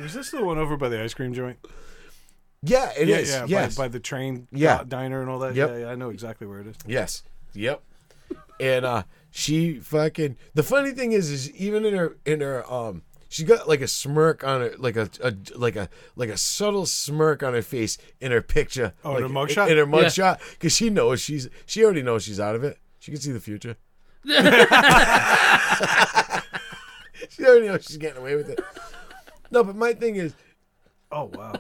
S4: Was this the one over by the ice cream joint?
S2: yeah, it
S4: yeah,
S2: is.
S4: yeah,
S2: yes.
S4: by, by the train
S2: Yeah.
S4: di- diner and all that.
S2: Yep.
S4: Yeah, yeah, I know exactly where it is.
S2: yes. Yep. And uh she fucking the funny thing is is even in her in her um she got like a smirk on her like a, a like a like a subtle smirk on her face in her picture.
S4: Oh,
S2: like,
S4: in her mugshot?
S2: In her
S3: Yeah.
S2: mugshot cuz she knows she's she already knows she's out of it. She can see the future. she already knows she's getting away with it. No, but my thing is
S4: Oh wow.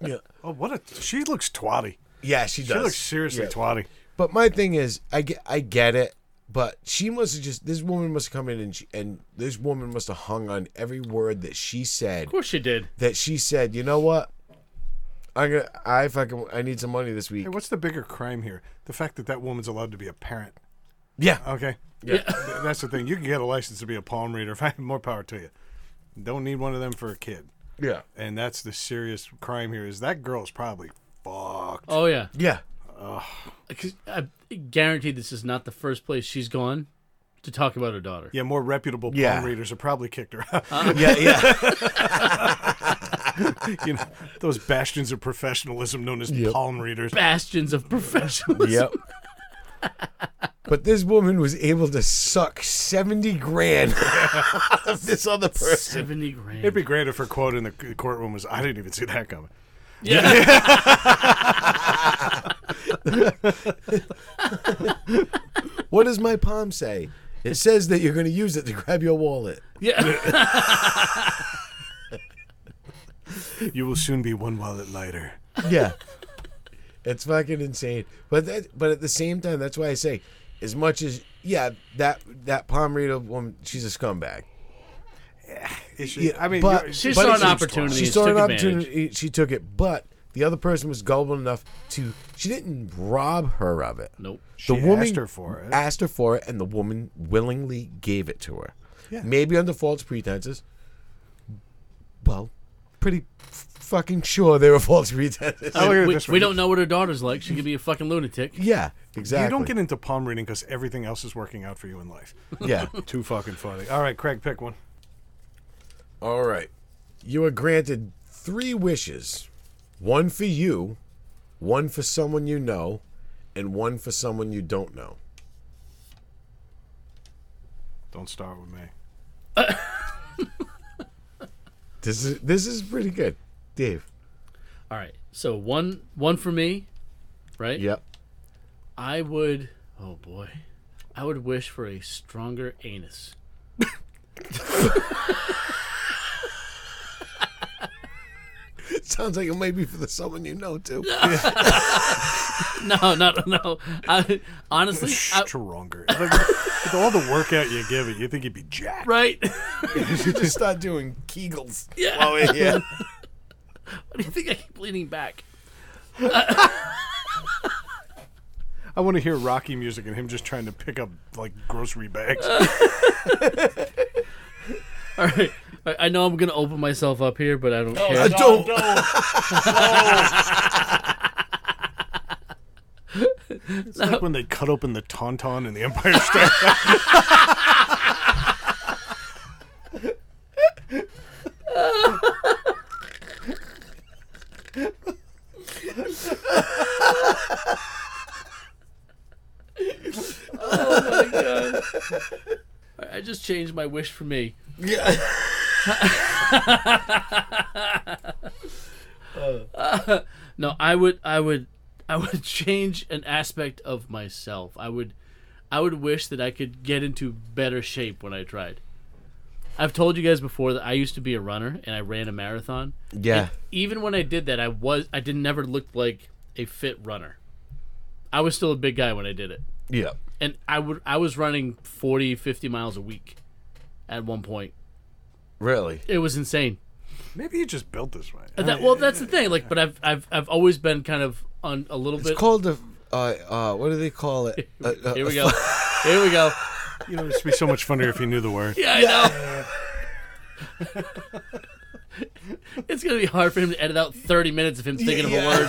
S2: Yeah.
S4: Oh what a she looks twatty.
S2: Yeah, she
S4: She
S2: does.
S4: looks seriously
S2: Yeah.
S4: twatty.
S2: But my thing is, I get, I get it. But she must have just this woman must have come in and she, and this woman must have hung on every word that she said.
S3: of course you did.
S2: That she said, you know what? I'm gonna I fucking I need some money this week.
S4: Hey, what's the bigger crime here? The fact that that woman's allowed to be a parent.
S2: Yeah,
S4: Okay.
S3: Yeah.
S4: Th- That's the thing. You can get a license to be a palm reader. If I had more power to you, don't need one of them for a kid.
S2: yeah,
S4: And that's the serious crime here. Is that girl is probably fucked.
S3: Oh yeah.
S2: yeah.
S3: 'Cause I guarantee this is not the first place she's gone to talk about her daughter.
S4: Yeah, more reputable palm
S2: Yeah. Uh-huh.
S4: readers have probably kicked her out.
S2: Yeah, yeah.
S4: you know, those bastions of professionalism known as palm readers.
S3: Bastions of professionalism.
S2: yep. But this woman was able to suck seventy grand out of this other person.
S3: Seventy grand.
S4: It'd be great if her quote in the c- courtroom was, "I didn't even see that coming."
S3: yeah.
S2: What does my palm say? It says that you're gonna use it to grab your wallet.
S3: yeah.
S4: You will soon be one wallet lighter.
S2: yeah. It's fucking insane. But that, but at the same time, that's why I say, as much as yeah, that that palm reader woman, she's a scumbag.
S4: Is she-
S2: Yeah,
S4: I mean,
S2: but-
S4: you're-
S3: She
S2: But
S3: saw
S2: it's-
S3: an opportunity.
S2: She
S3: and
S2: saw
S3: took
S2: an
S3: advantage.
S2: opportunity, she took it, but the other person was gullible enough to she didn't rob her of it.
S3: Nope.
S2: The
S4: She
S2: woman
S4: asked her for it.
S2: Asked her for it, and the woman willingly gave it to her.
S4: Yeah.
S2: Maybe under false pretenses. Well, pretty f- fucking sure they were false pretenses.
S4: Oh, look at
S3: we,
S4: this
S3: we
S4: one.
S3: don't know what her daughter's like. She could be a fucking lunatic.
S2: yeah, exactly.
S4: You don't get into palm reading because everything else is working out for you in life.
S2: yeah.
S4: Too fucking funny. All right, Craig, pick one.
S2: All right. You are granted three wishes one for you, one for someone you know, and one for someone you don't know.
S4: Don't start with me.
S2: This is this is pretty good, Dave.
S3: All right. So one one for me, right?
S2: Yep.
S3: I would. Oh boy, I would wish for a stronger anus.
S2: sounds like it may be for the someone you know too.
S3: No, no, no. I, honestly,
S4: Oh,
S3: I,
S4: Stronger. Like, with all the workout you give it, you think you'd be jacked.
S3: right?
S2: you should just start doing Kegels.
S3: Yeah.
S2: Oh yeah.
S3: Why do you think I keep leaning back?
S4: I want to hear Rocky music and him just trying to pick up like grocery bags.
S3: All right. I- I know I'm gonna open myself up here, but I don't care.
S2: don't.
S4: It's like when they cut open the tauntaun in the Empire State.
S3: I I just changed my wish for me.
S2: Yeah.
S3: No, I would, I would, I would change an aspect of myself. I would, I would wish that I could get into better shape when I tried. I've told you guys before that I used to be a runner and I ran a marathon.
S2: Yeah.
S3: Even when I did that, I was, I didn't never look like a fit runner. I was still a big guy when I did it.
S2: Yeah.
S3: and I would I was running 40 50 miles a week at one point.
S2: Really.
S3: It was insane.
S4: Maybe you just built this way.
S3: And that, well, that's the thing. Like, but I've I've I've always been kind of on a little
S2: It's
S3: bit.
S2: called the. Uh, uh, what do they call it? Uh, uh,
S3: Here we go. Here we go.
S4: You know, it'd be so much funnier if you knew the word.
S3: Yeah, I know. it's gonna be hard for him to edit out 30 minutes of him thinking of a word.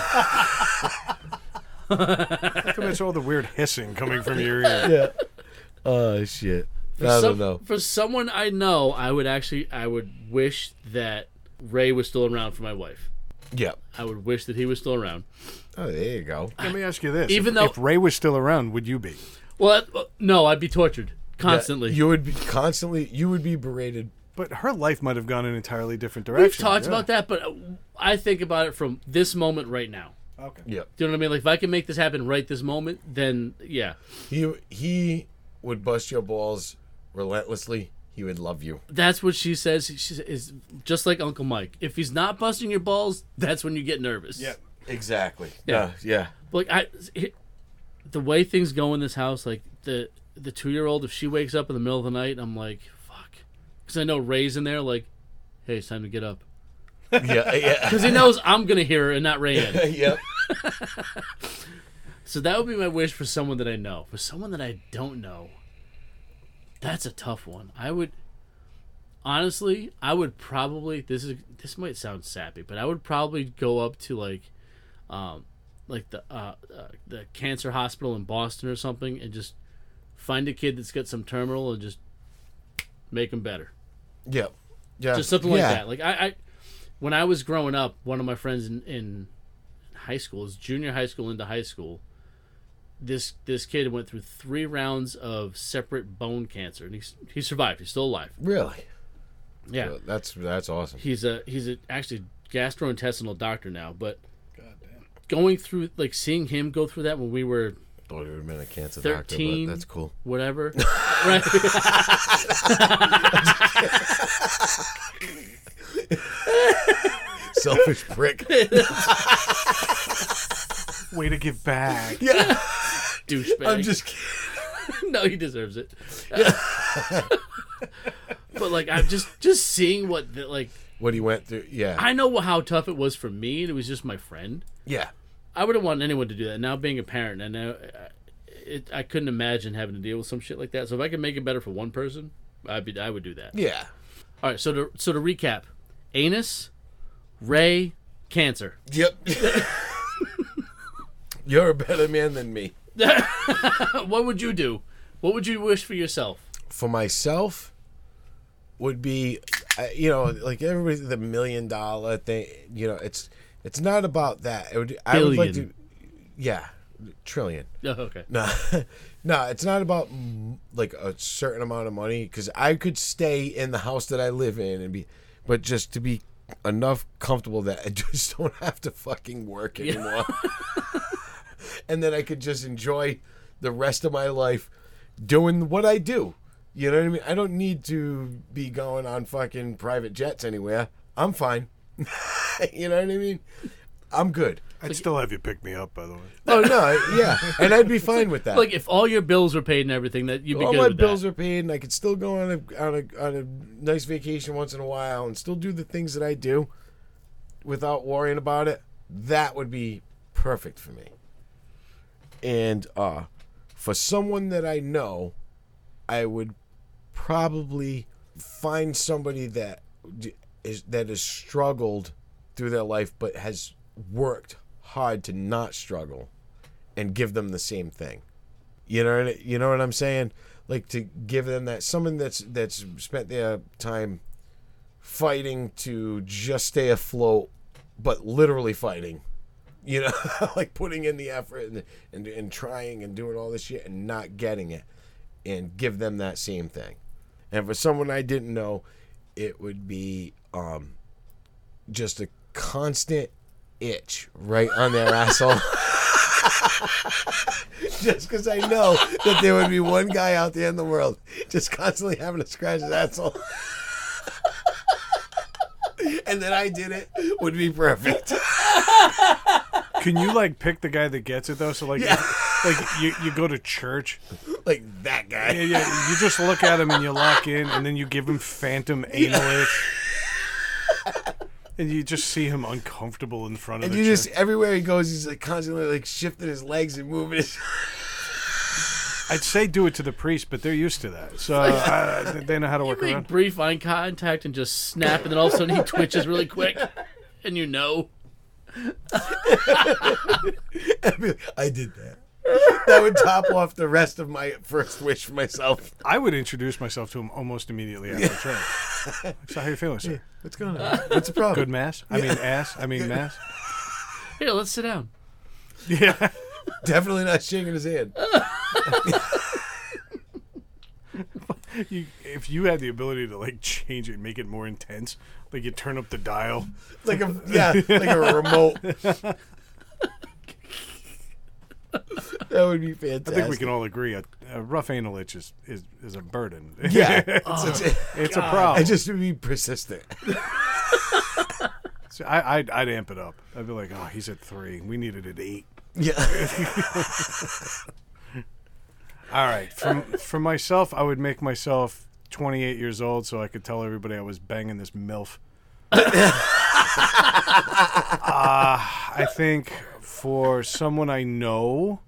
S4: Come it's all the weird hissing coming from your ear.
S2: yeah. Oh shit. I
S3: Some-
S2: don't know.
S3: For someone I know, I would actually I would wish that Ray was still around for my wife.
S2: Yeah.
S3: I would wish that he was still around.
S2: Oh, there you go.
S4: Let me ask you this:
S3: Even
S4: if,
S3: though-
S4: if Ray was still around, would you be?
S3: Well, I- no, I'd be tortured constantly.
S2: You would be constantly. You would be berated.
S4: But her life might have gone an entirely different direction.
S3: We've talked about that, but I think about it from this moment right now.
S4: that. Okay.
S2: Yep.
S3: Do you know what I mean? Like, if I can make this happen right this moment, then yeah,
S2: He he would bust your balls relentlessly. He would love you.
S3: that's what she says. She sa- is just like Uncle Mike. If he's not busting your balls, that's when you get nervous.
S4: Yeah.
S2: Exactly.
S3: Yeah.
S2: yeah.
S3: Like I, it- the way things go in this house, like the the two year old, if she wakes up in the middle of the night, I'm like, fuck, because I know Ray's in there. Like, hey, it's time to get up,
S2: Yeah. Yeah.
S3: because he knows I'm gonna hear her and not Ray. In.
S2: yep.
S3: So that would be my wish for someone that I know. For someone that I don't know, that's a tough one. I would honestly, I would probably this is this might sound sappy, but I would probably go up to like um like the uh, uh the cancer hospital in Boston or something and just find a kid that's got some terminal and just make them better.
S2: Yep. Yeah.
S3: Just something like
S2: Yeah.
S3: that. Like I, I when I was growing up, one of my friends in, in high school, is junior high school into high school, this this kid went through three rounds of separate bone cancer, and he s- he survived. He's still alive.
S2: Really.
S3: Yeah,
S2: Well, That's that's awesome.
S3: he's a he's a, actually gastrointestinal doctor now. But going through like seeing him go through that when we were
S2: Thought he would have been a cancer doctor,
S3: 13.
S2: but that's cool.
S3: whatever, right?
S2: Selfish prick.
S4: Way to give back.
S2: yeah.
S3: Douchebag.
S2: I'm just. kidding.
S3: no, he deserves it. but like I'm just just seeing what the, like
S2: What he went through. Yeah.
S3: I know how tough it was for me, and it was just my friend.
S2: yeah.
S3: I wouldn't want anyone to do that. Now being a parent, and now uh, it, I couldn't imagine having to deal with some shit like that. So if I could make it better for one person, I'd be, I would do that.
S2: Yeah.
S3: All right. So to so to recap, anus, Ray, cancer.
S2: Yep. You're a better man than me.
S3: what would you do? What would you wish for yourself?
S2: For myself, would be, I- you know, like everybody the million dollar thing. You know, it's it's not about that. It would. I would like to.
S3: Billion.
S2: Yeah, trillion.
S3: Oh, okay.
S2: No, no, it's not about mm, like a certain amount of money because I could stay in the house that I live in and be, but just to be enough comfortable that I just don't have to fucking work anymore, and then I could just enjoy the rest of my life doing what I do. You know what I mean? I don't need to be going on fucking private jets anywhere. I'm fine. you know what I mean? I'm good.
S4: I'd still have you pick me up, by the way.
S2: Oh no, yeah, and I'd be fine with that.
S3: Like if all your bills were paid and everything, that you'd be
S2: all
S3: good
S2: my
S3: with
S2: bills
S3: that.
S2: are paid, and I could still go on a on a on a nice vacation once in a while, and still do the things that I do without worrying about it. That would be perfect for me. And uh, for someone that I know, I would probably find somebody that d- is that has struggled through their life, but has worked hard to not struggle, and give them the same thing. You know, what I- you know what I'm saying? Like to give them that someone that's that's spent their time fighting to just stay afloat, but literally fighting. You know, like putting in the effort and, and and trying and doing all this shit and not getting it, and give them that same thing. And for someone I didn't know, it would be um, just a constant itch right on their asshole just because I know that there would be one guy out there in the world just constantly having to scratch his asshole. and that I did it would be perfect.
S4: Can you like pick the guy that gets it though? So like, like you, you go to church,
S2: Like that guy.
S4: yeah, yeah, you just look at him and you lock in, and then you give him phantom anal itch, and you just see him uncomfortable in front of
S2: And
S4: the
S2: you
S4: chair.
S2: just everywhere he goes, he's like constantly like shifting his legs and moving his.
S4: I'd say do it to the priest, but they're used to that, so uh, they know how to work
S3: Make
S4: around.
S3: brief eye contact and just snap, and then all of a sudden he twitches really quick, and you know.
S2: I did that. That would top off the rest of my first wish for myself.
S4: I would introduce myself to him almost immediately after church. So how you feeling, sir?
S2: What's going on? What's the problem?
S4: Good mass? I mean ass? I mean mass?
S3: Here, let's sit down.
S4: Yeah.
S2: Definitely not shaking his hand.
S4: You, if you had the ability to like change it, make it more intense, like you turn up the dial.
S2: Like a yeah, like a remote. that would be fantastic.
S4: I think we can all agree a, a rough anal itch is, is, is a burden.
S2: Yeah, it's, it's,
S4: it's a problem.
S2: I just would be persistent.
S4: So I, I'd, I'd amp it up. I'd be like, oh, he's at three. We needed at eight.
S2: Yeah,
S4: All right. For, for myself, I would make myself 28 years old so I could tell everybody I was banging this MILF. uh, I think for someone I know,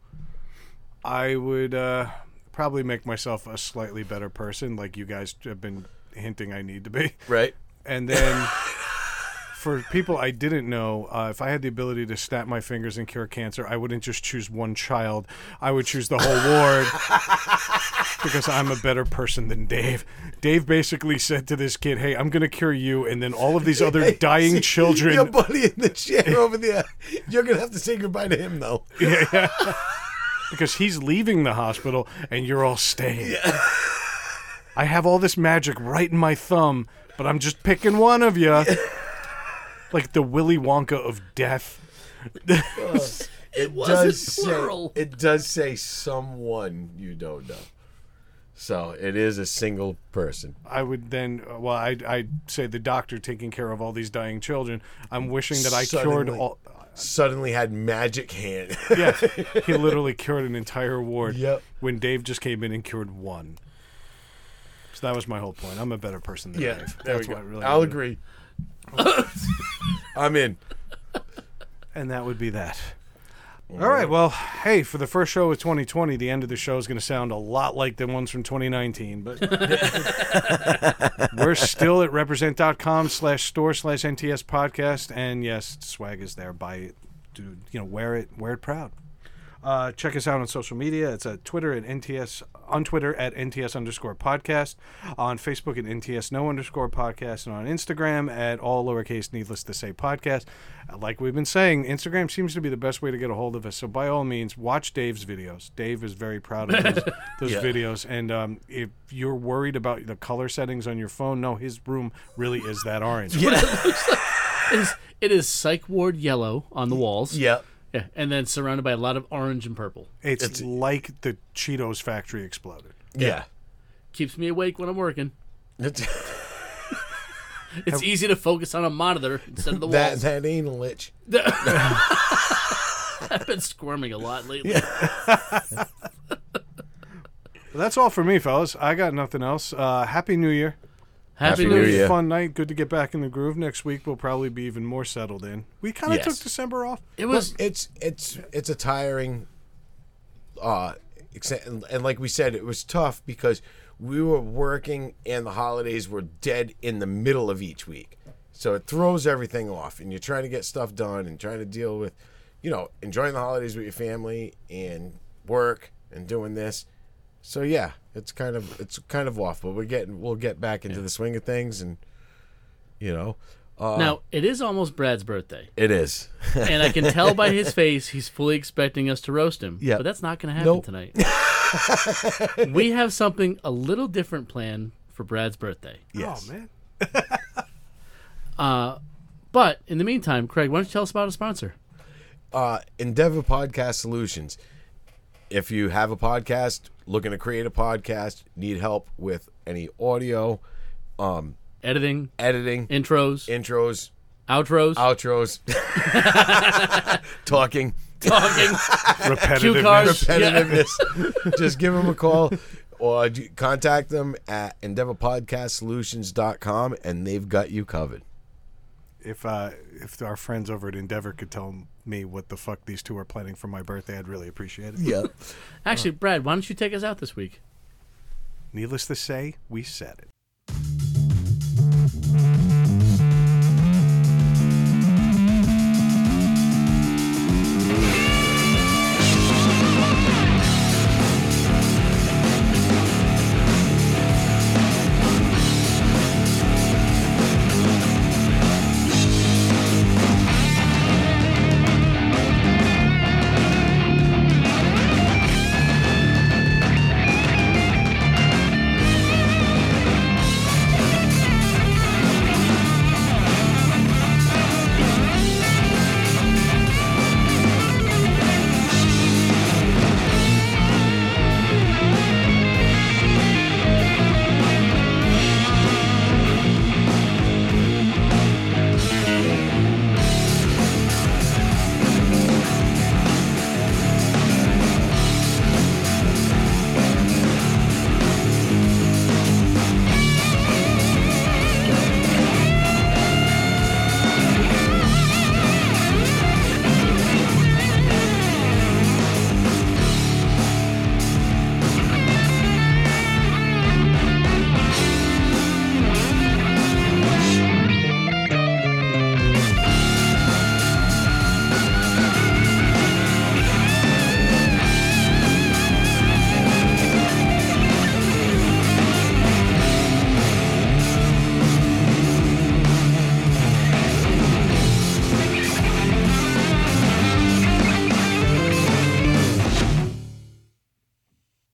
S4: I would uh, probably make myself a slightly better person, like you guys have been hinting I need to be.
S2: right.
S4: And then for people I didn't know, uh, if I had the ability to snap my fingers and cure cancer, I wouldn't just choose one child. I would choose the whole ward because I'm a better person than Dave. Dave basically said to this kid, "Hey, I'm going to cure you and then all of these other dying children."
S2: Your buddy in the chair over there. You're gonna have to say goodbye to him though.
S4: Yeah, yeah. because he's leaving the hospital and you're all staying. I have all this magic right in my thumb, but I'm just picking one of you. like the Willy Wonka of death.
S2: It
S3: wasn't
S2: say-
S3: plural.
S2: it does say someone you don't know. So it is a single person.
S4: I would then, well, I'd, I'd say the doctor taking care of all these dying children. I'm wishing that I cured
S2: Suddenly.
S4: all.
S2: Suddenly had magic hand.
S4: Yeah, he literally cured an entire ward.
S2: Yep.
S4: When Dave just came in and cured one. So that was my whole point. I'm a better person than
S2: yeah,
S4: Dave.
S2: there
S4: That's
S2: we go.
S4: what I really
S2: I'll
S4: wanted.
S2: agree. I'm in.
S4: And that would be that. All right. Well, hey, for the first show of 2020, the end of the show is going to sound a lot like the ones from 2019, but we're still at represent.com slash store slash NTS podcast. And yes, swag is there. Buy it. Do, you know, wear it. Wear it proud. Uh, check us out on social media. It's at Twitter at NTS on Twitter at NTS underscore podcast, on Facebook at NTS no underscore podcast, and on Instagram at all lowercase needless to say podcast. Uh, Like we've been saying, Instagram seems to be the best way to get a hold of us. So by all means, watch Dave's videos. Dave is very proud of those, those videos. And um, if you're worried about the color settings on your phone, no, his room really is that orange.
S3: It is, it is psych ward yellow on the walls.
S2: Yeah.
S3: Yeah, and then surrounded by a lot of orange and purple.
S4: It's, like the Cheetos factory exploded.
S2: Yeah.
S3: Keeps me awake when I'm working.
S2: It's-
S3: It's easy to focus on a monitor instead of the
S2: That
S3: walls.
S2: that ain't a lich.
S3: I've been squirming a lot lately.
S4: Well, that's all for me, fellas. I got nothing else. Uh, Happy New Year.
S3: Happy,
S2: Happy
S3: New
S2: New
S3: Year.
S2: Year. Yeah.
S4: Fun night. Good to get back in the groove. Next week we'll probably be even more settled in. We kind of
S2: Yes.
S4: took December off. Oh,
S3: It was
S2: It's it's it's a tiring. Uh, except, and, and like we said, it was tough because we were working and the holidays were dead in the middle of each week, so it throws everything off, and you're trying to get stuff done and trying to deal with, you know, enjoying the holidays with your family and work and doing this. So yeah, it's kind of it's kind of off, but we're getting we'll get back into the swing of things, and you know, uh,
S3: now it is almost Brad's birthday,
S2: it is.
S3: and I can tell by his face he's fully expecting us to roast him.
S2: Yeah.
S3: but that's not going to happen
S2: Nope.
S3: tonight. we have something a little different planned for Brad's birthday.
S2: Yes.
S4: Oh man.
S3: But in the meantime, Craig, why don't you tell us about a sponsor?
S2: uh, Endeavor Podcast Solutions. If you have a podcast, looking to create a podcast, need help with any audio,
S3: Editing,
S2: editing,
S3: intros,
S2: intros,
S3: outros,
S2: outros, talking,
S3: talking,
S4: Repetitive.
S3: cards.
S2: repetitiveness, just give them a call or d- contact them at endeavorpodcastsolutions.com and they've got you covered.
S4: If uh, if our friends over at Endeavor could tell me what the fuck these two are planning for my birthday, I'd really appreciate it.
S2: Yep.
S3: Actually, Brad, why don't you take us out this week?
S4: Needless to say, we said it.